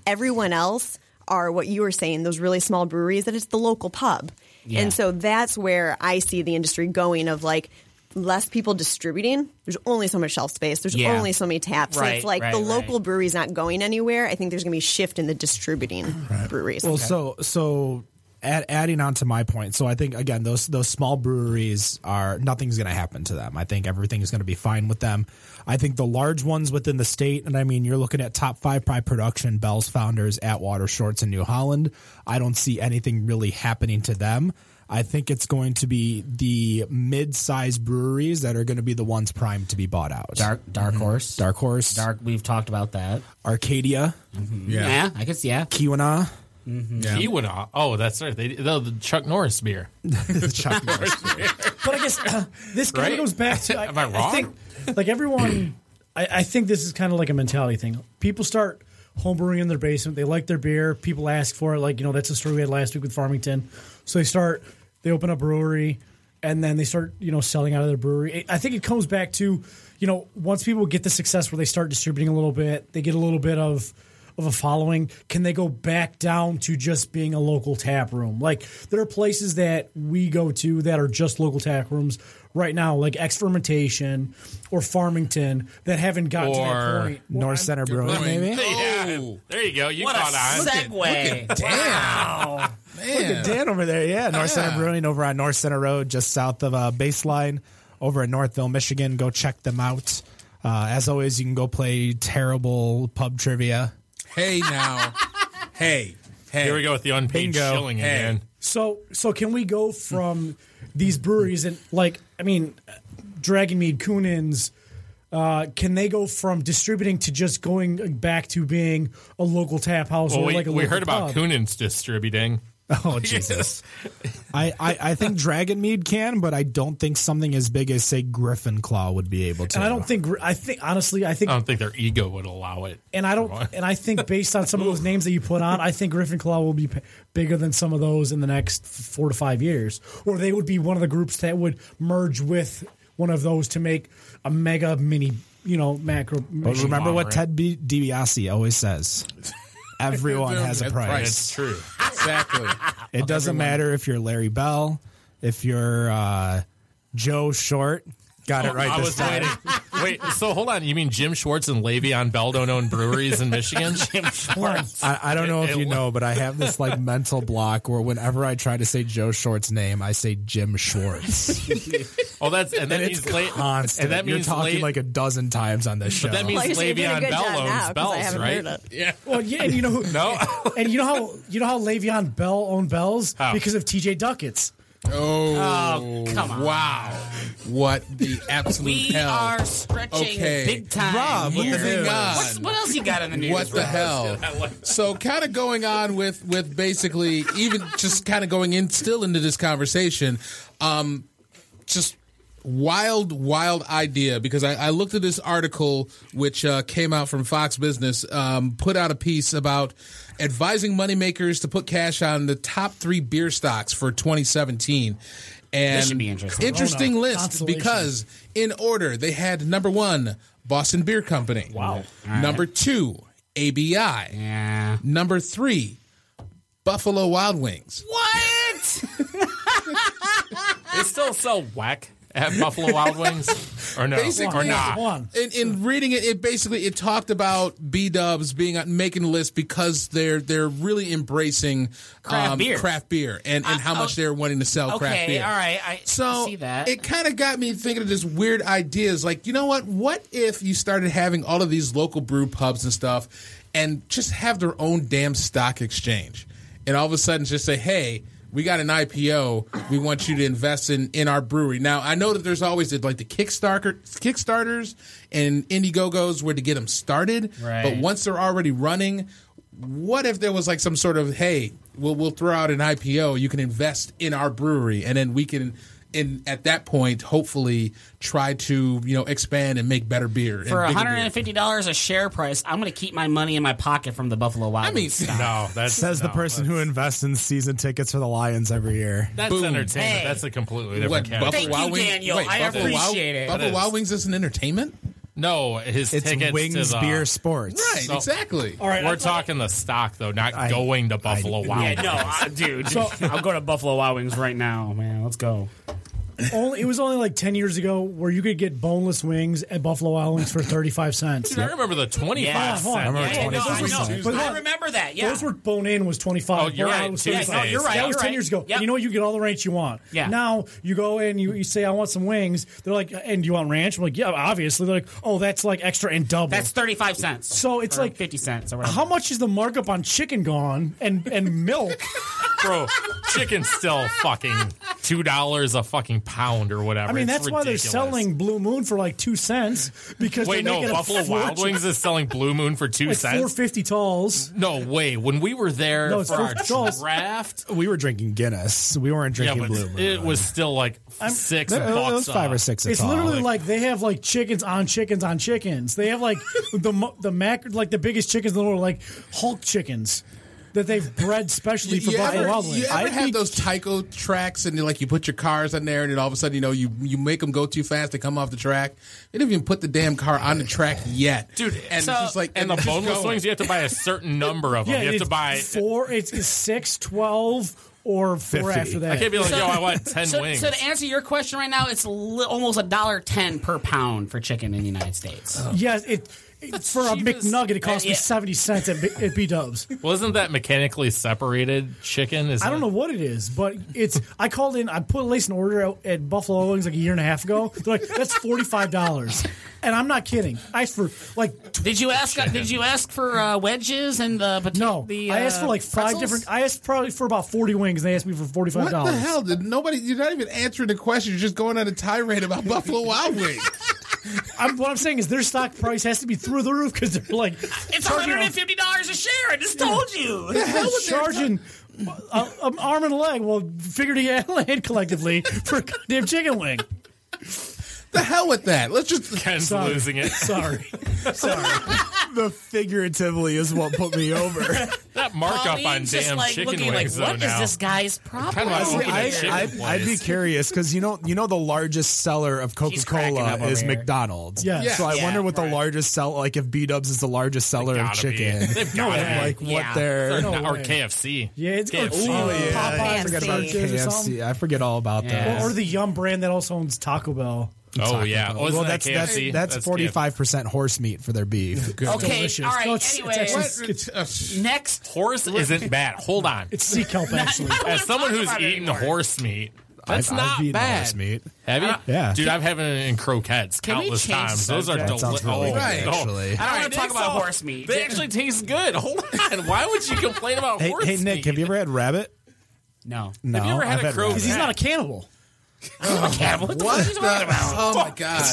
[SPEAKER 7] Everyone else are what you were saying, those really small breweries that it's the local pub.
[SPEAKER 3] Yeah.
[SPEAKER 7] And so that's where I see the industry going of like less people distributing. There's only so much shelf space. There's
[SPEAKER 3] Yeah.
[SPEAKER 7] only so many taps. so
[SPEAKER 3] Right,
[SPEAKER 7] it's like
[SPEAKER 3] right,
[SPEAKER 7] the
[SPEAKER 3] right.
[SPEAKER 7] local brewery's not going anywhere. I think there's going to be a shift in the distributing breweries.
[SPEAKER 2] Well, so so add, adding on to my point, so I think again those those small breweries are nothing's going to happen to them. I think everything is going to be fine with them. I think the large ones within the state, and I mean you're looking at top five by production, Bell's Founders, Atwater, Shorts, and New Holland. I don't see anything really happening to them. I think it's going to be the mid-sized breweries that are going to be the ones primed to be bought out.
[SPEAKER 3] Dark, dark horse,
[SPEAKER 2] Dark Horse,
[SPEAKER 3] dark. We've talked about that.
[SPEAKER 2] Arcadia,
[SPEAKER 3] Yeah, I could see. Yeah,
[SPEAKER 2] Keweenaw.
[SPEAKER 5] He would. uh, Oh, that's right. They, no, the Chuck Norris beer.
[SPEAKER 2] Chuck Norris.
[SPEAKER 6] But I guess uh, this kind
[SPEAKER 5] Right?
[SPEAKER 6] of goes back to. I,
[SPEAKER 5] Am I
[SPEAKER 6] I
[SPEAKER 5] wrong?
[SPEAKER 6] think, like everyone, I, I think this is kind of like a mentality thing. People start homebrewing in their basement. They like their beer. People ask for it. Like you know, that's the story we had last week with Farmington. So they start. They open a brewery, and then they start you know selling out of their brewery. I I think it comes back to you know once people get the success where they start distributing a little bit, they get a little bit of of a following, can they go back down to just being a local tap room? Like there are places that we go to that are just local tap rooms right now, like Experimentation or Farmington, that haven't gotten to
[SPEAKER 5] Or
[SPEAKER 6] that point. Well,
[SPEAKER 2] North
[SPEAKER 6] I'm-
[SPEAKER 2] Center Brewing,
[SPEAKER 4] Brewing.
[SPEAKER 2] maybe.
[SPEAKER 5] Yeah. There you go. You
[SPEAKER 3] what a
[SPEAKER 5] caught on.
[SPEAKER 3] segue.
[SPEAKER 4] Damn. Man.
[SPEAKER 2] Dan over there, yeah. North Center Brewing over on North Center Road, just south of uh, Baseline, over in Northville, Michigan. Go check them out. Uh, as always, you can go play terrible pub trivia.
[SPEAKER 4] Hey now. hey. Hey.
[SPEAKER 5] Here we go with the unpaid
[SPEAKER 2] Bingo.
[SPEAKER 5] shilling
[SPEAKER 4] Hey.
[SPEAKER 5] again.
[SPEAKER 6] So so can we go from these breweries and like I mean Dragonmead, Kunins, uh, can they go from distributing to just going back to being a local tap house
[SPEAKER 5] Well,
[SPEAKER 6] or
[SPEAKER 5] we,
[SPEAKER 6] like a
[SPEAKER 5] we
[SPEAKER 6] local
[SPEAKER 5] heard about
[SPEAKER 6] pub?
[SPEAKER 5] Kunin's distributing.
[SPEAKER 2] Oh Jesus! I, I I think Dragon Mead can, but I don't think something as big as say Griffin Claw would be able to.
[SPEAKER 6] And I don't think I think honestly I think
[SPEAKER 5] I don't think their ego would allow it.
[SPEAKER 6] and I don't and I think based on some of those names that you put on, I think Griffin Claw will be p- bigger than some of those in the next f- four to five years, or they would be one of the groups that would merge with one of those to make a mega mini, you know, macro.
[SPEAKER 2] But remember what
[SPEAKER 5] Conglomerate.
[SPEAKER 2] Ted B- DiBiase always says: everyone has a
[SPEAKER 4] That's
[SPEAKER 2] price.
[SPEAKER 5] It's true.
[SPEAKER 4] Exactly.
[SPEAKER 2] It doesn't matter if you're Larry Bell, if you're uh, Joe Short. Got it right
[SPEAKER 5] Oh, I
[SPEAKER 2] this
[SPEAKER 5] was
[SPEAKER 2] time.
[SPEAKER 5] waiting. Wait, so hold on. You mean Jim Schwartz and Le'Veon Bell don't own breweries in Michigan?
[SPEAKER 2] I, I don't know if
[SPEAKER 5] It-
[SPEAKER 2] you know, but I have this like mental block where whenever I try to say Joe Short's name, I say Jim Schwartz.
[SPEAKER 5] oh, that's and that
[SPEAKER 2] And
[SPEAKER 5] means
[SPEAKER 2] it's
[SPEAKER 5] late.
[SPEAKER 2] constant.
[SPEAKER 5] And that
[SPEAKER 2] You're
[SPEAKER 5] means
[SPEAKER 2] talking
[SPEAKER 5] late-
[SPEAKER 2] like a dozen times on this show.
[SPEAKER 5] But that means
[SPEAKER 7] Well, you're doing a
[SPEAKER 5] Le'Veon
[SPEAKER 7] good
[SPEAKER 5] Bell
[SPEAKER 7] job now, 'cause I
[SPEAKER 5] owns Bells,
[SPEAKER 7] haven't
[SPEAKER 5] right?
[SPEAKER 7] heard it.
[SPEAKER 5] Yeah.
[SPEAKER 6] Well, yeah, and you know who,
[SPEAKER 5] No.
[SPEAKER 6] and you know how you know how Le'Veon Bell owned Bells
[SPEAKER 5] How?
[SPEAKER 6] because of T.J. Duckett's.
[SPEAKER 4] Oh,
[SPEAKER 3] come on.
[SPEAKER 4] Wow. What the absolute
[SPEAKER 3] We
[SPEAKER 4] hell.
[SPEAKER 3] are stretching
[SPEAKER 4] Okay.
[SPEAKER 3] big time.
[SPEAKER 2] Rob, what the
[SPEAKER 3] here.
[SPEAKER 4] heck?
[SPEAKER 3] What's- what else you got in the news?
[SPEAKER 4] what the
[SPEAKER 3] Rob?
[SPEAKER 4] hell? So, kind of going on with with basically even just kind of going in still into this conversation, um, just wild, wild idea because I, I looked at this article which uh, came out from Fox Business, um, put out a piece about advising moneymakers to put cash on the top three beer stocks for 2017. And
[SPEAKER 3] This should be interesting.
[SPEAKER 4] Interesting
[SPEAKER 6] Corona.
[SPEAKER 4] list
[SPEAKER 6] Consolation.
[SPEAKER 4] because in order they had number one Boston Beer Company. Wow. Number two ABI.
[SPEAKER 3] Yeah.
[SPEAKER 4] Number three Buffalo Wild Wings.
[SPEAKER 3] What?
[SPEAKER 5] They still sell whack at Buffalo Wild Wings, or no,
[SPEAKER 4] Basically,
[SPEAKER 5] or
[SPEAKER 2] Ah.
[SPEAKER 5] not?
[SPEAKER 6] One.
[SPEAKER 4] In, in reading it, it basically it talked about B Dubs being on- making the list because they're they're really embracing
[SPEAKER 3] Craft
[SPEAKER 4] um,
[SPEAKER 3] beer. Uh, oh.
[SPEAKER 4] craft beer and, and how much they're wanting to sell craft
[SPEAKER 3] Okay,
[SPEAKER 4] beer.
[SPEAKER 3] all right. I
[SPEAKER 4] So
[SPEAKER 3] see that.
[SPEAKER 4] it kind of got me thinking of this weird ideas. Like, you know what? What if you started having all of these local brew pubs and stuff, and just have their own damn stock exchange, and all of a sudden just say, hey. We got an IPO. We want you to invest in, in our brewery. Now I know that there's always the, like the Kickstarter Kickstarters and Indiegogos where to get them started. But
[SPEAKER 3] Right.
[SPEAKER 4] once they're already running, what if there was like some sort of hey we'll, we'll throw out an ipo you can invest in our brewery and then we can in at that point hopefully try to you know expand and make better beer
[SPEAKER 3] for
[SPEAKER 4] and
[SPEAKER 3] one
[SPEAKER 4] bigger
[SPEAKER 3] hundred and
[SPEAKER 4] beer."
[SPEAKER 3] fifty dollars a share price, I'm going to keep my money in my pocket from the Buffalo Wild.
[SPEAKER 4] i mean
[SPEAKER 3] Wings.
[SPEAKER 5] No, that's
[SPEAKER 2] Says the
[SPEAKER 5] no,
[SPEAKER 2] person who invests in season tickets for the Lions every year.
[SPEAKER 5] That's entertainment. That's a completely different
[SPEAKER 4] what
[SPEAKER 5] category.
[SPEAKER 4] buffalo
[SPEAKER 3] Thank
[SPEAKER 4] wild
[SPEAKER 3] you,
[SPEAKER 4] wings
[SPEAKER 3] Daniel.
[SPEAKER 4] wait,
[SPEAKER 3] I
[SPEAKER 4] buffalo wild,
[SPEAKER 3] appreciate it.
[SPEAKER 4] buffalo
[SPEAKER 5] That
[SPEAKER 4] wild
[SPEAKER 5] is-
[SPEAKER 4] wings isn't entertainment
[SPEAKER 5] No, his
[SPEAKER 2] It's
[SPEAKER 5] tickets
[SPEAKER 2] Wings
[SPEAKER 5] to the,
[SPEAKER 2] Beer Sports.
[SPEAKER 4] right
[SPEAKER 5] So-
[SPEAKER 4] exactly
[SPEAKER 6] All right,
[SPEAKER 5] We're
[SPEAKER 6] I thought-
[SPEAKER 5] talking the stock though, not
[SPEAKER 2] I-
[SPEAKER 5] going to Buffalo Wild.
[SPEAKER 3] Yeah, no, I, dude. I'm going to Buffalo Wild Wings right now, man. Let's go.
[SPEAKER 6] only it was only like ten years ago where you could get boneless wings at Buffalo Wild Wings for thirty five cents.
[SPEAKER 5] Dude, I remember the twenty-five
[SPEAKER 3] Yeah,
[SPEAKER 5] cent.
[SPEAKER 6] hold on. I remember
[SPEAKER 5] Yeah,
[SPEAKER 3] Yeah, no, I,
[SPEAKER 6] 26
[SPEAKER 3] know.
[SPEAKER 6] cents. But
[SPEAKER 3] I
[SPEAKER 6] look,
[SPEAKER 3] remember that. Yeah,
[SPEAKER 6] Those were bone in was twenty five.
[SPEAKER 5] Oh, you're right,
[SPEAKER 3] yeah, no, you're right.
[SPEAKER 6] That was
[SPEAKER 3] you're
[SPEAKER 6] ten
[SPEAKER 3] right.
[SPEAKER 6] years ago.
[SPEAKER 3] Yep.
[SPEAKER 6] You know what? You get all the ranch you want.
[SPEAKER 3] Yeah.
[SPEAKER 6] Now you go in, you, you say, "I want some wings." They're like, "And do you want ranch?" I'm like, "Yeah, obviously." They're like, "Oh, that's like extra and double."
[SPEAKER 3] that's thirty-five cents.
[SPEAKER 6] So it's
[SPEAKER 3] Or
[SPEAKER 6] like-
[SPEAKER 3] fifty cents or whatever.
[SPEAKER 6] How much is the markup on chicken gone and and milk?
[SPEAKER 5] bro, chicken's still fucking two dollars a fucking pound or whatever.
[SPEAKER 6] I mean,
[SPEAKER 5] It's
[SPEAKER 6] that's why they're
[SPEAKER 5] ridiculous.
[SPEAKER 6] selling Blue Moon for like two cents because
[SPEAKER 5] Wait,
[SPEAKER 6] they're
[SPEAKER 5] no,
[SPEAKER 6] making
[SPEAKER 5] Buffalo
[SPEAKER 6] a
[SPEAKER 5] Wild
[SPEAKER 6] fortune.
[SPEAKER 5] Wings is selling Blue Moon for two
[SPEAKER 6] like four
[SPEAKER 5] cents.
[SPEAKER 6] fifty talls.
[SPEAKER 5] No, wait. When we were there
[SPEAKER 6] No, it's
[SPEAKER 5] for our
[SPEAKER 6] 4.50.
[SPEAKER 5] draft,
[SPEAKER 2] We were drinking Guinness. We weren't
[SPEAKER 5] yeah,
[SPEAKER 2] drinking
[SPEAKER 5] but
[SPEAKER 2] Blue Moon.
[SPEAKER 5] it was still like six
[SPEAKER 2] That- that
[SPEAKER 5] bucks.
[SPEAKER 2] was five
[SPEAKER 5] a-
[SPEAKER 2] or six.
[SPEAKER 6] It's
[SPEAKER 2] a tall.
[SPEAKER 6] literally like, they have like chickens on chickens on chickens. They have like the mo- the mac like the biggest chickens in the world, like Hulk chickens that they've bred specially for
[SPEAKER 4] you
[SPEAKER 6] Buffalo
[SPEAKER 4] ever,
[SPEAKER 6] Wild Wings.
[SPEAKER 4] you ever
[SPEAKER 2] I'd
[SPEAKER 4] had
[SPEAKER 2] be-
[SPEAKER 4] those Tyco tracks and you, like you put your cars on there and then all of a sudden you know you, you make them go too fast they come off the track they didn't even put the damn car on the track yet dude and
[SPEAKER 3] so-
[SPEAKER 4] it's just like
[SPEAKER 5] And the
[SPEAKER 4] it's just
[SPEAKER 5] boneless
[SPEAKER 4] going.
[SPEAKER 5] wings, you have to buy a certain number of them.
[SPEAKER 6] yeah,
[SPEAKER 5] you have
[SPEAKER 6] it's
[SPEAKER 5] to buy.
[SPEAKER 6] four. It's it's six, twelve, or
[SPEAKER 2] 50.
[SPEAKER 6] four after that.
[SPEAKER 5] I can't be like, yo, I want ten
[SPEAKER 3] so,
[SPEAKER 5] wings.
[SPEAKER 3] so to answer your question right now, it's li- almost a dollar ten per pound for chicken in the United States.
[SPEAKER 6] yes, it, it for a
[SPEAKER 5] cheapest-
[SPEAKER 6] McNugget it costs me
[SPEAKER 3] Yeah.
[SPEAKER 6] seventy cents at, B- at B Dubs.
[SPEAKER 5] Wasn't that mechanically separated chicken? Is
[SPEAKER 6] I don't know what it is, but it's. I called in. I put laced an order out at Buffalo Wings like a year and a half ago. They're like, that's forty five dollars, and I'm not kidding. I asked for like
[SPEAKER 3] Did you ask? Did you ask for uh, wedges and the pota-
[SPEAKER 6] No,
[SPEAKER 3] The,
[SPEAKER 6] I asked for
[SPEAKER 3] uh,
[SPEAKER 6] like five
[SPEAKER 3] pretzels?
[SPEAKER 6] different. I asked probably for about forty wings, and they asked me for forty five
[SPEAKER 4] What
[SPEAKER 6] dollars.
[SPEAKER 4] the hell? Did nobody? You're not even answering the question. You're just going on a tirade about Buffalo Wild Wings.
[SPEAKER 6] I'm, what I'm saying is their stock price has to be through the roof because they're like
[SPEAKER 3] It's one
[SPEAKER 6] charging,
[SPEAKER 3] hundred
[SPEAKER 6] a-
[SPEAKER 3] and fifty dollars a share. I just told you.
[SPEAKER 6] charging a- a- an arm and a leg. Well, figuratively and collectively for a goddamn chicken wing.
[SPEAKER 4] the hell with that. Let's just.
[SPEAKER 5] Ken's
[SPEAKER 6] Sorry.
[SPEAKER 5] losing it.
[SPEAKER 6] Sorry, sorry.
[SPEAKER 2] the figuratively is what put me over.
[SPEAKER 5] That markup on
[SPEAKER 3] Pauline's just
[SPEAKER 5] damn
[SPEAKER 3] like
[SPEAKER 5] chicken
[SPEAKER 3] looking like,
[SPEAKER 5] wings
[SPEAKER 3] what
[SPEAKER 5] though
[SPEAKER 3] is
[SPEAKER 5] now.
[SPEAKER 3] this guy's problem?
[SPEAKER 5] Kind of like looking at
[SPEAKER 2] I,
[SPEAKER 5] chicken
[SPEAKER 2] I'd, I'd be
[SPEAKER 5] place.
[SPEAKER 2] curious because you know you know the largest seller of Coca
[SPEAKER 3] cracking up
[SPEAKER 2] Cola
[SPEAKER 3] over
[SPEAKER 2] is
[SPEAKER 3] here.
[SPEAKER 2] McDonald's.
[SPEAKER 6] Yes. Yeah.
[SPEAKER 2] So I
[SPEAKER 3] Yeah,
[SPEAKER 2] wonder what
[SPEAKER 3] right.
[SPEAKER 2] the largest sell like if B Dubs is the largest seller of
[SPEAKER 5] Gotta be.
[SPEAKER 2] chicken.
[SPEAKER 5] They've got to
[SPEAKER 2] Like what
[SPEAKER 3] Yeah.
[SPEAKER 2] they're
[SPEAKER 5] Or, or
[SPEAKER 6] way.
[SPEAKER 5] KFC.
[SPEAKER 6] Yeah, it's
[SPEAKER 5] KFC.
[SPEAKER 6] oh, yeah. Popeye,
[SPEAKER 2] I forget about
[SPEAKER 7] KFC.
[SPEAKER 2] KFC. I forget all about
[SPEAKER 3] Yeah.
[SPEAKER 2] that.
[SPEAKER 6] or the Yum brand that also owns Taco Bell.
[SPEAKER 5] Oh yeah. Oh, isn't
[SPEAKER 2] well,
[SPEAKER 5] that
[SPEAKER 2] that's that's
[SPEAKER 5] KFC?
[SPEAKER 2] that's
[SPEAKER 5] KFC.
[SPEAKER 2] forty five percent horse meat for their beef.
[SPEAKER 3] okay,
[SPEAKER 6] delicious.
[SPEAKER 3] all right.
[SPEAKER 6] No, it's- it's
[SPEAKER 3] anyway,
[SPEAKER 6] actually-
[SPEAKER 4] What? It's, uh,
[SPEAKER 3] next.
[SPEAKER 5] Horse isn't bad. Hold on.
[SPEAKER 6] It's sea kelp actually.
[SPEAKER 5] As someone who's
[SPEAKER 3] about it
[SPEAKER 5] eaten
[SPEAKER 3] anymore.
[SPEAKER 5] horse meat, that's
[SPEAKER 2] I've- I've
[SPEAKER 5] not
[SPEAKER 2] eaten
[SPEAKER 5] bad.
[SPEAKER 2] horse meat.
[SPEAKER 5] Have you?
[SPEAKER 2] Yeah.
[SPEAKER 5] Dude, I've had it in croquettes
[SPEAKER 3] Can we
[SPEAKER 5] countless
[SPEAKER 3] change
[SPEAKER 5] times. Those are
[SPEAKER 3] subject?
[SPEAKER 2] That sounds
[SPEAKER 5] delicious.
[SPEAKER 2] really
[SPEAKER 5] oh,
[SPEAKER 2] good, actually.
[SPEAKER 5] right.
[SPEAKER 3] I don't want
[SPEAKER 5] Right,
[SPEAKER 3] to talk
[SPEAKER 5] they
[SPEAKER 3] about
[SPEAKER 5] sell-
[SPEAKER 3] horse meat.
[SPEAKER 5] They actually taste good. Hold on. Why would you complain about
[SPEAKER 2] Hey,
[SPEAKER 5] horse
[SPEAKER 2] hey
[SPEAKER 5] meat?
[SPEAKER 2] Nick, have you ever had rabbit?
[SPEAKER 3] no.
[SPEAKER 2] No,
[SPEAKER 5] Have you ever had
[SPEAKER 2] I've
[SPEAKER 5] a croquette?
[SPEAKER 6] Because he's not a cannibal.
[SPEAKER 3] Cab, what the fuck are you talking about?
[SPEAKER 4] oh my god!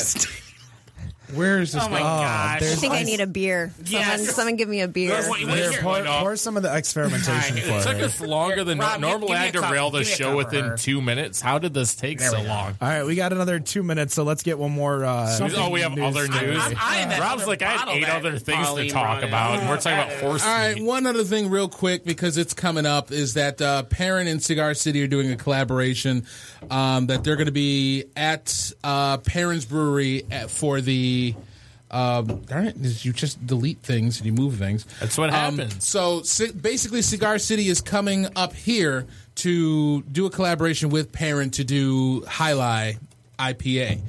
[SPEAKER 4] Where is this
[SPEAKER 3] Oh my
[SPEAKER 4] going?
[SPEAKER 3] gosh.
[SPEAKER 7] I think I need a beer.
[SPEAKER 3] Yes.
[SPEAKER 7] Someone, someone give me a beer.
[SPEAKER 3] Wait, wait,
[SPEAKER 2] Here,
[SPEAKER 3] here.
[SPEAKER 2] pour, pour some of the experimentation for
[SPEAKER 5] It took
[SPEAKER 2] her.
[SPEAKER 5] us longer than
[SPEAKER 3] Rob,
[SPEAKER 5] normal. normally.
[SPEAKER 3] give me
[SPEAKER 5] I
[SPEAKER 3] a
[SPEAKER 5] had to
[SPEAKER 3] cup.
[SPEAKER 5] rail the
[SPEAKER 3] Give me a
[SPEAKER 5] show
[SPEAKER 3] cup
[SPEAKER 5] within
[SPEAKER 3] or-
[SPEAKER 5] two minutes. How did this take so long?
[SPEAKER 2] All right, we got another two minutes, so let's get one more. Uh,
[SPEAKER 5] Oh, we have
[SPEAKER 2] news
[SPEAKER 5] other
[SPEAKER 2] story.
[SPEAKER 5] news.
[SPEAKER 3] I'm eyeing that
[SPEAKER 5] Rob's
[SPEAKER 3] other
[SPEAKER 5] like, I had
[SPEAKER 3] bottle
[SPEAKER 5] eight
[SPEAKER 3] that
[SPEAKER 5] other things to
[SPEAKER 3] Pauline
[SPEAKER 5] talk
[SPEAKER 3] brought in.
[SPEAKER 5] about, and we're talking about horse
[SPEAKER 4] All right,
[SPEAKER 5] meat.
[SPEAKER 4] one other thing, real quick, because it's coming up, is that uh, Parent and Cigar City are doing a collaboration um, that they're going to be at uh, Parent's Brewery at, for the. Um, darn it! is You just delete things and you move things.
[SPEAKER 5] That's what
[SPEAKER 4] Um,
[SPEAKER 5] happens.
[SPEAKER 4] so ci- basically, Cigar City is coming up here to do a collaboration with Parent to do Highlight IPA,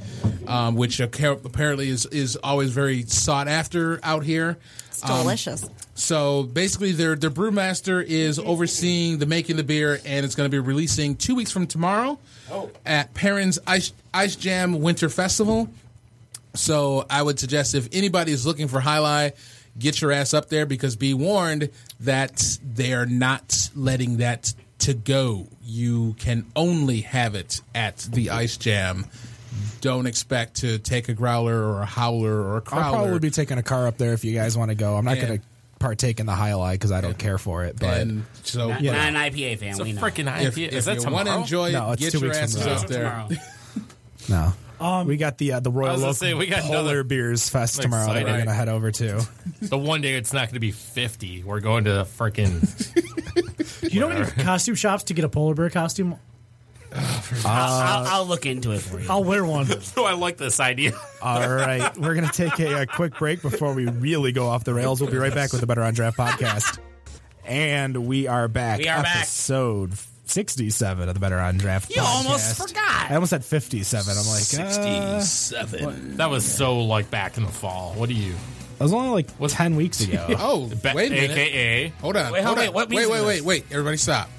[SPEAKER 4] um, which acca- apparently is is always very sought after out here.
[SPEAKER 7] It's
[SPEAKER 4] Um,
[SPEAKER 7] delicious.
[SPEAKER 4] so basically, their their brewmaster is overseeing the making of the beer, and it's going to be releasing two weeks from tomorrow at Perrin's Ice Ice Jam Winter Festival. So I would suggest if anybody is looking for highlight, get your ass up there because be warned that they are not letting that to go. You can only have it at the Ice Jam. Don't expect to take a growler or a howler or a crowler.
[SPEAKER 2] I'll probably be taking a car up there if you guys want to go. I'm not
[SPEAKER 4] Yeah.
[SPEAKER 2] going to partake in the highlight because I don't care for it. But
[SPEAKER 4] and so
[SPEAKER 3] Not,
[SPEAKER 2] Yeah.
[SPEAKER 3] not an IPA fan.
[SPEAKER 5] It's a
[SPEAKER 3] we know.
[SPEAKER 5] freaking
[SPEAKER 4] if,
[SPEAKER 5] idea.
[SPEAKER 4] if
[SPEAKER 5] Is that
[SPEAKER 4] you want to
[SPEAKER 5] tomorrow?
[SPEAKER 4] enjoy it,
[SPEAKER 2] No, it's
[SPEAKER 4] get
[SPEAKER 2] two
[SPEAKER 4] your
[SPEAKER 2] weeks from
[SPEAKER 4] asses
[SPEAKER 2] now.
[SPEAKER 4] out there.
[SPEAKER 3] Tomorrow.
[SPEAKER 2] no, we got the uh, the Royal
[SPEAKER 5] I was gonna
[SPEAKER 2] Oak
[SPEAKER 5] say, we got
[SPEAKER 2] Polar
[SPEAKER 5] another-
[SPEAKER 2] Beers Fest
[SPEAKER 5] I'm
[SPEAKER 2] tomorrow that we're
[SPEAKER 5] excited.
[SPEAKER 2] going to head over to.
[SPEAKER 5] The one day it's not going to be 50. We're going to the freaking.
[SPEAKER 6] You know any costume shops to get a polar bear costume?
[SPEAKER 3] I'll, I'll, I'll look into it for you.
[SPEAKER 6] I'll wear one.
[SPEAKER 5] oh, I like this idea.
[SPEAKER 2] All right, we're going to take a, a quick break before we really go off the rails. We'll be right back with the Better on Draft podcast, and we are back.
[SPEAKER 3] We are back.
[SPEAKER 2] episode. 67 of the Better on Draft.
[SPEAKER 3] You almost
[SPEAKER 2] podcast.
[SPEAKER 3] forgot.
[SPEAKER 2] I almost said 57. I'm like, uh,
[SPEAKER 4] Sixty-seven.
[SPEAKER 5] That was so like back in the fall. What do you?
[SPEAKER 2] That was only like 10 weeks ago.
[SPEAKER 4] Oh,
[SPEAKER 5] Ba-
[SPEAKER 4] wait a minute.
[SPEAKER 5] AKA.
[SPEAKER 4] Hold on.
[SPEAKER 3] Wait,
[SPEAKER 4] hold
[SPEAKER 3] hold
[SPEAKER 4] on.
[SPEAKER 3] on, what
[SPEAKER 4] wait,
[SPEAKER 3] music
[SPEAKER 4] wait,
[SPEAKER 3] is
[SPEAKER 4] wait,
[SPEAKER 3] this?
[SPEAKER 4] wait. Everybody stop.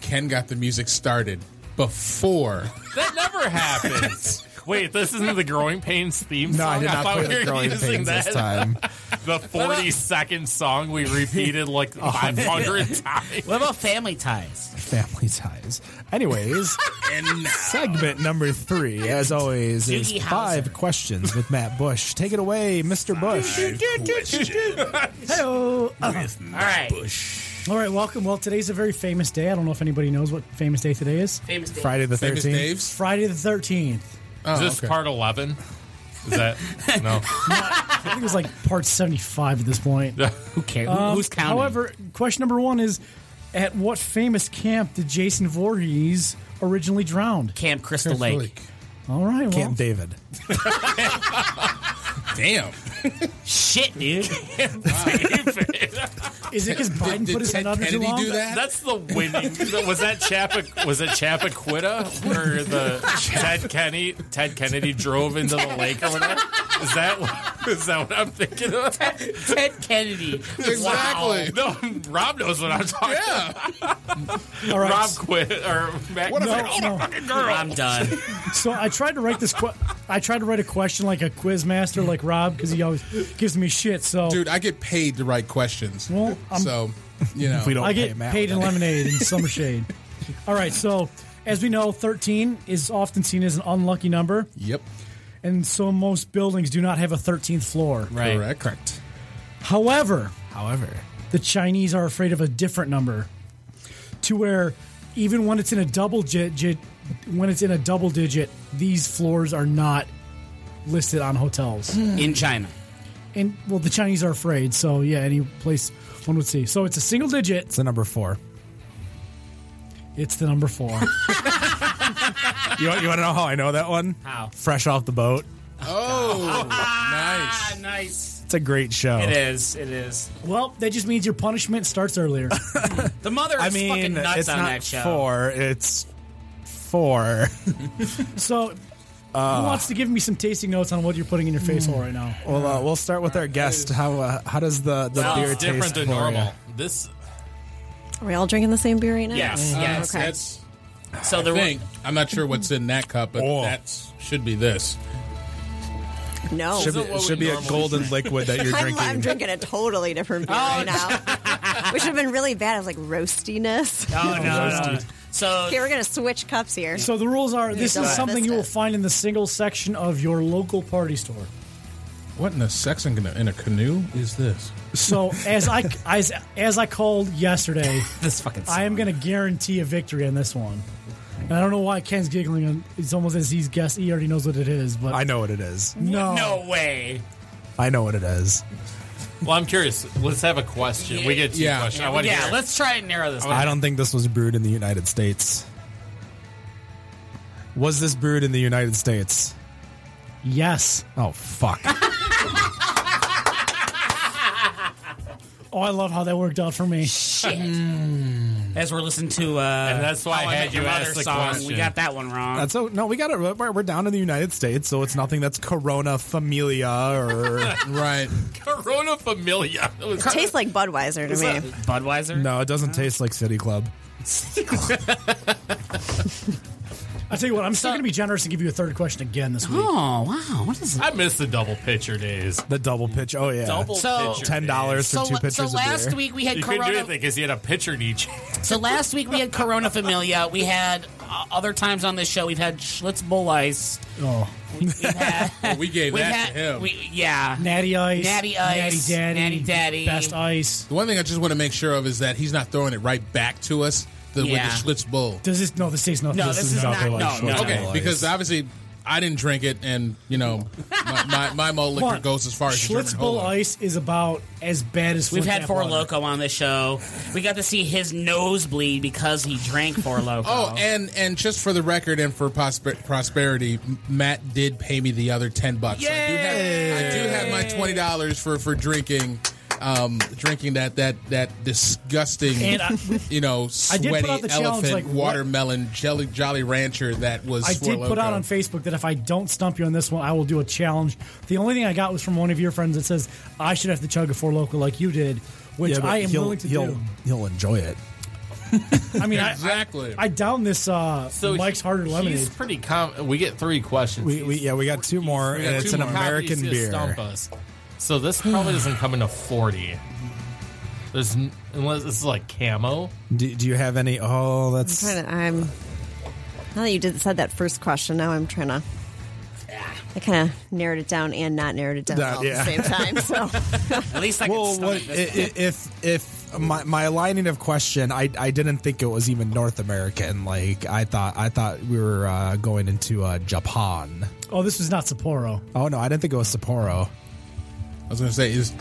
[SPEAKER 4] Ken got the music started before.
[SPEAKER 5] That never happens. Wait, this isn't the Growing Pains theme song?
[SPEAKER 2] no, I did not
[SPEAKER 5] thought
[SPEAKER 2] play
[SPEAKER 5] we
[SPEAKER 2] the
[SPEAKER 5] were
[SPEAKER 2] growing
[SPEAKER 5] using
[SPEAKER 2] pains
[SPEAKER 5] that.
[SPEAKER 2] this time.
[SPEAKER 5] The 40 second song we repeated like
[SPEAKER 2] Oh,
[SPEAKER 5] 500 times.
[SPEAKER 3] What about family ties?
[SPEAKER 2] Family ties. Anyways,
[SPEAKER 4] and now.
[SPEAKER 2] segment number three, as always, is
[SPEAKER 3] Doogie Howser.
[SPEAKER 2] five questions with Matt Bush. Take it away, Mr. Bush.
[SPEAKER 6] Hello.
[SPEAKER 3] All right.
[SPEAKER 6] All right, welcome. Well, today's a very famous day. I don't know if anybody knows what famous day today is.
[SPEAKER 3] Famous day.
[SPEAKER 2] Friday the
[SPEAKER 4] Famous
[SPEAKER 2] 13th.
[SPEAKER 4] Dave's.
[SPEAKER 6] Friday the 13th.
[SPEAKER 4] Oh,
[SPEAKER 5] Is this
[SPEAKER 4] okay.
[SPEAKER 5] part 11? Is that. No.
[SPEAKER 6] I think it was like part 75 at this point.
[SPEAKER 3] Who cares?
[SPEAKER 6] Um,
[SPEAKER 3] Who's counting?
[SPEAKER 6] However, question number one is At what famous camp did Jason Voorhees originally drowned?
[SPEAKER 3] Camp Crystal Lake.
[SPEAKER 4] Like,
[SPEAKER 6] All right, well.
[SPEAKER 2] Camp David.
[SPEAKER 4] Damn.
[SPEAKER 3] Shit, dude.
[SPEAKER 6] Is it because Biden
[SPEAKER 4] did
[SPEAKER 6] put his
[SPEAKER 4] Ted
[SPEAKER 6] head under too
[SPEAKER 4] Kennedy
[SPEAKER 6] long?
[SPEAKER 4] do that?
[SPEAKER 5] That's the winning. Was that Chappa? Was it Chappaquidda where the Ted Kennedy Ted Kennedy drove into the lake or whatever? Is that what- is that what I'm thinking of?
[SPEAKER 3] Ted Kennedy.
[SPEAKER 4] Exactly.
[SPEAKER 5] No, Rob knows what I'm talking. about.
[SPEAKER 4] Yeah.
[SPEAKER 6] All right.
[SPEAKER 5] Rob quit or Matt.
[SPEAKER 4] What a
[SPEAKER 5] quit.
[SPEAKER 6] No,
[SPEAKER 4] Oh,
[SPEAKER 6] no.
[SPEAKER 5] girl.
[SPEAKER 3] I'm done.
[SPEAKER 6] So I tried to write this. Que- I tried to write a question like a quiz master, like Rob, because he always gives me shit. So
[SPEAKER 4] Dude, I get paid to write questions.
[SPEAKER 6] Well, I'm-
[SPEAKER 4] so, you know.
[SPEAKER 2] We don't
[SPEAKER 6] I
[SPEAKER 2] pay
[SPEAKER 6] get
[SPEAKER 2] Matt
[SPEAKER 6] paid
[SPEAKER 2] with
[SPEAKER 6] in
[SPEAKER 2] that.
[SPEAKER 6] lemonade and summer shade. All right, so as we know, 13 is often seen as an unlucky number,
[SPEAKER 4] Yep.
[SPEAKER 6] and so most buildings do not have a 13th floor.
[SPEAKER 3] Right.
[SPEAKER 4] Correct. Correct.
[SPEAKER 6] However,
[SPEAKER 2] However,
[SPEAKER 6] the Chinese are afraid of a different number, to where even when it's in a double digit, when it's in a double digit, these floors are not listed on hotels.
[SPEAKER 3] In China.
[SPEAKER 6] and well, the Chinese are afraid, so yeah, any place one would see. So it's a single digit.
[SPEAKER 2] it's the number four.
[SPEAKER 6] It's the number four.
[SPEAKER 2] You want, you want to know how I know that one?
[SPEAKER 3] How?
[SPEAKER 2] Fresh off the boat.
[SPEAKER 4] Oh,
[SPEAKER 3] Ah,
[SPEAKER 4] nice.
[SPEAKER 3] nice.
[SPEAKER 2] It's a great show.
[SPEAKER 3] It is. It is.
[SPEAKER 6] well, that just means your punishment starts earlier.
[SPEAKER 3] The mother is
[SPEAKER 2] I mean,
[SPEAKER 3] fucking nuts
[SPEAKER 2] it's
[SPEAKER 3] on
[SPEAKER 2] not
[SPEAKER 3] that show.
[SPEAKER 2] four. It's four.
[SPEAKER 6] So who wants to give me some tasting notes on what you're putting in your face hole right now?
[SPEAKER 2] Well, uh, we'll start with our guest. How uh, how does the the beer
[SPEAKER 5] It's different
[SPEAKER 2] taste
[SPEAKER 5] than
[SPEAKER 2] for
[SPEAKER 5] normal.
[SPEAKER 2] ya?
[SPEAKER 5] This.
[SPEAKER 7] Are we all drinking the same beer right now?
[SPEAKER 3] Yes,
[SPEAKER 7] Mm.
[SPEAKER 3] yes.
[SPEAKER 7] Okay.
[SPEAKER 4] That's
[SPEAKER 3] So the
[SPEAKER 4] thing. I'm not sure what's in that cup, but
[SPEAKER 2] Oh.
[SPEAKER 4] that should be this.
[SPEAKER 7] No.
[SPEAKER 2] Should be,
[SPEAKER 5] Isn't what we
[SPEAKER 2] should be a
[SPEAKER 5] normally
[SPEAKER 2] golden liquid that you're
[SPEAKER 7] I'm,
[SPEAKER 2] drinking.
[SPEAKER 7] I'm drinking a totally different
[SPEAKER 3] Oh,
[SPEAKER 7] beer right now, which would have been really bad. It was like roastiness.
[SPEAKER 3] Oh no, no, no. So
[SPEAKER 7] Okay, we're gonna switch cups here.
[SPEAKER 6] So the rules are: this
[SPEAKER 7] don't
[SPEAKER 6] is something
[SPEAKER 7] miss
[SPEAKER 6] you will
[SPEAKER 7] it.
[SPEAKER 6] find in the single section of your local party store.
[SPEAKER 4] What in a sex in a, in a canoe is this?
[SPEAKER 6] So as I as as I called yesterday,
[SPEAKER 3] This fucking.
[SPEAKER 6] I am
[SPEAKER 3] song.
[SPEAKER 6] going to guarantee a victory on this one. And I don't know why Ken's giggling. and It's almost as he's guessed. He already knows what it is, but
[SPEAKER 2] I know what it is.
[SPEAKER 6] no,
[SPEAKER 5] No way.
[SPEAKER 2] I know what it is.
[SPEAKER 5] Well, I'm curious. Let's have a question. We get two
[SPEAKER 4] Yeah.
[SPEAKER 5] questions. I
[SPEAKER 4] Yeah,
[SPEAKER 5] want to
[SPEAKER 3] yeah,
[SPEAKER 5] hear.
[SPEAKER 3] let's try and narrow this. down.
[SPEAKER 2] I don't think this was brewed in the United States. Was this brewed in the United States?
[SPEAKER 6] yes.
[SPEAKER 2] Oh fuck!
[SPEAKER 6] Oh, I love how that worked out for me.
[SPEAKER 3] As we're listening to, uh, and
[SPEAKER 5] that's why I had you ask the
[SPEAKER 3] song. We
[SPEAKER 5] question.
[SPEAKER 3] got that one wrong.
[SPEAKER 2] That's so no. We got it. We're, we're down in the United States, so it's nothing that's Corona Familia or
[SPEAKER 4] Right.
[SPEAKER 5] Corona Familia. That was-
[SPEAKER 7] Tastes like Budweiser to me.
[SPEAKER 3] Budweiser.
[SPEAKER 2] no. It doesn't taste like City Club.
[SPEAKER 6] I tell you what, I'm still going to be generous and give you a third question again this week.
[SPEAKER 3] Oh wow, what is it?
[SPEAKER 5] I miss the double pitcher days.
[SPEAKER 2] The double pitch. Oh yeah,
[SPEAKER 5] Double
[SPEAKER 3] So-
[SPEAKER 5] pitcher.
[SPEAKER 2] ten dollars
[SPEAKER 3] So,
[SPEAKER 2] for two
[SPEAKER 3] la-
[SPEAKER 2] pitchers
[SPEAKER 3] so
[SPEAKER 2] of
[SPEAKER 3] last
[SPEAKER 2] beer.
[SPEAKER 3] week we had
[SPEAKER 5] You couldn't do
[SPEAKER 3] Corona.
[SPEAKER 5] anything because you had a pitcher in each.
[SPEAKER 3] So last week we had Corona Familia. We had uh, other times on this show. We've had Schlitz Bull Ice.
[SPEAKER 6] Oh,
[SPEAKER 3] We've had,
[SPEAKER 4] We gave
[SPEAKER 3] we've
[SPEAKER 4] that
[SPEAKER 3] had-
[SPEAKER 4] to him.
[SPEAKER 3] we- yeah.
[SPEAKER 6] Natty Ice,
[SPEAKER 3] Natty Ice,
[SPEAKER 6] Natty Daddy,
[SPEAKER 3] Natty Daddy.
[SPEAKER 6] Best Ice.
[SPEAKER 4] the one thing I just want to make sure of is that he's not throwing it right back to us the,
[SPEAKER 3] Yeah.
[SPEAKER 4] with the Schlitz Bull.
[SPEAKER 6] Does this? No, this tastes nothing.
[SPEAKER 3] No, this is not-
[SPEAKER 2] nothing like
[SPEAKER 3] no, no,
[SPEAKER 2] Schlitz
[SPEAKER 3] no.
[SPEAKER 4] Okay,
[SPEAKER 2] Bowl Ice.
[SPEAKER 4] because obviously I didn't drink it, and you know my my, my malt
[SPEAKER 6] Come
[SPEAKER 4] liquor
[SPEAKER 6] on.
[SPEAKER 4] goes as far as
[SPEAKER 6] Schlitz
[SPEAKER 4] German
[SPEAKER 6] Bull
[SPEAKER 4] Holo.
[SPEAKER 6] Ice is about as bad as
[SPEAKER 3] We've
[SPEAKER 6] Flip
[SPEAKER 3] had
[SPEAKER 6] Tap
[SPEAKER 3] Four
[SPEAKER 6] water.
[SPEAKER 3] Loco on this show. We got to see his nose bleed because he drank Four Loco.
[SPEAKER 4] Oh, and and just for the record and for prosper- prosperity, M- Matt did pay me the other ten bucks. So I do have I do have my twenty dollars for for drinking. Um, drinking that that that disgusting,
[SPEAKER 6] And I-
[SPEAKER 4] you know,
[SPEAKER 6] I did put out
[SPEAKER 4] sweaty
[SPEAKER 6] the challenge,
[SPEAKER 4] elephant
[SPEAKER 6] like, what-
[SPEAKER 4] watermelon jelly Jolly Rancher that was.
[SPEAKER 6] I did
[SPEAKER 4] Swirl
[SPEAKER 6] put out
[SPEAKER 4] Loco.
[SPEAKER 6] on Facebook that if I don't stump you on this one, I will do a challenge. The only thing I got was from one of your friends that says I should have to chug a four local like you did, which
[SPEAKER 2] Yeah, but
[SPEAKER 6] I am
[SPEAKER 2] he'll-
[SPEAKER 6] willing to
[SPEAKER 2] he'll,
[SPEAKER 6] do.
[SPEAKER 2] He'll enjoy it.
[SPEAKER 6] I mean, I-
[SPEAKER 4] Exactly.
[SPEAKER 6] I, I down this uh, Mike's
[SPEAKER 5] he-
[SPEAKER 6] Harder Lemonade.
[SPEAKER 5] He's pretty com- We get three questions.
[SPEAKER 2] We, we yeah, we got two more,
[SPEAKER 5] We
[SPEAKER 2] and
[SPEAKER 5] got
[SPEAKER 2] it's
[SPEAKER 5] two
[SPEAKER 2] an
[SPEAKER 5] more copies
[SPEAKER 2] American
[SPEAKER 5] to
[SPEAKER 2] beer.
[SPEAKER 5] Stump us. So this probably doesn't come into forty. There's n- unless this is like camo.
[SPEAKER 2] Do, do you have any? Oh, that's
[SPEAKER 7] Trying to- I'm. Now that you did said that first question, now I'm trying to. I kind of narrowed it down and not narrowed it down
[SPEAKER 2] That-
[SPEAKER 7] all
[SPEAKER 2] yeah.
[SPEAKER 7] at the same time. So
[SPEAKER 3] At least I can
[SPEAKER 2] well.
[SPEAKER 3] stomach
[SPEAKER 2] What,
[SPEAKER 3] this.
[SPEAKER 2] i- i- if if my my lining of question, I I didn't think it was even North American. Like I thought I thought we were uh, going into uh, Japan.
[SPEAKER 6] oh, this was not Sapporo.
[SPEAKER 2] Oh no, I didn't think it was Sapporo.
[SPEAKER 4] I was going to say is.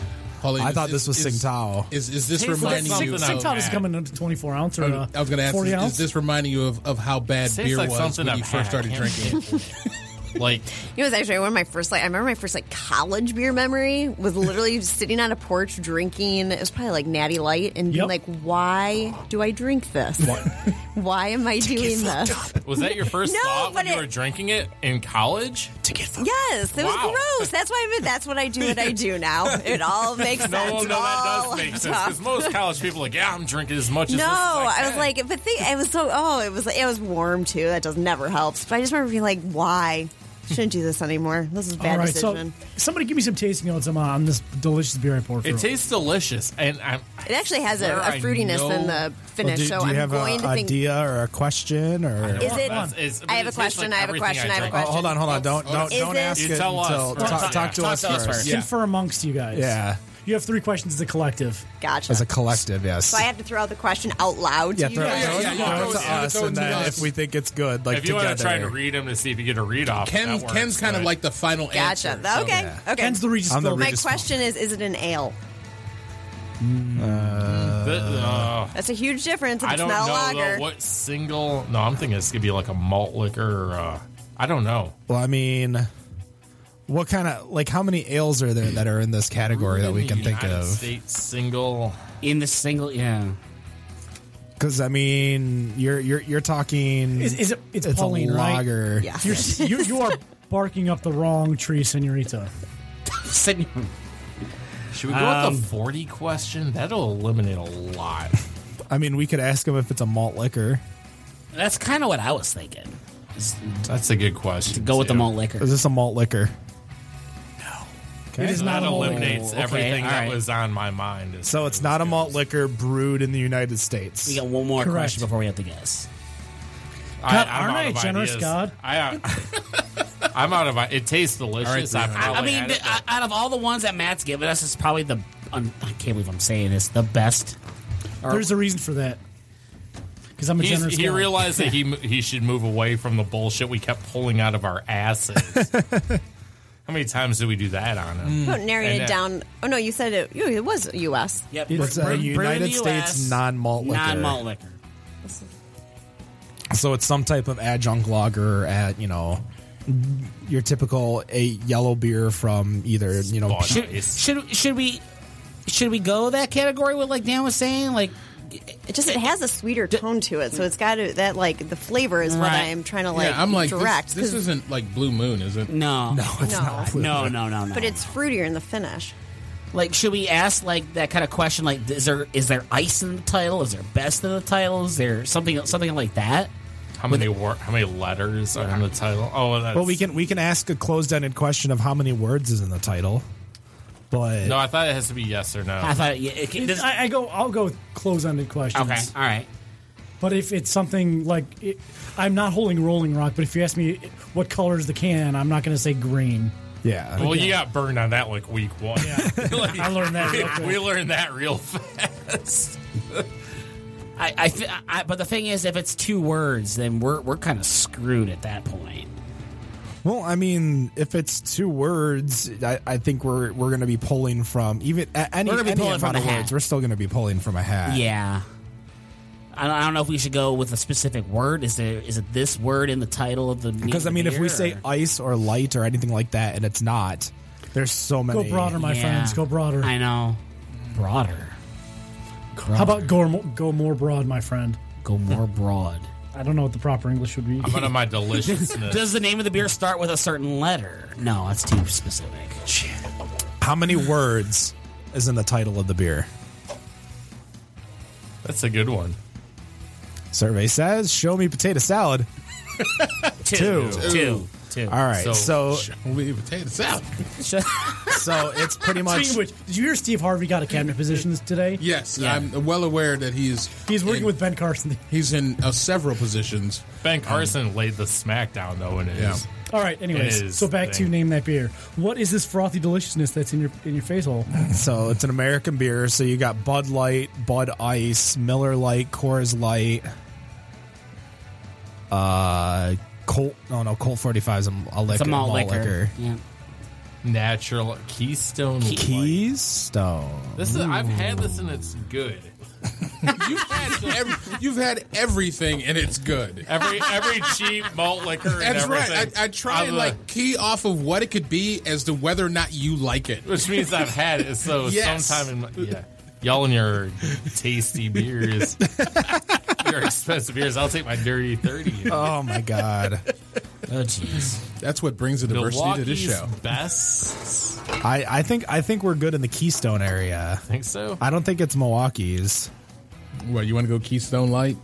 [SPEAKER 4] Pauline,
[SPEAKER 2] I
[SPEAKER 4] is-
[SPEAKER 2] thought
[SPEAKER 4] is-
[SPEAKER 2] this was
[SPEAKER 4] is-
[SPEAKER 2] Tsingtao.
[SPEAKER 4] Is is this
[SPEAKER 5] Tastes like
[SPEAKER 4] reminding
[SPEAKER 5] something
[SPEAKER 4] you?
[SPEAKER 5] I
[SPEAKER 4] of-
[SPEAKER 5] would
[SPEAKER 6] Sing Tao is
[SPEAKER 5] had.
[SPEAKER 6] coming into 24 ounce or
[SPEAKER 4] I
[SPEAKER 6] uh,
[SPEAKER 4] was- I was going to ask,
[SPEAKER 6] 40
[SPEAKER 4] is,
[SPEAKER 6] ounce.
[SPEAKER 4] is this reminding you of, of how bad
[SPEAKER 5] Tastes
[SPEAKER 4] beer
[SPEAKER 5] like
[SPEAKER 4] was
[SPEAKER 5] something
[SPEAKER 4] when
[SPEAKER 5] I've
[SPEAKER 4] you first
[SPEAKER 5] had.
[SPEAKER 4] started
[SPEAKER 5] I
[SPEAKER 4] drinking?
[SPEAKER 5] can't get it. like
[SPEAKER 7] it was actually one of my first. Like I remember my first like college beer memory was literally just sitting on a porch drinking. It was probably like Natty Light and
[SPEAKER 6] Yep.
[SPEAKER 7] being like, "Why do I drink this? Why am I doing this?"
[SPEAKER 5] was that your first
[SPEAKER 7] No,
[SPEAKER 5] thought when
[SPEAKER 7] but
[SPEAKER 5] you
[SPEAKER 7] it-
[SPEAKER 5] were drinking it in college?
[SPEAKER 7] Yes, it was
[SPEAKER 5] Wow.
[SPEAKER 7] gross. That's why I'm. That's what I do. What I do now. It all makes
[SPEAKER 5] No,
[SPEAKER 7] sense.
[SPEAKER 5] no,
[SPEAKER 7] It
[SPEAKER 5] that
[SPEAKER 7] all
[SPEAKER 5] does make sense
[SPEAKER 7] talks.
[SPEAKER 5] because most college people are like, yeah, I'm drinking as much as
[SPEAKER 7] No,
[SPEAKER 5] this as
[SPEAKER 7] I, was
[SPEAKER 5] can."
[SPEAKER 7] like, but think it was so. Oh, it was it was warm too. That does never helps. But I just remember being like, why shouldn't do this anymore? This is a bad
[SPEAKER 6] all right,
[SPEAKER 7] decision.
[SPEAKER 6] so somebody give me some tasting notes on, on this delicious beer I poured for.
[SPEAKER 5] it tastes delicious, and I'm,
[SPEAKER 7] it actually has a,
[SPEAKER 5] Swear
[SPEAKER 7] a
[SPEAKER 5] I
[SPEAKER 7] fruitiness
[SPEAKER 5] know-
[SPEAKER 7] in the
[SPEAKER 2] Well,
[SPEAKER 7] finish.
[SPEAKER 2] do,
[SPEAKER 7] so
[SPEAKER 2] do you
[SPEAKER 7] I'm
[SPEAKER 2] have an
[SPEAKER 7] going to think.
[SPEAKER 2] idea or a question or?
[SPEAKER 7] Is it?
[SPEAKER 5] It's- it's-
[SPEAKER 7] I have
[SPEAKER 5] it tastes
[SPEAKER 7] a question.
[SPEAKER 5] like
[SPEAKER 7] I have a
[SPEAKER 5] everything
[SPEAKER 7] question.
[SPEAKER 5] I
[SPEAKER 7] I have
[SPEAKER 2] Oh,
[SPEAKER 5] drank.
[SPEAKER 7] a question.
[SPEAKER 2] hold on, hold on! Don't don't,
[SPEAKER 7] Is
[SPEAKER 2] don't
[SPEAKER 7] it-
[SPEAKER 2] ask
[SPEAKER 5] You
[SPEAKER 2] it
[SPEAKER 5] tell us
[SPEAKER 2] until
[SPEAKER 5] first.
[SPEAKER 2] talk, talk to
[SPEAKER 5] Talk
[SPEAKER 2] us
[SPEAKER 5] to us
[SPEAKER 2] first.
[SPEAKER 5] first.
[SPEAKER 4] Yeah.
[SPEAKER 6] Confer amongst you guys.
[SPEAKER 2] Yeah.
[SPEAKER 6] You have three questions as a collective.
[SPEAKER 7] Gotcha.
[SPEAKER 2] As a collective, yes.
[SPEAKER 7] so I have to throw out the question out loud.
[SPEAKER 2] yeah,
[SPEAKER 7] to
[SPEAKER 2] throw,
[SPEAKER 7] you guys?
[SPEAKER 4] yeah,
[SPEAKER 2] throw it-
[SPEAKER 4] yeah,
[SPEAKER 2] throw
[SPEAKER 4] yeah.
[SPEAKER 2] it to
[SPEAKER 4] Yeah,
[SPEAKER 2] us,
[SPEAKER 4] throw it
[SPEAKER 2] and
[SPEAKER 4] to
[SPEAKER 2] then
[SPEAKER 4] us.
[SPEAKER 2] if we think it's good, like
[SPEAKER 5] if you
[SPEAKER 2] together.
[SPEAKER 5] want to try to read them to see if you get a read off,
[SPEAKER 4] Ken,
[SPEAKER 5] that works,
[SPEAKER 4] Ken's kind of
[SPEAKER 5] but-
[SPEAKER 4] like the final
[SPEAKER 7] Gotcha.
[SPEAKER 4] answer. so-
[SPEAKER 7] okay. Okay.
[SPEAKER 6] Ken's the Regis
[SPEAKER 2] I'm the
[SPEAKER 6] Philbin.
[SPEAKER 7] My
[SPEAKER 2] Regis
[SPEAKER 7] question is: Is it an ale?
[SPEAKER 5] The- uh,
[SPEAKER 7] That's a huge difference. If
[SPEAKER 5] I
[SPEAKER 7] it's
[SPEAKER 5] don't
[SPEAKER 7] not a
[SPEAKER 5] know
[SPEAKER 7] lager.
[SPEAKER 5] though, what single. No, I'm thinking it's gonna be like a malt liquor. Or, uh, I don't know.
[SPEAKER 2] Well, I mean, what kind of like how many ales are there that are in this category that we
[SPEAKER 5] In
[SPEAKER 2] can
[SPEAKER 5] the
[SPEAKER 2] think
[SPEAKER 5] United
[SPEAKER 2] of?
[SPEAKER 5] States single.
[SPEAKER 3] in the single, yeah.
[SPEAKER 2] Because I mean, you're you're you're talking
[SPEAKER 6] Is, is it? It's,
[SPEAKER 2] it's
[SPEAKER 6] Pauline,
[SPEAKER 2] a
[SPEAKER 6] right?
[SPEAKER 2] lager.
[SPEAKER 7] yeah.
[SPEAKER 6] You're, you, you are barking up the wrong tree, Senorita.
[SPEAKER 3] Sen-
[SPEAKER 5] Should we go with the 40 question? Um, That'll eliminate a lot.
[SPEAKER 2] I mean, we could ask him if it's a malt liquor.
[SPEAKER 3] That's kind of what I was thinking. Is
[SPEAKER 5] That's a good question.
[SPEAKER 3] Go with the
[SPEAKER 5] too.
[SPEAKER 3] malt liquor.
[SPEAKER 2] Is this a malt liquor?
[SPEAKER 6] It is
[SPEAKER 5] So
[SPEAKER 6] not
[SPEAKER 5] that
[SPEAKER 6] a malt liquor.
[SPEAKER 5] eliminates
[SPEAKER 3] okay,
[SPEAKER 5] everything
[SPEAKER 3] all
[SPEAKER 5] that
[SPEAKER 3] right.
[SPEAKER 5] was on my mind. as
[SPEAKER 2] So
[SPEAKER 5] far
[SPEAKER 2] it's
[SPEAKER 5] as
[SPEAKER 2] not a
[SPEAKER 5] goes.
[SPEAKER 2] malt liquor brewed in the United States.
[SPEAKER 3] We got one more
[SPEAKER 6] Correct.
[SPEAKER 3] question before we have to guess.
[SPEAKER 5] I,
[SPEAKER 6] God,
[SPEAKER 5] I'm
[SPEAKER 6] aren't
[SPEAKER 5] out
[SPEAKER 6] I a
[SPEAKER 5] of
[SPEAKER 6] generous
[SPEAKER 5] ideas.
[SPEAKER 6] God?
[SPEAKER 5] I, uh, I'm out of it. It tastes delicious.
[SPEAKER 4] All right,
[SPEAKER 5] I,
[SPEAKER 4] Brianna.
[SPEAKER 5] probably
[SPEAKER 3] I mean,
[SPEAKER 5] had it,
[SPEAKER 3] I- out of all the ones that Matt's given us, it's probably the. I'm, I can't believe I'm saying this. The best.
[SPEAKER 6] There's a reason for that. Because I'm a
[SPEAKER 5] but he's-
[SPEAKER 6] generous
[SPEAKER 5] he
[SPEAKER 6] guy.
[SPEAKER 5] realized that he mo- he should move away from the bullshit we kept pulling out of our asses. How many times did we do that on him?
[SPEAKER 6] Mm.
[SPEAKER 7] About narrowing
[SPEAKER 5] And,
[SPEAKER 7] it
[SPEAKER 5] uh,
[SPEAKER 7] down. Oh no, you said it. you- It was U.S.
[SPEAKER 3] Yep.
[SPEAKER 2] It's a United States non-malt liquor.
[SPEAKER 3] Non malt liquor.
[SPEAKER 2] So it's some type of adjunct lager at you know your typical a yellow beer from either you know.
[SPEAKER 5] Spawn.
[SPEAKER 3] Should,
[SPEAKER 5] Nice.
[SPEAKER 3] should should we should we go that category? What like Dan was saying, like
[SPEAKER 7] It just it has a sweeter tone to it, so it's got to, that like the flavor is what
[SPEAKER 3] Right.
[SPEAKER 7] I'm trying to like
[SPEAKER 4] yeah, I'm like,
[SPEAKER 7] direct.
[SPEAKER 4] this, this
[SPEAKER 7] 'cause-
[SPEAKER 4] isn't like Blue Moon, is it?
[SPEAKER 3] no, no,
[SPEAKER 2] It's
[SPEAKER 7] No.
[SPEAKER 2] not blue.
[SPEAKER 3] no, no, no,
[SPEAKER 7] but it's fruitier in the finish.
[SPEAKER 3] like should we ask like that kind of question? Like is there is there ice in the title? Is there best in the title? Is there something something like that?
[SPEAKER 5] How many wor- How many letters are in the title? Oh, that's,
[SPEAKER 2] Well, we can we can ask a closed-ended question of how many words is in the title, but
[SPEAKER 5] No, I thought it has to be yes or no.
[SPEAKER 3] I thought yeah, it, it, this,
[SPEAKER 6] I, I go. I'll go with close-ended questions.
[SPEAKER 3] okay, all right.
[SPEAKER 6] But if it's something like, it, I'm not holding Rolling Rock. But if you ask me what color is the can, I'm not going to say green.
[SPEAKER 2] yeah,
[SPEAKER 5] Well, you got burned on that like week one. Like,
[SPEAKER 6] I learned that real quick.
[SPEAKER 5] we learned that real fast.
[SPEAKER 3] I, I, thi- I but the thing is, if it's two words, then we're we're kind of screwed at that point.
[SPEAKER 2] Well, I mean, if it's two words, I, I think we're we're going to be pulling from even a- any,
[SPEAKER 3] We're gonna be
[SPEAKER 2] any
[SPEAKER 3] pulling
[SPEAKER 2] amount
[SPEAKER 3] from
[SPEAKER 2] of
[SPEAKER 3] a hat.
[SPEAKER 2] words. We're still going to be pulling from a hat.
[SPEAKER 3] Yeah. I don't, I don't know if we should go with a specific word. Is there is it this word in the title of the?
[SPEAKER 2] Because I mean, if we say "Oh, ice or light or anything like that, and it's not, there's so
[SPEAKER 6] Go
[SPEAKER 2] many.
[SPEAKER 6] broader, my
[SPEAKER 3] Yeah.
[SPEAKER 6] friends. Go broader.
[SPEAKER 3] I know. Broader.
[SPEAKER 6] How about go mo- go more broad, my friend?
[SPEAKER 3] Go more broad.
[SPEAKER 6] I don't know what the proper English would be.
[SPEAKER 5] One of my deliciousness.
[SPEAKER 3] Does the name of the beer start with a certain letter? No, that's too specific.
[SPEAKER 2] How many words is in the title of the beer?
[SPEAKER 5] That's a good one.
[SPEAKER 2] Survey says, "Show me potato salad."
[SPEAKER 3] Two. Two. Two.
[SPEAKER 2] All right,
[SPEAKER 5] So-
[SPEAKER 2] so
[SPEAKER 4] We potato salad.
[SPEAKER 2] so it's pretty much
[SPEAKER 6] Speaking of which, did you hear Steve Harvey got a cabinet position today?
[SPEAKER 4] Yes,
[SPEAKER 3] Yeah.
[SPEAKER 4] I'm well aware that he's
[SPEAKER 6] He's working
[SPEAKER 4] in-
[SPEAKER 6] with Ben Carson.
[SPEAKER 4] he's in uh, several positions.
[SPEAKER 6] Um,
[SPEAKER 5] Ben Carson laid the smack down though in his.
[SPEAKER 4] Yeah.
[SPEAKER 6] All right. Anyways,
[SPEAKER 5] is
[SPEAKER 6] so back to
[SPEAKER 5] thing.
[SPEAKER 6] name that beer. What is this frothy deliciousness that's in your in your face hole?
[SPEAKER 2] So it's an American beer. So you got Bud Light, Bud Ice, Miller Light, Coors Light. Uh, Colt. No, no, Colt Forty Five is a, a liquor.
[SPEAKER 3] It's a malt, liquor.
[SPEAKER 2] liquor.
[SPEAKER 3] Yeah.
[SPEAKER 5] Natural Keystone Light.
[SPEAKER 2] Keystone.
[SPEAKER 5] This is, I've had this and it's good.
[SPEAKER 4] You've had ev- you've had everything, and it's good.
[SPEAKER 5] Every every cheap malt liquor. And
[SPEAKER 4] That's
[SPEAKER 5] everything.
[SPEAKER 4] right. I, I try
[SPEAKER 5] I'm
[SPEAKER 4] and
[SPEAKER 5] a-
[SPEAKER 4] like key off of what it could be as to whether or not you like it.
[SPEAKER 5] which means I've had it. So
[SPEAKER 4] Yes.
[SPEAKER 5] sometime in my, yeah, y'all and your tasty beers, your expensive beers. I'll take my dirty thirty.
[SPEAKER 2] Oh my God!
[SPEAKER 3] Oh jeez.
[SPEAKER 4] That's what brings the diversity to this
[SPEAKER 5] Milwaukee's
[SPEAKER 4] show.
[SPEAKER 5] best.
[SPEAKER 2] I, I think I think we're good in the Keystone area.
[SPEAKER 5] Think so?
[SPEAKER 2] I don't think it's Milwaukee's.
[SPEAKER 4] Well, you want to go Keystone Light?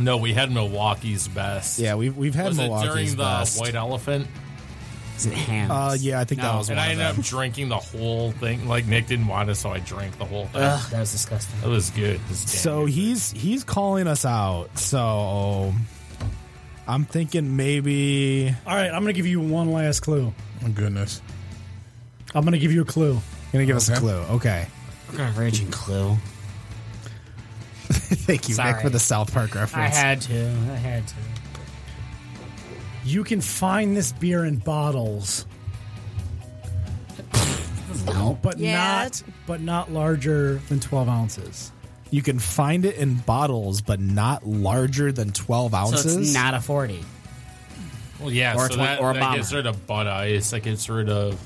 [SPEAKER 5] No, we had Milwaukee's best.
[SPEAKER 2] Yeah, we've we've had
[SPEAKER 5] was it
[SPEAKER 2] Milwaukee's
[SPEAKER 5] during the
[SPEAKER 2] best.
[SPEAKER 5] White Elephant?
[SPEAKER 3] Is it ham?
[SPEAKER 2] uh, yeah, I think that
[SPEAKER 3] No,
[SPEAKER 2] was
[SPEAKER 5] And
[SPEAKER 2] one of
[SPEAKER 5] I ended up
[SPEAKER 2] them.
[SPEAKER 5] drinking the whole thing. Like Nick didn't want it, so I drank the whole thing.
[SPEAKER 3] Ugh, that was disgusting.
[SPEAKER 5] That was good. It was damn
[SPEAKER 2] So
[SPEAKER 5] good.
[SPEAKER 2] he's he's calling us out. So I'm thinking maybe
[SPEAKER 6] All right, I'm going to give you one last clue.
[SPEAKER 4] Oh goodness.
[SPEAKER 6] I'm going to give you a clue.
[SPEAKER 2] gonna give us a
[SPEAKER 4] Okay.
[SPEAKER 2] clue. Okay.
[SPEAKER 3] We're gonna raging clue.
[SPEAKER 2] Thank you, Nick,
[SPEAKER 3] Sorry.
[SPEAKER 2] for the South Park
[SPEAKER 3] I
[SPEAKER 2] reference.
[SPEAKER 3] had to. I had to.
[SPEAKER 6] You can find this beer in bottles,
[SPEAKER 3] No.
[SPEAKER 6] but
[SPEAKER 7] Yeah.
[SPEAKER 6] not but not larger than 12 ounces.
[SPEAKER 2] you can find it in bottles, but not larger than 12
[SPEAKER 3] So
[SPEAKER 2] ounces.
[SPEAKER 3] it's not a forty.
[SPEAKER 5] well, yeah.
[SPEAKER 3] or
[SPEAKER 5] so
[SPEAKER 3] tw-
[SPEAKER 5] that,
[SPEAKER 3] or a
[SPEAKER 5] that
[SPEAKER 3] bomber.
[SPEAKER 5] gets rid of Bud Ice. That gets rid of.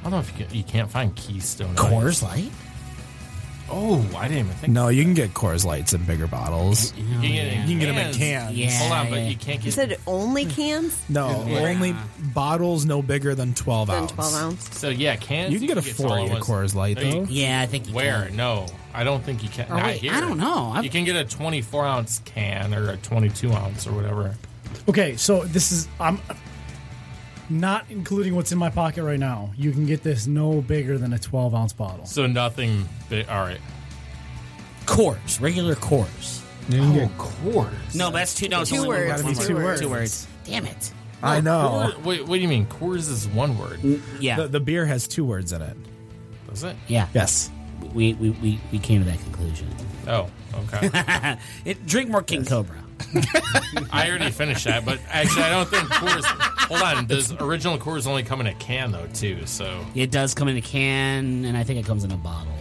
[SPEAKER 5] I don't know if you can, you can't find Keystone. Ice.
[SPEAKER 3] Coors Light.
[SPEAKER 5] Oh, I didn't even think.
[SPEAKER 2] No, you can get Coors Lights in bigger bottles.
[SPEAKER 5] You can get, it
[SPEAKER 2] You can get 'em in cans.
[SPEAKER 3] Yeah,
[SPEAKER 5] Hold on, but
[SPEAKER 3] yeah.
[SPEAKER 5] you can't
[SPEAKER 7] You
[SPEAKER 5] get.
[SPEAKER 7] said only cans
[SPEAKER 2] No, only bottles no bigger than 12
[SPEAKER 7] than
[SPEAKER 2] ounces.
[SPEAKER 7] 12 ounce.
[SPEAKER 5] so yeah, cans.
[SPEAKER 2] You can get a
[SPEAKER 5] taller
[SPEAKER 2] 40 at
[SPEAKER 5] ones.
[SPEAKER 2] Coors Light,
[SPEAKER 5] No, you-
[SPEAKER 2] though.
[SPEAKER 3] Yeah, I think you
[SPEAKER 5] Where?
[SPEAKER 3] Can.
[SPEAKER 5] No, I don't think you can.
[SPEAKER 3] Or
[SPEAKER 5] not
[SPEAKER 3] wait,
[SPEAKER 5] here.
[SPEAKER 3] I don't know. I've-
[SPEAKER 5] You can get a 24 ounce can or a 22 ounce or whatever.
[SPEAKER 6] Okay, so this is I'm not including what's in my pocket right now. You can get this no bigger than a 12 ounce bottle.
[SPEAKER 5] So nothing. Big, all right.
[SPEAKER 3] Coors, regular Coors.
[SPEAKER 2] You can get
[SPEAKER 5] Coors.
[SPEAKER 3] No, but that's Oh, two. No, it's
[SPEAKER 7] Two
[SPEAKER 3] only
[SPEAKER 7] words,
[SPEAKER 3] One word.
[SPEAKER 7] two words.
[SPEAKER 3] Two words. Damn it.
[SPEAKER 2] I know.
[SPEAKER 5] Coors- wait, what do you mean? Coors is one
[SPEAKER 2] Mm.
[SPEAKER 5] word.
[SPEAKER 3] Yeah,
[SPEAKER 2] The, the beer has two words in it.
[SPEAKER 5] Is it?
[SPEAKER 3] yeah.
[SPEAKER 2] Yes.
[SPEAKER 3] We, we, we, we came to that conclusion.
[SPEAKER 5] Oh, okay.
[SPEAKER 3] It, drink more King Cobra.
[SPEAKER 5] I already finished that, but actually, I don't think Coors. Hold on, does original Coors only come in a can though too? So
[SPEAKER 3] It does come in a can, and I think it comes in a bottle.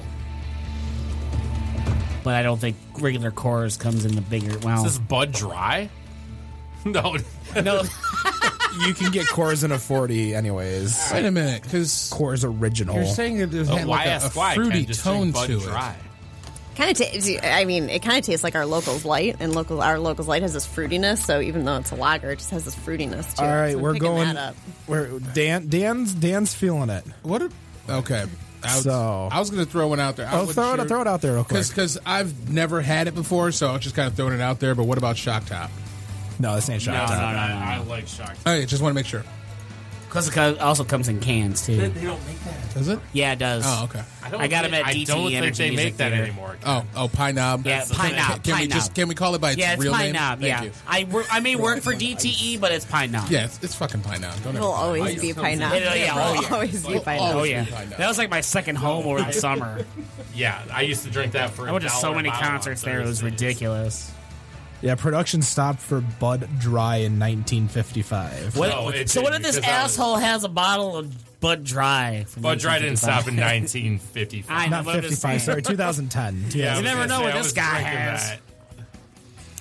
[SPEAKER 3] But I don't think regular Coors comes in the bigger. Well,
[SPEAKER 5] is this Bud Dry? No,
[SPEAKER 3] no,
[SPEAKER 2] You can get Coors in a 40 anyways.
[SPEAKER 4] Wait a minute, because
[SPEAKER 2] Coors original.
[SPEAKER 4] you're saying that there's
[SPEAKER 5] why
[SPEAKER 4] like a,
[SPEAKER 5] ask why?
[SPEAKER 4] a fruity
[SPEAKER 5] Ken? Just drink
[SPEAKER 4] tone
[SPEAKER 5] Bud
[SPEAKER 4] to
[SPEAKER 5] Dry.
[SPEAKER 7] Kind of, ta- I mean, it kind of tastes like our locals light, and local our locals light has this fruitiness. So even though it's a lager, it just has this fruitiness. Too.
[SPEAKER 2] All right,
[SPEAKER 7] So I'm
[SPEAKER 2] we're
[SPEAKER 7] picking
[SPEAKER 2] going.
[SPEAKER 7] That up.
[SPEAKER 2] We're Dan. Dan's Dan's feeling it.
[SPEAKER 4] it. What? A, okay. I was,
[SPEAKER 2] So-
[SPEAKER 4] I was going to throw one out there.
[SPEAKER 2] Oh, throw it, throw it out there real quick.
[SPEAKER 4] Because I've never had it before, so I'm just kind of throwing it out there. But what about Shock Top?
[SPEAKER 2] No, this ain't shot.
[SPEAKER 5] no, no, I like shock.
[SPEAKER 4] I just want to make sure.
[SPEAKER 3] because it co- also comes in cans too.
[SPEAKER 5] don't make that.
[SPEAKER 4] Does it?
[SPEAKER 3] Yeah, it does.
[SPEAKER 4] Oh, okay.
[SPEAKER 3] I, got him at
[SPEAKER 5] I
[SPEAKER 3] DTE
[SPEAKER 5] don't think
[SPEAKER 3] E Energy
[SPEAKER 5] they
[SPEAKER 3] Music
[SPEAKER 5] make that
[SPEAKER 3] Theater.
[SPEAKER 5] anymore.
[SPEAKER 4] Oh, oh, Pine Knob.
[SPEAKER 3] Yeah,
[SPEAKER 4] That's the
[SPEAKER 3] Pine
[SPEAKER 4] thing.
[SPEAKER 3] Knob,
[SPEAKER 4] Can we
[SPEAKER 3] Pine
[SPEAKER 4] just
[SPEAKER 3] Knob.
[SPEAKER 4] can we call it by its
[SPEAKER 3] Yeah, it's
[SPEAKER 4] real
[SPEAKER 3] Pine
[SPEAKER 4] name?
[SPEAKER 3] Knob.
[SPEAKER 4] Thank
[SPEAKER 3] yeah,
[SPEAKER 4] you.
[SPEAKER 3] I wor- I may work for DTE, but it's Pine Knob.
[SPEAKER 4] Yeah, it's, it's fucking Pine Knob. Don't ever-
[SPEAKER 7] It'll always be pine
[SPEAKER 3] It'll- yeah, oh, yeah.
[SPEAKER 7] Always be pine
[SPEAKER 4] always
[SPEAKER 3] Oh
[SPEAKER 4] be
[SPEAKER 3] yeah,
[SPEAKER 4] Pine Knob.
[SPEAKER 3] that was like my second home over the summer.
[SPEAKER 5] Yeah, I used to drink that for.
[SPEAKER 3] I went to so many concerts there; it was ridiculous.
[SPEAKER 2] Yeah, production stopped for Bud Dry in 1955.
[SPEAKER 3] What,
[SPEAKER 5] No, it
[SPEAKER 3] so what if
[SPEAKER 5] didn't,
[SPEAKER 3] this
[SPEAKER 5] because I was-
[SPEAKER 3] asshole has a bottle of Bud Dry? from
[SPEAKER 5] Bud Dry
[SPEAKER 3] 1955?
[SPEAKER 5] didn't stop in 1955.
[SPEAKER 3] I know,
[SPEAKER 2] Not
[SPEAKER 3] but I'm just
[SPEAKER 2] 55,
[SPEAKER 3] saying.
[SPEAKER 2] sorry, 2010.
[SPEAKER 5] Yeah, I
[SPEAKER 3] You
[SPEAKER 5] was
[SPEAKER 3] never
[SPEAKER 5] gonna
[SPEAKER 3] know
[SPEAKER 5] say,
[SPEAKER 3] what
[SPEAKER 5] I
[SPEAKER 3] this
[SPEAKER 5] was
[SPEAKER 3] guy
[SPEAKER 5] drinking
[SPEAKER 3] has.
[SPEAKER 5] that.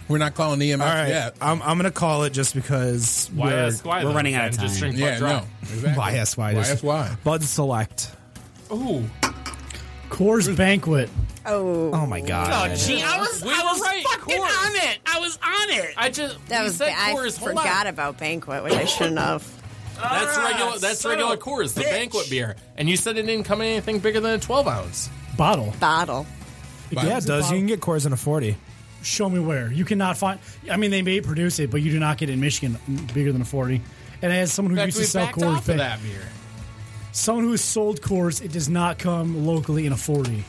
[SPEAKER 4] We're not calling EMF
[SPEAKER 2] All right,
[SPEAKER 4] yet.
[SPEAKER 2] I'm, I'm gonna call it just because
[SPEAKER 5] Why
[SPEAKER 2] we're
[SPEAKER 5] ask why?
[SPEAKER 3] we're
[SPEAKER 5] though,
[SPEAKER 3] running out of
[SPEAKER 5] Ken? Just
[SPEAKER 3] time.
[SPEAKER 5] drink Bud
[SPEAKER 4] Yeah,
[SPEAKER 5] Dry.
[SPEAKER 4] no. Exactly.
[SPEAKER 2] Why ask why?
[SPEAKER 4] Why
[SPEAKER 2] Just-
[SPEAKER 4] ask why?
[SPEAKER 2] Bud Select.
[SPEAKER 5] Ooh,
[SPEAKER 6] Coors Banquet.
[SPEAKER 7] Oh,
[SPEAKER 2] Oh my god.
[SPEAKER 3] Oh, gee, I was,
[SPEAKER 5] We
[SPEAKER 3] I
[SPEAKER 5] were
[SPEAKER 3] was
[SPEAKER 5] right,
[SPEAKER 3] fucking
[SPEAKER 5] Coors.
[SPEAKER 3] on it. I was on it.
[SPEAKER 5] I just
[SPEAKER 7] that
[SPEAKER 5] you
[SPEAKER 7] was.
[SPEAKER 5] said
[SPEAKER 7] I
[SPEAKER 5] Coors. Hold on.
[SPEAKER 7] forgot about banquet, which I shouldn't have.
[SPEAKER 5] That's
[SPEAKER 3] Ah,
[SPEAKER 5] regular. That's
[SPEAKER 3] son
[SPEAKER 5] regular
[SPEAKER 3] of a
[SPEAKER 5] Coors, the
[SPEAKER 3] bitch.
[SPEAKER 5] banquet beer. And you said it didn't come in anything bigger than a twelve ounce.
[SPEAKER 6] Bottle.
[SPEAKER 7] Bottle.
[SPEAKER 2] yeah, it does. You can get Coors in a 40.
[SPEAKER 6] Show me where. You cannot find. I mean, they may produce it, but you do not get it in Michigan mm, bigger than a 40. And as someone who
[SPEAKER 5] In fact,
[SPEAKER 6] used
[SPEAKER 5] we
[SPEAKER 6] to sell
[SPEAKER 5] backed
[SPEAKER 6] Coors
[SPEAKER 5] off of
[SPEAKER 6] Banquet,
[SPEAKER 5] that beer.
[SPEAKER 6] someone who has sold Coors, it does not come locally in a 40.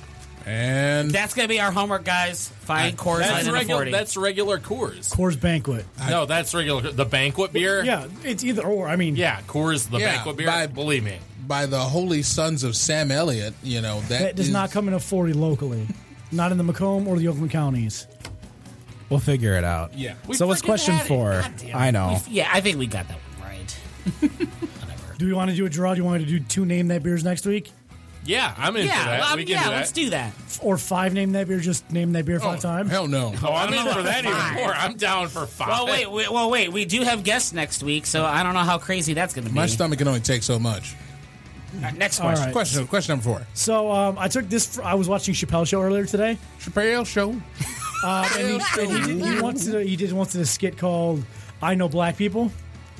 [SPEAKER 4] And
[SPEAKER 3] that's gonna be our homework, guys. Find Coors Light
[SPEAKER 5] That's
[SPEAKER 3] in a
[SPEAKER 5] regular.
[SPEAKER 3] forty.
[SPEAKER 5] That's regular Coors.
[SPEAKER 6] Coors Banquet.
[SPEAKER 5] No, that's regular. The banquet beer.
[SPEAKER 6] Yeah, it's either or. I mean,
[SPEAKER 5] yeah. Coors, the
[SPEAKER 4] Yeah,
[SPEAKER 5] banquet beer.
[SPEAKER 4] by-
[SPEAKER 5] Believe me.
[SPEAKER 4] by the holy sons of Sam Elliott, you know that,
[SPEAKER 6] that does
[SPEAKER 4] is-
[SPEAKER 6] not come in a 40 locally. not in the Macomb or the Oakland counties.
[SPEAKER 2] We'll figure it out.
[SPEAKER 4] Yeah.
[SPEAKER 5] We
[SPEAKER 2] so what's
[SPEAKER 5] freaking
[SPEAKER 2] question
[SPEAKER 5] had it.
[SPEAKER 2] four?
[SPEAKER 5] God damn it.
[SPEAKER 2] I know.
[SPEAKER 3] yeah, I think we got that one right.
[SPEAKER 6] Do we want to do a draw? Do you want to do two name that beers next week?
[SPEAKER 5] Yeah, I'm into
[SPEAKER 3] yeah,
[SPEAKER 5] that.
[SPEAKER 3] well,
[SPEAKER 5] we can
[SPEAKER 3] yeah.
[SPEAKER 5] do that.
[SPEAKER 3] Let's do that.
[SPEAKER 6] Or five name that beer? Just name that beer
[SPEAKER 4] Oh,
[SPEAKER 6] five times?
[SPEAKER 4] Hell no.
[SPEAKER 5] Oh, I'm
[SPEAKER 3] don't
[SPEAKER 5] in
[SPEAKER 3] know
[SPEAKER 5] for
[SPEAKER 3] about
[SPEAKER 5] that
[SPEAKER 3] five.
[SPEAKER 5] even more. I'm down for five.
[SPEAKER 3] Well, Oh, wait. We, well, wait. We do have guests next week, so I don't know how crazy that's gonna be.
[SPEAKER 4] My stomach can only take so much.
[SPEAKER 3] Next
[SPEAKER 6] All
[SPEAKER 3] question.
[SPEAKER 6] right.
[SPEAKER 4] Question question number four.
[SPEAKER 6] So um, I took this. fr- I was watching Chappelle show earlier today,
[SPEAKER 4] Chappelle show.
[SPEAKER 6] um, and he, and he, did, he once did a, he did once did a skit called "I Know Black People."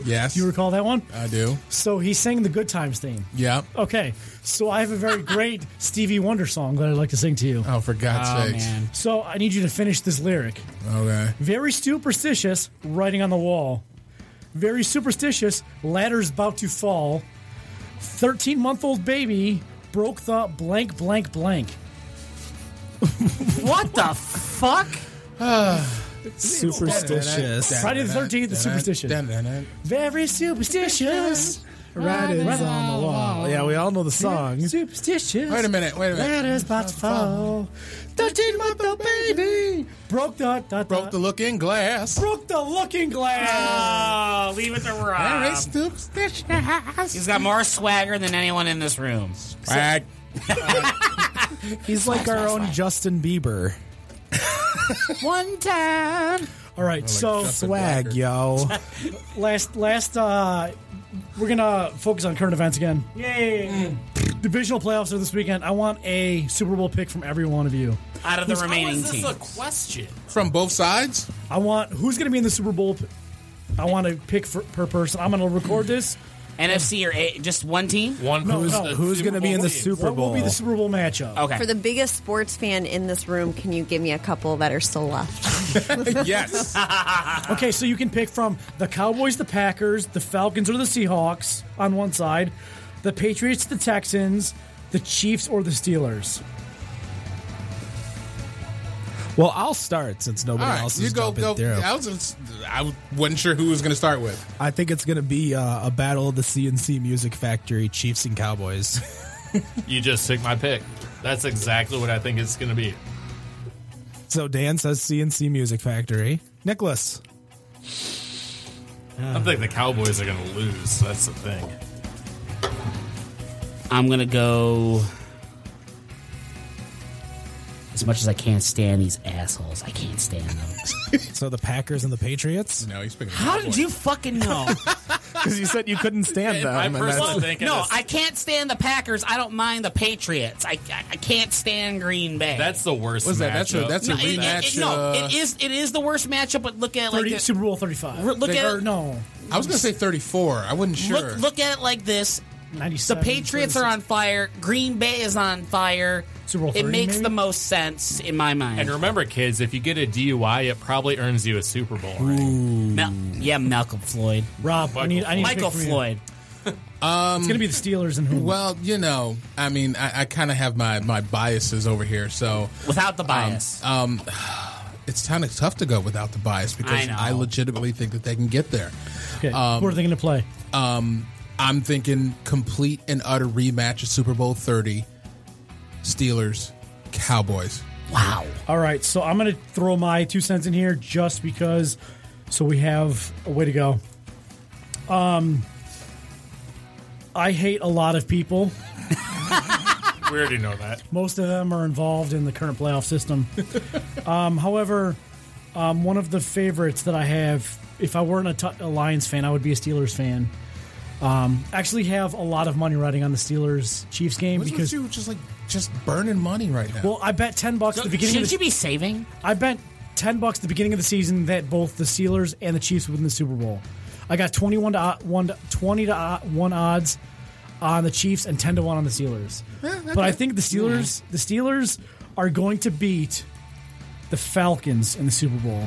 [SPEAKER 4] Yes.
[SPEAKER 6] You recall that one?
[SPEAKER 4] I do.
[SPEAKER 6] So he sang the Good Times theme.
[SPEAKER 4] Yeah.
[SPEAKER 6] Okay, so I have a very great Stevie Wonder song that I'd like to sing to you.
[SPEAKER 4] Oh, for God's
[SPEAKER 3] Oh
[SPEAKER 4] sakes.
[SPEAKER 3] man.
[SPEAKER 6] So I need you to finish this lyric.
[SPEAKER 4] Okay.
[SPEAKER 6] Very superstitious, writing on the wall. Very superstitious, ladder's about to fall. 13 month old baby broke the blank, blank, blank.
[SPEAKER 3] What the fuck?
[SPEAKER 2] Superstitious.
[SPEAKER 6] Friday the 13th is superstitious. Very superstitious,
[SPEAKER 2] Writings on the wall. Yeah, we all know the song.
[SPEAKER 6] superstitious.
[SPEAKER 4] Wait a minute. Wait a minute.
[SPEAKER 6] Ladder's about to fall. 13 month old baby broke the, da, da,
[SPEAKER 4] Broke the looking glass.
[SPEAKER 6] broke the looking glass.
[SPEAKER 3] Oh, leave it to
[SPEAKER 4] Very
[SPEAKER 3] Rob.
[SPEAKER 4] superstitious.
[SPEAKER 3] He's got more swagger than anyone in this room.
[SPEAKER 4] Right.
[SPEAKER 2] He's like our own Justin Bieber.
[SPEAKER 3] One time.
[SPEAKER 6] All right, so
[SPEAKER 2] Swag, yo.
[SPEAKER 6] last last uh we're gonna focus on current events again yay divisional playoffs are this weekend i want a super bowl pick from every one of you
[SPEAKER 3] Out of the
[SPEAKER 5] How
[SPEAKER 3] remaining
[SPEAKER 5] is this
[SPEAKER 3] teams.
[SPEAKER 5] a question?
[SPEAKER 4] From both sides?
[SPEAKER 6] i want who's gonna be in the super bowl p- i want a pick for, per person i'm gonna record this
[SPEAKER 3] NFC or a, just one team?
[SPEAKER 5] One
[SPEAKER 2] Who's,
[SPEAKER 6] no,
[SPEAKER 2] who's going to be in the Super
[SPEAKER 5] Super Bowl
[SPEAKER 6] what will
[SPEAKER 2] Bowl?
[SPEAKER 6] be the super bowl matchup
[SPEAKER 3] Okay.
[SPEAKER 7] For the biggest sports fan in this room, can you give me a couple that are still left?
[SPEAKER 4] Yes.
[SPEAKER 6] okay so you can pick from the cowboys the packers the falcons or the seahawks on one side the patriots the texans the chiefs or the steelers
[SPEAKER 2] Well, I'll start since
[SPEAKER 4] All
[SPEAKER 2] nobody
[SPEAKER 4] right,
[SPEAKER 2] else
[SPEAKER 4] you
[SPEAKER 2] has
[SPEAKER 4] go
[SPEAKER 2] been
[SPEAKER 4] go.
[SPEAKER 2] through.
[SPEAKER 4] I was just- I wasn't sure who was going to start with.
[SPEAKER 2] I think it's going to be uh, a battle of the CNC Music Factory Chiefs and Cowboys.
[SPEAKER 5] You just took my pick. That's exactly what I think it's going to be.
[SPEAKER 2] so Dan says CNC Music Factory. Nicholas.
[SPEAKER 5] I think the Cowboys are going to lose. That's the thing.
[SPEAKER 4] Uh,
[SPEAKER 3] I'm gonna go. As much as I can't stand these assholes, I can't stand them.
[SPEAKER 2] So the Packers and the Patriots.
[SPEAKER 4] No, he's picking.
[SPEAKER 3] How did you fucking know?
[SPEAKER 2] Because you said you couldn't stand them.
[SPEAKER 5] I personally think
[SPEAKER 3] no,
[SPEAKER 5] it's-
[SPEAKER 3] I can't stand the Packers. I don't mind the Patriots. I I, I can't stand Green Bay.
[SPEAKER 5] that's the worst.
[SPEAKER 4] What's that? That's a-
[SPEAKER 5] matchup.
[SPEAKER 4] that's a
[SPEAKER 3] no, it- it-
[SPEAKER 4] rematch,
[SPEAKER 3] it- no,
[SPEAKER 4] uh,
[SPEAKER 3] it is it is the worst matchup. But look at it like
[SPEAKER 6] 30,
[SPEAKER 3] this.
[SPEAKER 6] Super Bowl 35.
[SPEAKER 3] Re- look
[SPEAKER 4] They
[SPEAKER 3] at
[SPEAKER 4] are-
[SPEAKER 6] Or no,
[SPEAKER 4] I was going to say thirty-four. I wasn't sure.
[SPEAKER 3] look look at it like this. The
[SPEAKER 6] 97,
[SPEAKER 3] Patriots are on fire. Green Bay is on fire.
[SPEAKER 6] Super Bowl
[SPEAKER 3] it
[SPEAKER 6] 30,
[SPEAKER 3] makes
[SPEAKER 6] maybe?
[SPEAKER 3] the most sense in my mind.
[SPEAKER 5] And remember, kids, if you get a DUI, it probably earns you a Super Bowl. ring.
[SPEAKER 3] Mal- yeah, Malcolm Floyd,
[SPEAKER 6] Rob, I need, Hmm. I need a
[SPEAKER 3] Michael
[SPEAKER 6] pick for you.
[SPEAKER 3] Floyd.
[SPEAKER 6] It's going to be the Steelers and who?
[SPEAKER 4] Well, you know, I mean, I, I kind of have my my biases over here, so
[SPEAKER 3] without
[SPEAKER 6] Um,
[SPEAKER 3] the bias.
[SPEAKER 6] uh,
[SPEAKER 4] it's kind of tough to go without the bias because
[SPEAKER 3] I know.
[SPEAKER 4] I, legitimately think that they can get there.
[SPEAKER 6] okay. who are they going to play?
[SPEAKER 4] I'm thinking complete and utter rematch of Super Bowl thirty, Steelers, Cowboys.
[SPEAKER 3] wow.
[SPEAKER 6] All right, so I'm going to throw my two cents in here just because. So we have a way to go. Um, I hate a lot of people.
[SPEAKER 5] We already know that.
[SPEAKER 6] Most of them are involved in the current playoff system. um, however, um, one of the favorites that I have, if I weren't a Tu- a Lions fan, I would be a Steelers fan. Um, actually, have a lot of money riding on the Steelers Chiefs game
[SPEAKER 4] What's
[SPEAKER 6] because
[SPEAKER 4] with you just like just burning money right now?
[SPEAKER 6] well, I bet ten bucks at the beginning. of
[SPEAKER 3] Shouldn't
[SPEAKER 6] the,
[SPEAKER 3] you be saving?
[SPEAKER 6] I bet ten bucks at the beginning of the season that both the Steelers and the Chiefs would win the Super Bowl. I got twenty-one to o- one, to- twenty to o- one odds on the Chiefs and ten to one on the Steelers. But I think the Steelers, the Steelers are going to beat the Falcons in the Super Bowl.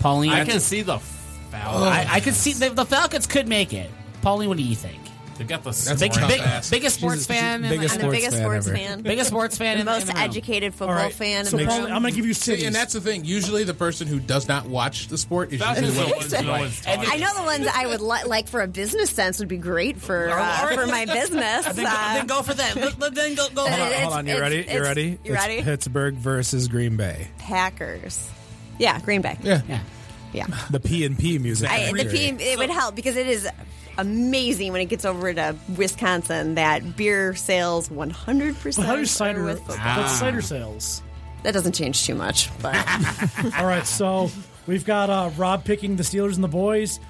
[SPEAKER 3] Pauline,
[SPEAKER 5] I can see the foul.
[SPEAKER 3] I, I can see the, the Falcons could make it. Pauline, what do you think?
[SPEAKER 5] They got the
[SPEAKER 4] That's
[SPEAKER 5] scoring
[SPEAKER 4] tough.
[SPEAKER 3] Big,
[SPEAKER 5] back.
[SPEAKER 4] ass.
[SPEAKER 3] biggest sports fan, in
[SPEAKER 2] biggest
[SPEAKER 3] the,
[SPEAKER 7] I'm
[SPEAKER 2] Sports
[SPEAKER 7] the biggest
[SPEAKER 2] fan
[SPEAKER 7] sports
[SPEAKER 2] ever.
[SPEAKER 7] fan,
[SPEAKER 3] biggest sports fan,
[SPEAKER 7] the
[SPEAKER 3] in in
[SPEAKER 7] most
[SPEAKER 3] the room.
[SPEAKER 7] educated football
[SPEAKER 6] All right,
[SPEAKER 7] fan.
[SPEAKER 6] so
[SPEAKER 7] in the
[SPEAKER 6] Pauline,
[SPEAKER 7] room.
[SPEAKER 6] I'm going to give you
[SPEAKER 4] See,
[SPEAKER 6] cities.
[SPEAKER 4] and that's the thing. Usually, the person who does not watch the sport is
[SPEAKER 5] That's
[SPEAKER 4] usually
[SPEAKER 5] the
[SPEAKER 4] the one
[SPEAKER 5] ones no one's talking
[SPEAKER 7] I know the ones I would li- like for a business sense would be great for uh, for my business.
[SPEAKER 3] Then, go,
[SPEAKER 7] Uh,
[SPEAKER 3] then go for that. Let- let- then go. go
[SPEAKER 7] Hold
[SPEAKER 3] for
[SPEAKER 7] on,
[SPEAKER 3] it.
[SPEAKER 2] Hold on, you
[SPEAKER 7] It's-
[SPEAKER 2] ready?
[SPEAKER 7] it's-
[SPEAKER 2] you ready?
[SPEAKER 7] you
[SPEAKER 2] It's
[SPEAKER 7] ready?
[SPEAKER 2] Pittsburgh versus Green Bay.
[SPEAKER 7] Packers. Yeah, Green Bay.
[SPEAKER 4] Yeah.
[SPEAKER 3] Yeah.
[SPEAKER 7] Yeah.
[SPEAKER 2] The P and P Music
[SPEAKER 7] I,
[SPEAKER 2] Factory.
[SPEAKER 7] the PM, it would help because it is amazing when it gets over to Wisconsin that beer sales 100%
[SPEAKER 6] But how does
[SPEAKER 7] are
[SPEAKER 6] cider?
[SPEAKER 7] with
[SPEAKER 6] That's
[SPEAKER 7] football.
[SPEAKER 6] cider sales.
[SPEAKER 7] That doesn't change too much, but
[SPEAKER 6] All right, so we've got uh, Rob picking the Steelers and the boys.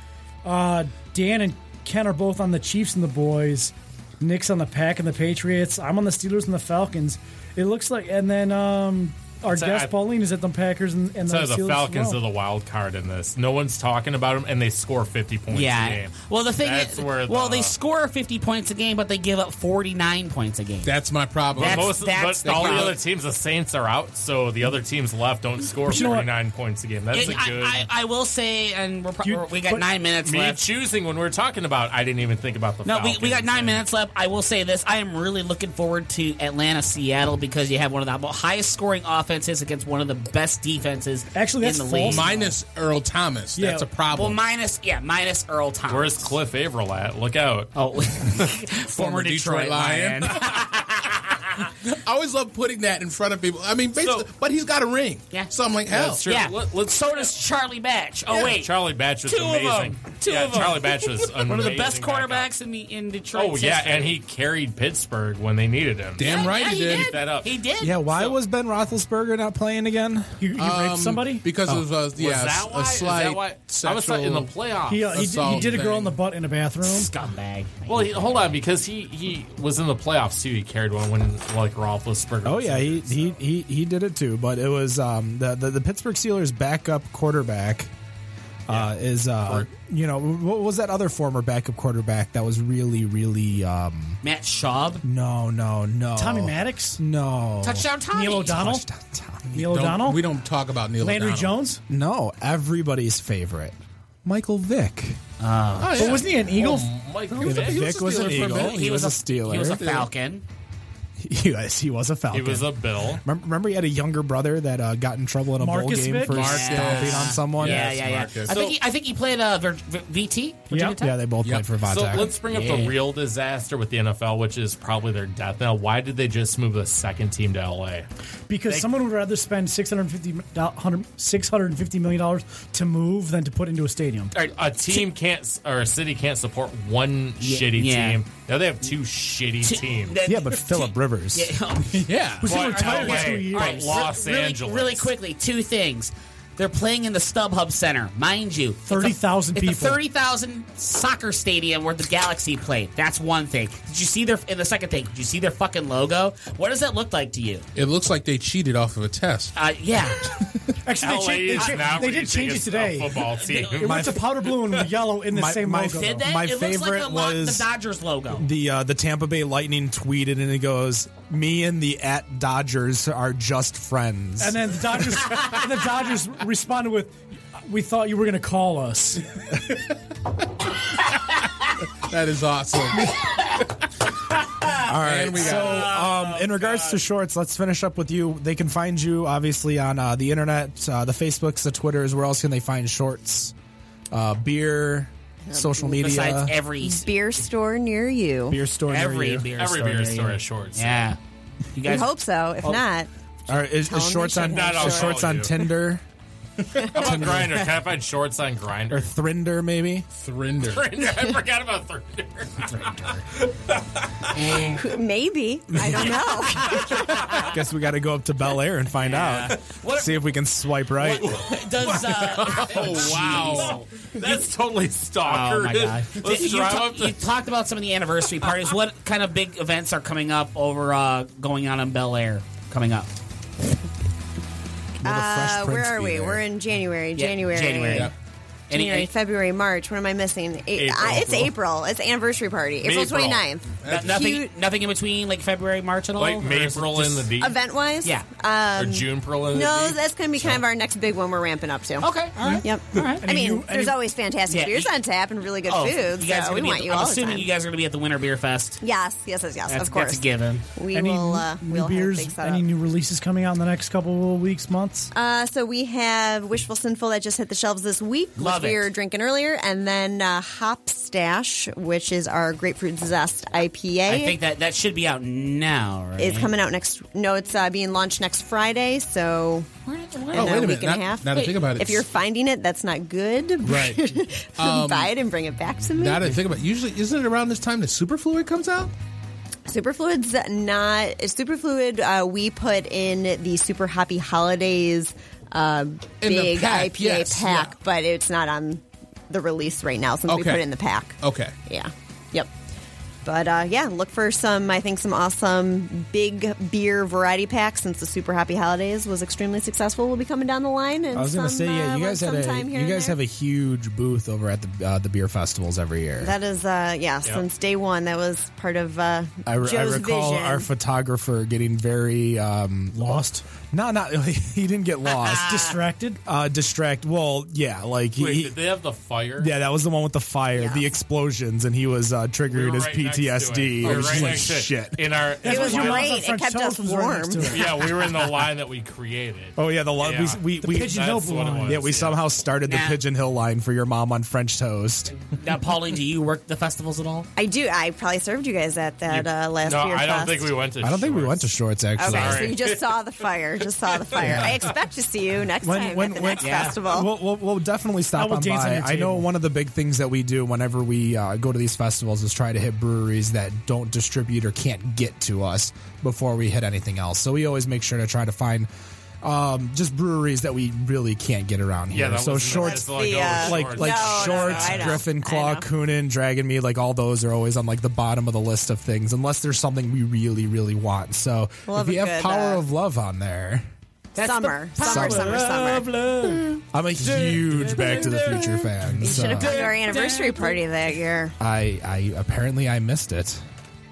[SPEAKER 6] Uh, Dan and Ken are both on the Chiefs and the boys. Nick's on the Pack and the Patriots. I'm on the Steelers and the Falcons. It looks like, and then um, our
[SPEAKER 5] It's-
[SPEAKER 6] guest
[SPEAKER 5] I-
[SPEAKER 6] Pauline is at the Packers and, and
[SPEAKER 5] So
[SPEAKER 6] the Steelers.
[SPEAKER 5] the
[SPEAKER 6] as
[SPEAKER 5] Falcons
[SPEAKER 6] well.
[SPEAKER 5] are the wild card in this. No one's talking about them, and they score 50 points
[SPEAKER 3] Yeah.
[SPEAKER 5] a game.
[SPEAKER 3] Well, the thing
[SPEAKER 5] That's uh,
[SPEAKER 3] is,
[SPEAKER 5] where the-
[SPEAKER 3] well, they score 50 points a game, but they give up 49 points a game.
[SPEAKER 4] That's my problem.
[SPEAKER 3] That's-
[SPEAKER 5] Most,
[SPEAKER 3] that's
[SPEAKER 5] but
[SPEAKER 3] the
[SPEAKER 5] all the
[SPEAKER 3] problem.
[SPEAKER 5] other teams, the Saints are out, so the other teams left don't score
[SPEAKER 6] you know what?
[SPEAKER 5] 49 points a game. That's
[SPEAKER 3] It-
[SPEAKER 5] a good.
[SPEAKER 3] I, I, I will say, and we're pro-
[SPEAKER 6] You-
[SPEAKER 3] we got
[SPEAKER 6] but-
[SPEAKER 3] nine minutes
[SPEAKER 5] me
[SPEAKER 3] left.
[SPEAKER 5] choosing when we we're talking about, I didn't even think about the.
[SPEAKER 3] No, we, we got
[SPEAKER 5] Falcons.
[SPEAKER 3] nine minutes left. I will say this: I am really looking forward to Atlanta, Seattle, because you have one of the highest scoring offenses against one of the best defenses.
[SPEAKER 6] Actually, that's
[SPEAKER 3] in the league.
[SPEAKER 6] false.
[SPEAKER 4] Minus Earl Thomas.
[SPEAKER 6] Yeah.
[SPEAKER 4] That's a
[SPEAKER 3] well,
[SPEAKER 4] problem.
[SPEAKER 3] minus yeah, minus Earl Thomas.
[SPEAKER 5] Where's Cliff Averill at? Look out!
[SPEAKER 3] Oh, former Detroit, Lion.
[SPEAKER 4] I always love putting that in front of people. I mean, basically, but he's got a ring.
[SPEAKER 3] Yeah.
[SPEAKER 4] So I'm like, hell.
[SPEAKER 5] That's true.
[SPEAKER 3] yeah,
[SPEAKER 5] Let-
[SPEAKER 3] let's,
[SPEAKER 5] let's-
[SPEAKER 3] so does Charlie Batch. Oh wait,
[SPEAKER 5] Charlie Batch was
[SPEAKER 3] Two of 'em.
[SPEAKER 5] amazing.
[SPEAKER 3] Two
[SPEAKER 5] yeah,
[SPEAKER 3] of 'em.
[SPEAKER 5] Charlie Batch was
[SPEAKER 3] one of the best quarterbacks
[SPEAKER 5] quarterbacks.
[SPEAKER 3] in the in Detroit.
[SPEAKER 5] Oh yeah, and he carried Pittsburg when they needed him.
[SPEAKER 4] Damn right he did.
[SPEAKER 5] that up.
[SPEAKER 3] He did.
[SPEAKER 2] yeah, why
[SPEAKER 3] So-
[SPEAKER 2] was Ben Roethlisberger not playing again?
[SPEAKER 6] You, you
[SPEAKER 4] Um,
[SPEAKER 6] raped somebody?
[SPEAKER 4] Because of, uh, yeah,
[SPEAKER 5] Was that
[SPEAKER 4] a
[SPEAKER 5] why? Is
[SPEAKER 4] slight
[SPEAKER 5] that why? I was
[SPEAKER 4] sexual-
[SPEAKER 5] in the playoffs.
[SPEAKER 6] He, uh, he, did, he
[SPEAKER 4] assault
[SPEAKER 6] did a girl
[SPEAKER 4] thing.
[SPEAKER 6] in the butt in a bathroom.
[SPEAKER 3] scumbag?
[SPEAKER 5] well, he, hold on, because he he was in the playoffs too. He carried one when like Roethlisberger.
[SPEAKER 2] Oh
[SPEAKER 5] was
[SPEAKER 2] yeah,
[SPEAKER 5] in
[SPEAKER 2] he
[SPEAKER 5] it, so.
[SPEAKER 2] he he, he did it too. But it was um, the, the the Pittsburgh Steelers backup quarterback uh, is uh, you know what was that other former backup quarterback that was really really um,
[SPEAKER 3] Matt Schaub,
[SPEAKER 2] no no no
[SPEAKER 4] Oh.
[SPEAKER 6] Tommy Maddox,
[SPEAKER 2] no
[SPEAKER 3] touchdown, Tommy
[SPEAKER 6] Neil O'Donnell,
[SPEAKER 2] Touchdown, Tommy.
[SPEAKER 6] Neil
[SPEAKER 4] Don't-
[SPEAKER 6] O'Donnell,
[SPEAKER 4] We don't talk about Neil
[SPEAKER 6] Landry
[SPEAKER 4] O'Donnell.
[SPEAKER 6] Jones.
[SPEAKER 2] No, everybody's favorite, Michael Vick.
[SPEAKER 4] Oh,
[SPEAKER 6] But
[SPEAKER 4] yeah.
[SPEAKER 6] wasn't he an Eagle?
[SPEAKER 5] Mike
[SPEAKER 4] was a-
[SPEAKER 5] Vick.
[SPEAKER 4] he was a
[SPEAKER 2] Vick was an
[SPEAKER 4] Steeler for a
[SPEAKER 2] eagle.
[SPEAKER 4] minute.
[SPEAKER 2] He was a
[SPEAKER 3] He was a
[SPEAKER 2] Steeler.
[SPEAKER 3] Falcon.
[SPEAKER 2] Yes, he was a Falcon.
[SPEAKER 5] He was a Bill.
[SPEAKER 2] Remember, remember he had a younger brother that uh, got in trouble in a
[SPEAKER 6] Marcus
[SPEAKER 2] bowl game
[SPEAKER 6] Vick?
[SPEAKER 2] for
[SPEAKER 6] Marcus.
[SPEAKER 2] stomping on someone.
[SPEAKER 3] Yeah,
[SPEAKER 4] Yes,
[SPEAKER 3] yeah, yeah.
[SPEAKER 4] Marcus.
[SPEAKER 3] I think
[SPEAKER 5] So-
[SPEAKER 3] he, I think he played uh, Vir- Vir- VT. Virginia
[SPEAKER 6] Yep.
[SPEAKER 3] Tech?
[SPEAKER 2] Yeah, they both
[SPEAKER 4] Yep.
[SPEAKER 2] played for
[SPEAKER 5] So
[SPEAKER 2] Votek.
[SPEAKER 5] let's bring up the real disaster with the NFL, which is probably their death knell. Why did they just move the second team to LA?
[SPEAKER 6] because someone would rather spend $650, 650 million dollars to move than to put into a stadium.
[SPEAKER 5] A team can't or a city can't support one shitty
[SPEAKER 3] yeah.
[SPEAKER 5] team. Now they have two shitty teams.
[SPEAKER 3] That-
[SPEAKER 2] yeah, but Philip Rivers.
[SPEAKER 4] Yeah.
[SPEAKER 6] Who's
[SPEAKER 5] But
[SPEAKER 6] retired
[SPEAKER 5] LA,
[SPEAKER 6] in two years?
[SPEAKER 5] but
[SPEAKER 3] All right,
[SPEAKER 5] Los
[SPEAKER 3] really,
[SPEAKER 5] Angeles.
[SPEAKER 3] Really quickly, two things. They're playing in the StubHub Center, mind you. It's a-
[SPEAKER 6] 30,000
[SPEAKER 3] it's a
[SPEAKER 6] people.
[SPEAKER 3] 30,000 soccer stadium where the Galaxy played. That's one thing. Did you see their and the second thing? Did you see their fucking logo? What does that look like to you?
[SPEAKER 4] It looks like they cheated off of a test.
[SPEAKER 3] Uh, yeah.
[SPEAKER 6] Actually,
[SPEAKER 5] LA
[SPEAKER 6] they, changed, they,
[SPEAKER 5] is
[SPEAKER 6] changed-
[SPEAKER 5] now
[SPEAKER 6] they did
[SPEAKER 5] raising
[SPEAKER 6] change it
[SPEAKER 5] a
[SPEAKER 6] today.
[SPEAKER 5] Football team.
[SPEAKER 6] It went to powder blue and yellow in the
[SPEAKER 2] My-
[SPEAKER 6] same
[SPEAKER 2] my
[SPEAKER 6] logo.
[SPEAKER 3] Did
[SPEAKER 2] fa-
[SPEAKER 3] that?
[SPEAKER 2] My
[SPEAKER 3] it looks like
[SPEAKER 2] favorite
[SPEAKER 3] the, lo-
[SPEAKER 2] was-
[SPEAKER 3] the Dodgers logo.
[SPEAKER 2] The uh, the Tampa Bay Lightning tweeted and it goes, "Me and the at Dodgers are just friends."
[SPEAKER 6] and then the Dodgers, and the Dodgers responded with, "We thought you were going to call us."
[SPEAKER 4] That is awesome.
[SPEAKER 2] All right.
[SPEAKER 4] And we
[SPEAKER 2] so,
[SPEAKER 4] uh,
[SPEAKER 2] um,
[SPEAKER 3] Oh,
[SPEAKER 2] in regards to shorts, let's finish up with you. They can find you obviously on uh, the internet, uh, the Facebooks, the Twitters. Where else can they find shorts? Uh, beer, social media,
[SPEAKER 3] Besides every
[SPEAKER 7] Beer store near you.
[SPEAKER 2] beer store. near
[SPEAKER 3] every
[SPEAKER 2] you.
[SPEAKER 3] beer
[SPEAKER 5] Every
[SPEAKER 3] store.
[SPEAKER 5] beer
[SPEAKER 3] there
[SPEAKER 5] store
[SPEAKER 3] you go.
[SPEAKER 5] has shorts.
[SPEAKER 3] Yeah. You
[SPEAKER 7] We
[SPEAKER 3] guys
[SPEAKER 7] hope so. If not,
[SPEAKER 2] All right, is,
[SPEAKER 7] Tell
[SPEAKER 2] is
[SPEAKER 7] 'em they
[SPEAKER 2] shorts on
[SPEAKER 7] should have
[SPEAKER 2] is
[SPEAKER 7] shorts.
[SPEAKER 2] shorts on
[SPEAKER 5] Not all
[SPEAKER 2] Tinder
[SPEAKER 5] How about Grinder? Can I find shorts on Grinder?
[SPEAKER 2] or Thrinder maybe?
[SPEAKER 4] Thrinder.
[SPEAKER 5] I forgot about Thrinder.
[SPEAKER 7] maybe. I don't know.
[SPEAKER 2] Guess we got to go up to Bel Air and find out.
[SPEAKER 3] What-
[SPEAKER 2] See if we can swipe right.
[SPEAKER 3] does uh,
[SPEAKER 5] Oh wow, that's totally stalker.
[SPEAKER 3] Oh my god!
[SPEAKER 5] Let's
[SPEAKER 3] you,
[SPEAKER 5] drive
[SPEAKER 3] ta-
[SPEAKER 5] up to
[SPEAKER 3] you talked about some of the anniversary parties. what kind of big events are coming up over uh, going on in Bel Air coming up?
[SPEAKER 2] Will the Fresh
[SPEAKER 7] Uh, where
[SPEAKER 2] Prince
[SPEAKER 7] are
[SPEAKER 2] be
[SPEAKER 7] we?
[SPEAKER 2] there?
[SPEAKER 7] We're in January.
[SPEAKER 3] Yeah,
[SPEAKER 7] January.
[SPEAKER 3] January.
[SPEAKER 4] Yep.
[SPEAKER 3] Any-
[SPEAKER 7] January,
[SPEAKER 3] any-
[SPEAKER 7] February, March. What am I missing? A-
[SPEAKER 5] April.
[SPEAKER 7] I- it's April. It's anniversary party. April
[SPEAKER 5] April.
[SPEAKER 7] 29th.
[SPEAKER 3] no- nothing,
[SPEAKER 7] Cute.
[SPEAKER 3] nothing in between, like February, March, and all.
[SPEAKER 5] like
[SPEAKER 3] Or Um, is it
[SPEAKER 5] April
[SPEAKER 3] just-
[SPEAKER 5] in the deep
[SPEAKER 7] Event wise?
[SPEAKER 3] Yeah.
[SPEAKER 7] Uh,
[SPEAKER 5] or June Pearl in the
[SPEAKER 7] No,
[SPEAKER 5] deep.
[SPEAKER 7] that's going to be kind of our next big one we're ramping up to.
[SPEAKER 3] Okay. All right.
[SPEAKER 7] Yep.
[SPEAKER 3] All right.
[SPEAKER 7] I mean,
[SPEAKER 6] you-
[SPEAKER 7] there's
[SPEAKER 6] you-
[SPEAKER 7] always fantastic
[SPEAKER 3] Yeah,
[SPEAKER 7] beers
[SPEAKER 3] you-
[SPEAKER 7] on tap and really good
[SPEAKER 3] Oh,
[SPEAKER 7] food.
[SPEAKER 3] you guys
[SPEAKER 7] so
[SPEAKER 3] are
[SPEAKER 7] we
[SPEAKER 3] gonna be
[SPEAKER 7] want
[SPEAKER 3] at
[SPEAKER 7] you
[SPEAKER 3] the, I'm
[SPEAKER 7] all the
[SPEAKER 3] assuming
[SPEAKER 7] time.
[SPEAKER 3] you guys are going to be at the Winter Beer Fest.
[SPEAKER 7] Yes, yes, yes, yes.
[SPEAKER 3] That's,
[SPEAKER 7] of course.
[SPEAKER 3] that's a given.
[SPEAKER 7] We
[SPEAKER 6] any
[SPEAKER 7] will. Uh,
[SPEAKER 6] new
[SPEAKER 7] we'll
[SPEAKER 6] beers?
[SPEAKER 7] Have things set
[SPEAKER 6] any
[SPEAKER 7] up.
[SPEAKER 6] new releases coming out in the next couple of weeks, months?
[SPEAKER 7] Uh, so we have Wishful Sinful that just hit the shelves this week,
[SPEAKER 3] Love
[SPEAKER 7] which
[SPEAKER 3] it.
[SPEAKER 7] we were drinking earlier, and then uh, Hop Stash, which is our grapefruit zest IPA.
[SPEAKER 3] I think that that should be out now. Right?
[SPEAKER 7] is coming out next. No, it's uh, being launched next Friday. So
[SPEAKER 3] Where did- where
[SPEAKER 7] in
[SPEAKER 4] Oh,
[SPEAKER 3] did-
[SPEAKER 4] wait a
[SPEAKER 7] week
[SPEAKER 4] minute.
[SPEAKER 7] and
[SPEAKER 4] Now-
[SPEAKER 7] a half.
[SPEAKER 4] now to think about it.
[SPEAKER 7] if you're finding it, that's not good.
[SPEAKER 4] Right.
[SPEAKER 7] Buy it and bring it back to me.
[SPEAKER 4] now that I think about it, usually isn't it around this time that Superfluid comes out?
[SPEAKER 7] Superfluid's not superfluid. Uh, we put in the super happy holidays uh,
[SPEAKER 4] In the
[SPEAKER 7] big
[SPEAKER 4] pack,
[SPEAKER 7] IPA
[SPEAKER 4] yes,
[SPEAKER 7] pack,
[SPEAKER 4] yeah.
[SPEAKER 7] but it's not on the release right now since we
[SPEAKER 4] Okay.
[SPEAKER 7] put it in the pack.
[SPEAKER 4] Okay.
[SPEAKER 7] Yeah. Yep. But uh, yeah, look for some. I think some awesome big beer variety packs. Since the Super Happy Holidays was extremely successful, will be coming down the line. uh, And
[SPEAKER 2] I was
[SPEAKER 7] going
[SPEAKER 2] gonna
[SPEAKER 7] to
[SPEAKER 2] say, yeah, you guys had a you guys have a huge booth over at the uh, the beer festivals every year.
[SPEAKER 7] That is, uh, yeah, since day one, that was part of uh,
[SPEAKER 2] I, re- I
[SPEAKER 7] Joe's
[SPEAKER 2] recall
[SPEAKER 7] vision.
[SPEAKER 2] our photographer getting very um, lost. No, not he didn't get lost.
[SPEAKER 6] Distracted.
[SPEAKER 2] uh, distract. Well, yeah, like he.
[SPEAKER 5] Wait,
[SPEAKER 2] he-
[SPEAKER 5] did they have the fire?
[SPEAKER 2] yeah, that was the one with the fire, the explosions, and he was uh,
[SPEAKER 5] We
[SPEAKER 2] triggering
[SPEAKER 5] were
[SPEAKER 2] his
[SPEAKER 5] right next to
[SPEAKER 2] PTSD.
[SPEAKER 5] We were
[SPEAKER 2] It was
[SPEAKER 5] right
[SPEAKER 2] just like
[SPEAKER 5] next to it.
[SPEAKER 2] shit.
[SPEAKER 5] In our,
[SPEAKER 7] It was
[SPEAKER 6] why I
[SPEAKER 7] great.
[SPEAKER 6] love that
[SPEAKER 7] It
[SPEAKER 6] French
[SPEAKER 7] kept us
[SPEAKER 6] toast was right next
[SPEAKER 7] warm.
[SPEAKER 6] to it.
[SPEAKER 5] yeah, we were in the line that we created.
[SPEAKER 2] Oh yeah, the lo-
[SPEAKER 5] Yeah.
[SPEAKER 2] we we,
[SPEAKER 6] The
[SPEAKER 2] we
[SPEAKER 6] Pigeon Hill
[SPEAKER 5] That's what it
[SPEAKER 6] line.
[SPEAKER 5] was,
[SPEAKER 2] yeah we
[SPEAKER 5] yeah.
[SPEAKER 2] somehow started the
[SPEAKER 3] Nah.
[SPEAKER 2] Pigeon Hill line for your mom on French toast.
[SPEAKER 3] now, Pauline, do you work the festivals at all?
[SPEAKER 7] I do. I probably served you guys at that uh, last
[SPEAKER 5] no,
[SPEAKER 7] year.
[SPEAKER 5] I don't think we went to.
[SPEAKER 2] I don't think we went to
[SPEAKER 5] shorts.
[SPEAKER 2] shorts actually.
[SPEAKER 7] Okay, so
[SPEAKER 5] Sorry.
[SPEAKER 7] you just saw the fire. Just saw the fire. I expect to see you next time at the next
[SPEAKER 3] yeah.
[SPEAKER 7] festival.
[SPEAKER 2] We'll, we'll, we'll definitely
[SPEAKER 6] I
[SPEAKER 2] stop
[SPEAKER 6] will
[SPEAKER 2] on
[SPEAKER 6] dance on
[SPEAKER 2] by.
[SPEAKER 6] your
[SPEAKER 2] I know
[SPEAKER 6] table.
[SPEAKER 2] one of the big things that we do whenever we uh, go to these festivals is try to hit breweries that don't distribute or can't get to us before we hit anything else. So we always make sure to try to find um, just breweries that we really can't get around here.
[SPEAKER 5] Yeah, that
[SPEAKER 2] so
[SPEAKER 5] was
[SPEAKER 2] shorts.
[SPEAKER 7] That's the, uh,
[SPEAKER 2] Like like
[SPEAKER 7] No, no, no,
[SPEAKER 2] shorts,
[SPEAKER 7] I know.
[SPEAKER 2] Griffin
[SPEAKER 7] I
[SPEAKER 2] Claw,
[SPEAKER 7] know.
[SPEAKER 2] Coonan, Dragon Meat, like all those are always on like the bottom of the list of things, unless there's something we really, really want. So
[SPEAKER 7] Love
[SPEAKER 2] if you
[SPEAKER 7] a
[SPEAKER 2] have
[SPEAKER 7] good,
[SPEAKER 2] Power
[SPEAKER 7] uh,
[SPEAKER 2] of Love on there,
[SPEAKER 7] summer, summer, summer, summer.
[SPEAKER 2] I'm a huge Back to the Future fan.
[SPEAKER 7] You
[SPEAKER 2] so.
[SPEAKER 7] should have come to our anniversary party that year.
[SPEAKER 2] I, I apparently I missed it.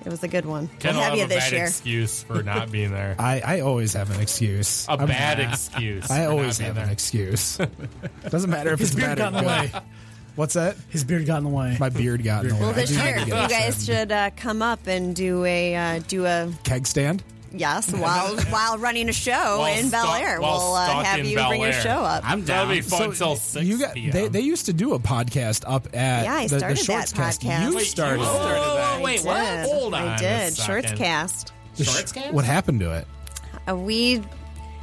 [SPEAKER 7] It was a good one.
[SPEAKER 5] Ken
[SPEAKER 7] we'll
[SPEAKER 5] will
[SPEAKER 7] have you
[SPEAKER 5] a
[SPEAKER 7] this
[SPEAKER 5] bad
[SPEAKER 7] year.
[SPEAKER 5] excuse for not being there.
[SPEAKER 2] I, I always have an excuse.
[SPEAKER 5] A
[SPEAKER 2] I'm-
[SPEAKER 5] bad excuse.
[SPEAKER 2] I
[SPEAKER 5] for
[SPEAKER 2] always
[SPEAKER 5] not
[SPEAKER 2] have
[SPEAKER 5] being
[SPEAKER 2] an excuse. Doesn't matter if it's
[SPEAKER 6] His beard
[SPEAKER 2] bad or
[SPEAKER 6] got in the
[SPEAKER 2] good.
[SPEAKER 6] way.
[SPEAKER 2] What's that?
[SPEAKER 6] His beard got in the way.
[SPEAKER 2] My beard got in the way.
[SPEAKER 7] Well,
[SPEAKER 2] I
[SPEAKER 7] this
[SPEAKER 2] do need
[SPEAKER 7] year
[SPEAKER 2] to
[SPEAKER 7] you
[SPEAKER 2] get it
[SPEAKER 7] guys
[SPEAKER 2] trimmed.
[SPEAKER 7] should uh, come up and do a uh, do a
[SPEAKER 2] keg stand.
[SPEAKER 7] yes while while running a show Oh, in Bel
[SPEAKER 5] stalk-
[SPEAKER 7] Air.
[SPEAKER 5] while
[SPEAKER 7] We'll uh,
[SPEAKER 5] stalking
[SPEAKER 7] have you
[SPEAKER 5] Bel
[SPEAKER 7] bring your
[SPEAKER 5] Air.
[SPEAKER 7] show up.
[SPEAKER 3] I'm
[SPEAKER 5] That'll
[SPEAKER 3] down.
[SPEAKER 5] be fun till six.
[SPEAKER 2] You got
[SPEAKER 5] PM.
[SPEAKER 2] they, they used to do a podcast up at
[SPEAKER 7] Yeah, I
[SPEAKER 2] the, the
[SPEAKER 7] started
[SPEAKER 2] shorts
[SPEAKER 7] that
[SPEAKER 2] cast.
[SPEAKER 7] podcast.
[SPEAKER 2] You
[SPEAKER 7] Wait,
[SPEAKER 2] started.
[SPEAKER 5] you
[SPEAKER 2] it.
[SPEAKER 5] started that.
[SPEAKER 3] wait,
[SPEAKER 7] I
[SPEAKER 3] what?
[SPEAKER 7] did.
[SPEAKER 5] Hold on.
[SPEAKER 7] I
[SPEAKER 5] a
[SPEAKER 7] did. Shorts
[SPEAKER 5] second.
[SPEAKER 7] cast.
[SPEAKER 2] The sh-
[SPEAKER 3] Shorts cast?
[SPEAKER 2] What happened to it?
[SPEAKER 7] Uh, we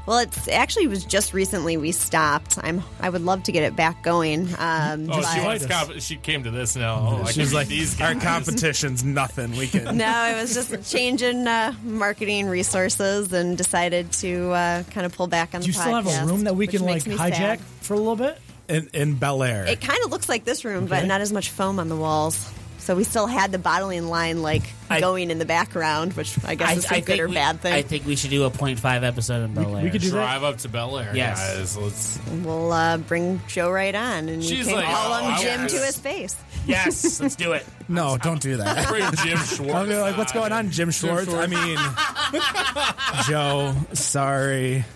[SPEAKER 7] well, it's actually it was just recently we stopped. I'm I would love to get it back going. Um,
[SPEAKER 5] Oh, she,
[SPEAKER 7] but-
[SPEAKER 5] was comp- she came to this now. Oh,
[SPEAKER 2] She was like,
[SPEAKER 5] these
[SPEAKER 2] our
[SPEAKER 5] guys.
[SPEAKER 2] competition's nothing. We can.
[SPEAKER 7] no, it was just changing uh, marketing resources and decided to uh, kind of pull back on
[SPEAKER 6] Do
[SPEAKER 7] the
[SPEAKER 6] you still have a
[SPEAKER 7] podcast,
[SPEAKER 6] room that we
[SPEAKER 7] which
[SPEAKER 6] can like
[SPEAKER 7] makes me
[SPEAKER 6] hijack
[SPEAKER 7] sad.
[SPEAKER 6] for a little bit?
[SPEAKER 2] in, in Bel Air.
[SPEAKER 7] It kind of looks like this room, but
[SPEAKER 6] Okay.
[SPEAKER 7] not as much foam on the walls. So we still had the bottling line like
[SPEAKER 3] I-
[SPEAKER 7] going in the background, which I guess is a good or
[SPEAKER 3] we,
[SPEAKER 7] bad thing.
[SPEAKER 3] I think we should do a point five episode of Bel Air.
[SPEAKER 6] We could do that.
[SPEAKER 5] Drive up to Bel Air,
[SPEAKER 3] Yes.
[SPEAKER 5] guys. Let's.
[SPEAKER 7] we'll uh, bring Joe right on, and you
[SPEAKER 5] She's
[SPEAKER 7] can
[SPEAKER 5] like,
[SPEAKER 7] call
[SPEAKER 5] "Oh,
[SPEAKER 7] him
[SPEAKER 5] I
[SPEAKER 7] Jim
[SPEAKER 5] want
[SPEAKER 7] to
[SPEAKER 5] this."
[SPEAKER 7] his face.
[SPEAKER 3] yes, let's do it.
[SPEAKER 2] no, don't do that.
[SPEAKER 5] Bring Jim Schwartz.
[SPEAKER 2] I'll be like, what's going on, Jim Schwartz? I mean, Joe, sorry.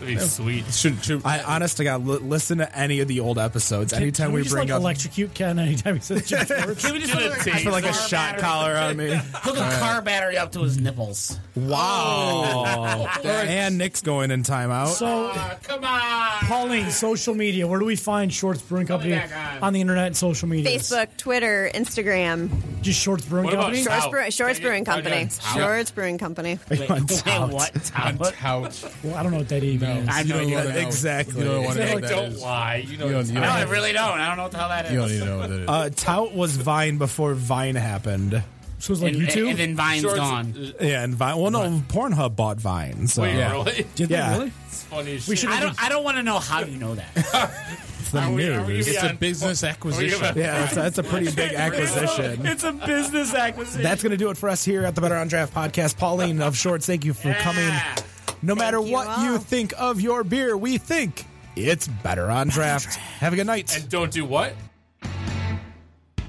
[SPEAKER 5] That'd be sweet.
[SPEAKER 4] Should, should,
[SPEAKER 2] I honest to God, li- listen to any of the old episodes. Anytime
[SPEAKER 6] Can
[SPEAKER 2] we,
[SPEAKER 6] just,
[SPEAKER 2] bring
[SPEAKER 6] like,
[SPEAKER 2] up,
[SPEAKER 6] electrocute Ken anytime he says Jim Schwartz.
[SPEAKER 3] Can we just
[SPEAKER 5] Get a
[SPEAKER 3] hook
[SPEAKER 5] tape.
[SPEAKER 2] I feel like a
[SPEAKER 3] car
[SPEAKER 2] shot
[SPEAKER 3] battery-
[SPEAKER 2] collar on me.
[SPEAKER 3] Hook a car battery up to his nipples.
[SPEAKER 2] Wow. and Nick's going in timeout.
[SPEAKER 6] So,
[SPEAKER 5] Come on.
[SPEAKER 6] Oh, Pauline, social media. Where do we find Shorts Brewing Company
[SPEAKER 5] back on.
[SPEAKER 6] on. the internet and social media?
[SPEAKER 7] Facebook, Twitter, Instagram,
[SPEAKER 6] Just Shorts Brewing
[SPEAKER 5] What about
[SPEAKER 6] Company.
[SPEAKER 5] Shorts?
[SPEAKER 7] Shorts,
[SPEAKER 5] Out.
[SPEAKER 7] Brew-
[SPEAKER 5] Dang
[SPEAKER 7] Shorts
[SPEAKER 5] it.
[SPEAKER 7] Brewing Company,
[SPEAKER 5] Out.
[SPEAKER 7] Shorts Brewing Company.
[SPEAKER 3] Wait, wait, what?
[SPEAKER 4] on
[SPEAKER 3] What?
[SPEAKER 4] tout.
[SPEAKER 6] Well, I don't know what that even
[SPEAKER 4] No,
[SPEAKER 6] is.
[SPEAKER 3] I have
[SPEAKER 4] you
[SPEAKER 3] no
[SPEAKER 4] don't
[SPEAKER 3] idea.
[SPEAKER 4] wanna know.
[SPEAKER 2] Exactly.
[SPEAKER 4] You don't want to know
[SPEAKER 5] Nick,
[SPEAKER 4] what that
[SPEAKER 5] don't
[SPEAKER 4] is.
[SPEAKER 5] lie. You know,
[SPEAKER 4] You don't- you
[SPEAKER 3] No,
[SPEAKER 4] don't-
[SPEAKER 3] I really don't. I don't know what the hell that is.
[SPEAKER 4] You don't even know what that is.
[SPEAKER 2] Uh, Tout was Vine before Vine happened.
[SPEAKER 6] So it's like
[SPEAKER 3] and,
[SPEAKER 6] YouTube.
[SPEAKER 3] and then Vine's
[SPEAKER 5] Shorts-
[SPEAKER 3] gone.
[SPEAKER 2] Yeah, and Vine. Well, no, Pornhub bought Vine. So
[SPEAKER 5] Wait,
[SPEAKER 2] yeah.
[SPEAKER 5] really?
[SPEAKER 6] Did they
[SPEAKER 2] yeah.
[SPEAKER 6] really?
[SPEAKER 5] It's funny as
[SPEAKER 6] We
[SPEAKER 5] shit.
[SPEAKER 6] should-
[SPEAKER 3] I don't. I don't want to know how you know that.
[SPEAKER 2] it's the
[SPEAKER 5] Are we- are we
[SPEAKER 2] news.
[SPEAKER 4] it's
[SPEAKER 5] yeah,
[SPEAKER 4] a business acquisition.
[SPEAKER 5] gonna-
[SPEAKER 2] yeah, that's, that's a pretty big acquisition.
[SPEAKER 3] it's a business acquisition.
[SPEAKER 2] That's going to do it for us here at the Better on Draft podcast. Pauline of Shorts, thank you for
[SPEAKER 3] Yeah.
[SPEAKER 2] coming. No matter
[SPEAKER 7] you
[SPEAKER 2] what you
[SPEAKER 7] all.
[SPEAKER 2] think of your beer, we think it's better on draft. Have a good night.
[SPEAKER 5] And don't do what?